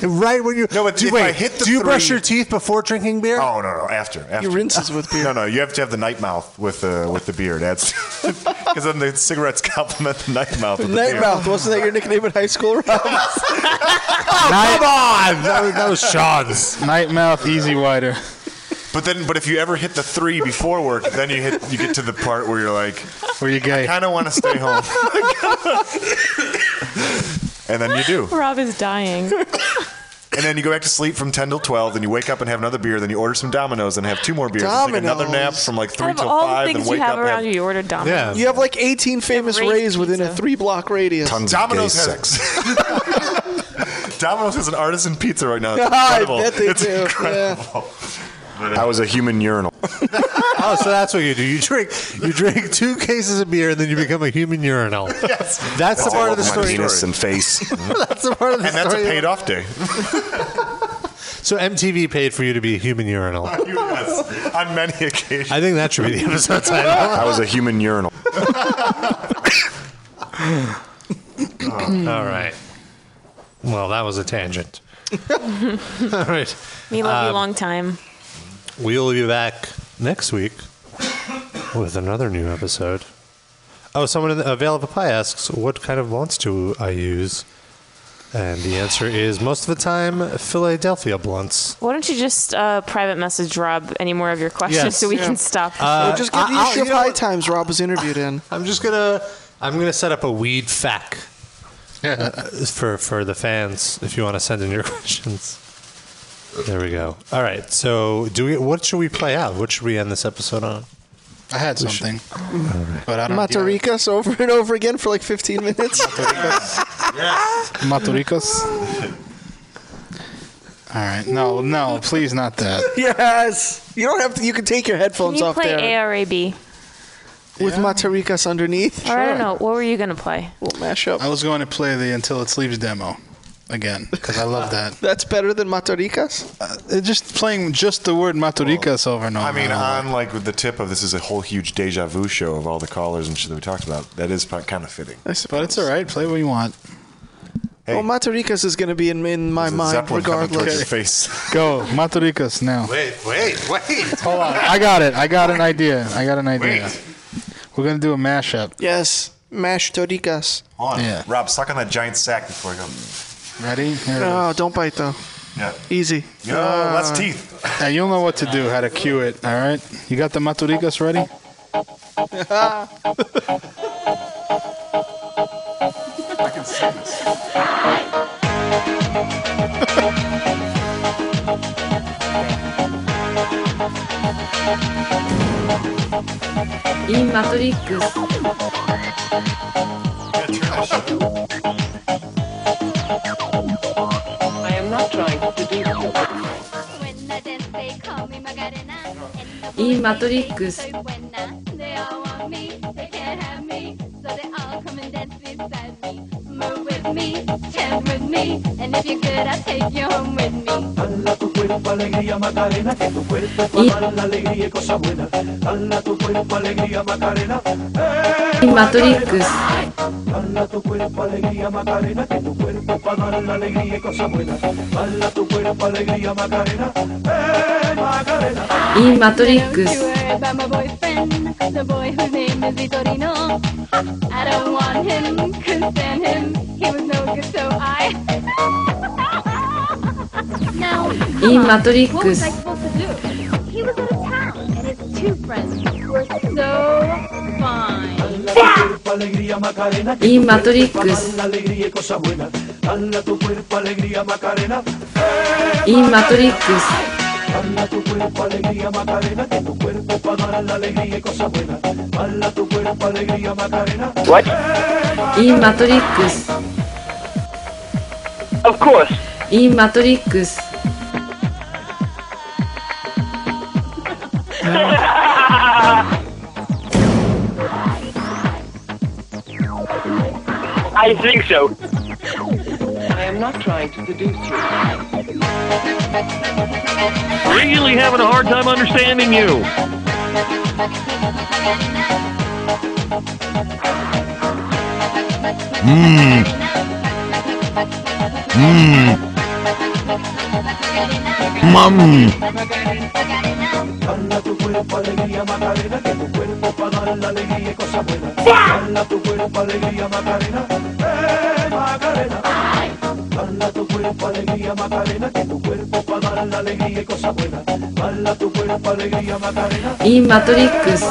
morning, right when you no,
but
do,
if
wait,
I hit the
do you brush
three-
your teeth before drinking beer?
Oh no no after after
You rinses with beer.
no no you have to have the night mouth with the with the beer that's because then the cigarettes complement the night mouth. With the beer.
Nightmouth, wasn't that your nickname in high school, Rob?
Oh,
Come on, that was, that was Sean's.
Nightmouth, easy wider.
But then but if you ever hit the three before work, then you hit you get to the part where you're like
Were you gay?
kind of want to stay home, and then you do.
Rob is dying.
And then you go back to sleep from 10 till 12, then you wake up and have another beer, then you order some Dominoes and have two more beers, and take another nap
Dominoes.
from like 3
Out of
till
all the
5, then
things you
wake
have
up and
around
have
you, you ordered Domino's.
Yeah.
You have like 18 famous
Raised
rays within a
pizza.
three block radius.
tons
Domino's
Domino's
has-
has, Domino's has an artisan pizza right now. It's
I
incredible.
bet they
it's
do,
incredible. I was a human urinal.
Oh, so that's what you do. You drink, you drink two cases of beer, and then you become a human urinal.
Yes.
That's the part of the story.
and face.
That's the part of the
and that's a
story.
paid off day.
so MTV paid for you to be a human urinal.
yes. On many occasions.
I think that should be the episode title.
was a human urinal.
All right. Well, that was a tangent. All right.
We love
Um,
you long time.
We will be back next week with another new episode. Oh, someone in the uh, Vale of Pie asks, "What kind of blondes do I use?" And the answer is most of the time Philadelphia blunts.
Why don't you just uh, private message Rob any more of your questions
Yes.
so we
Yeah.
can stop?
Uh,
Well, just give
I-
the
I'll-
issue
you
of
know
High Times Rob was interviewed in.
I'm just gonna. I'm gonna set up a weed fac uh, for for the fans if you want to send in your questions. There we go. All right. So, do we? What should we play out? What should we end this episode on?
I had
We should-
something,
All right.
but I don't.
Mataricas over and over again for like 15 minutes.
Maturicos. All right. No, no, please not that.
yes. You don't have to. You can take your
Can
headphones
you
off
play
there
ARAB?
with Mataricas underneath.
Or I don't know. What were you gonna play?
We'll mash up.
I was going to play the Until It Sleeps demo again because I love that.
That's better than Mataricas.
It's just playing just the word Maturicas over and over.
I mean,
and
uh,
over.
on like with the tip of this is a whole huge deja vu show of all the callers and shit that we talked about. That is kind of fitting.
but it's all right. Play what you want.
Well, Mataricas is going to be in, in my mind regardless.
face.
Go Maturicas now.
Wait, wait, wait. Hold on.
I got it. I got an idea. I got an idea. We're gonna do a mashup.
Yes, mash toricas.
Hold on.
Yeah.
Rob, suck on that giant sack before I go.
Ready? Here it
No, don't bite though.
Yeah.
Easy.
Yo,
Ah.
less teeth.
Now you'll know what to do, how to cue it. All right. You got the Maturicas ready?
I can see this.
In Matrix.
I am not trying to do
In Matrix.
In Matrix. In Matrix.
about my boyfriend, the boy whose name is Vitorino. I don't want him, couldn't stand him. He was no good, so I. now, come
In
on,
Matrix.
What was I supposed to do? He was out of town, and his two friends were so fine.
Y Matrix. Y Matrix.
What?
Y Matrix.
Of course.
Y Matrix.
I think so. I am not trying to deduce you.
Really having a hard time understanding you.
Hmm.
Mmm. Mmm. Mmm.
Y Matrix.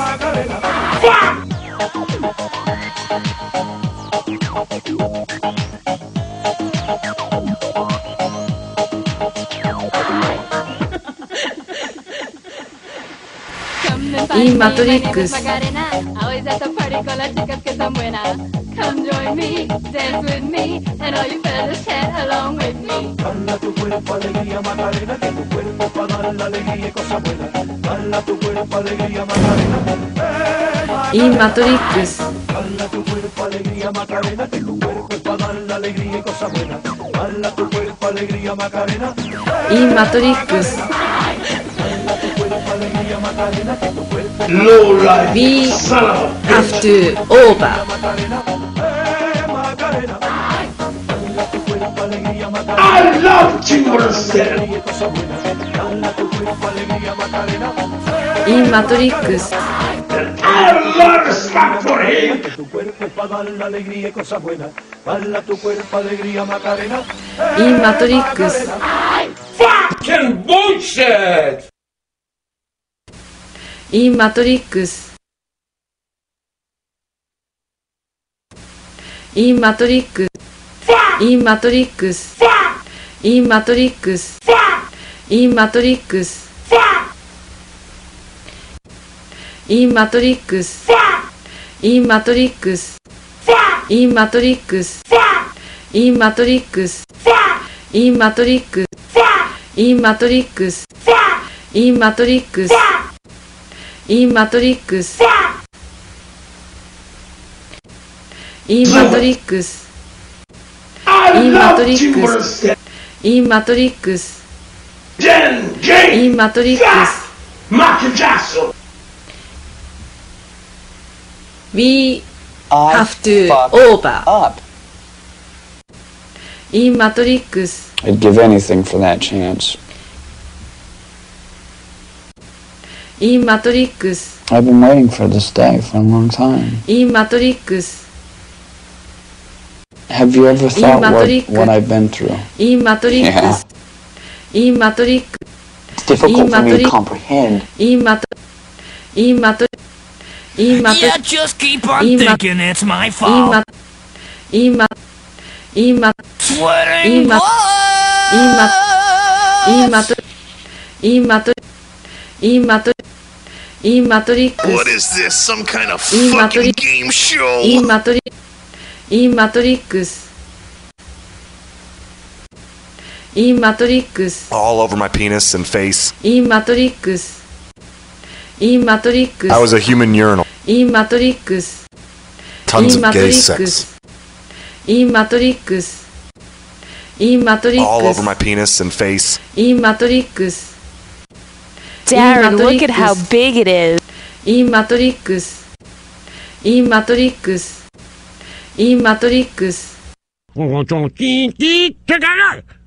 Come and
Y
find me, my name
Matrix.
is Macarena. Always at the party con las chicas que están buenas. Come join me, dance with me, and all you fellas chat along with me.
Y Matrix. Y Matrix. We have to over.
I love Chimorcel. Y Matrix. I love Smack for him. Y Matrix. Fucking bullshit. Y Matrix. Y Matrix. Y Matrix. Y Matrix. Y Matrix. Y Matrix. Y Matrix. Y Matrix. Y Matrix. Y Matrix. Y Matrix. Y Matrix. Y Matrix. Y Matrix. Y Matrix. Y Matrix. Y Matrix. We have to over. Up. Y Matrix.
I'd give anything for that chance.
Y Matrix.
I've been waiting for this day for a long time.
Y Matrix.
Have you ever thought what,
Matrix.
what I've been through?
Y Matrix.
Yeah.
Y Matrix.
It's difficult for me to
Matrix.
comprehend.
Y Matrix. Y Matrix. Y Matrix.
Yeah, just keep on
Y ma-
thinking it's my
Y
fault.
Matrix. Y Matrix. Y Matrix. Y Matrix. Y Matrix. Y Matrix. Y Matrix. Y Matrix.
What is this? Some kind of
Y
fucking
Matrix.
game show?
Y Matrix. Y Matrix. Y Matrix.
All over my penis and face.
Y Matrix. Y Matrix.
I was a human urinal.
Y Matrix.
Tons
y
of gay sex.
Matrix. Y Matrix. Y Matrix.
All over my penis and face.
Y Matrix.
Darren, look at how big it is.
Y Matrix. Y Matrix. Y Matrix.
Matrix.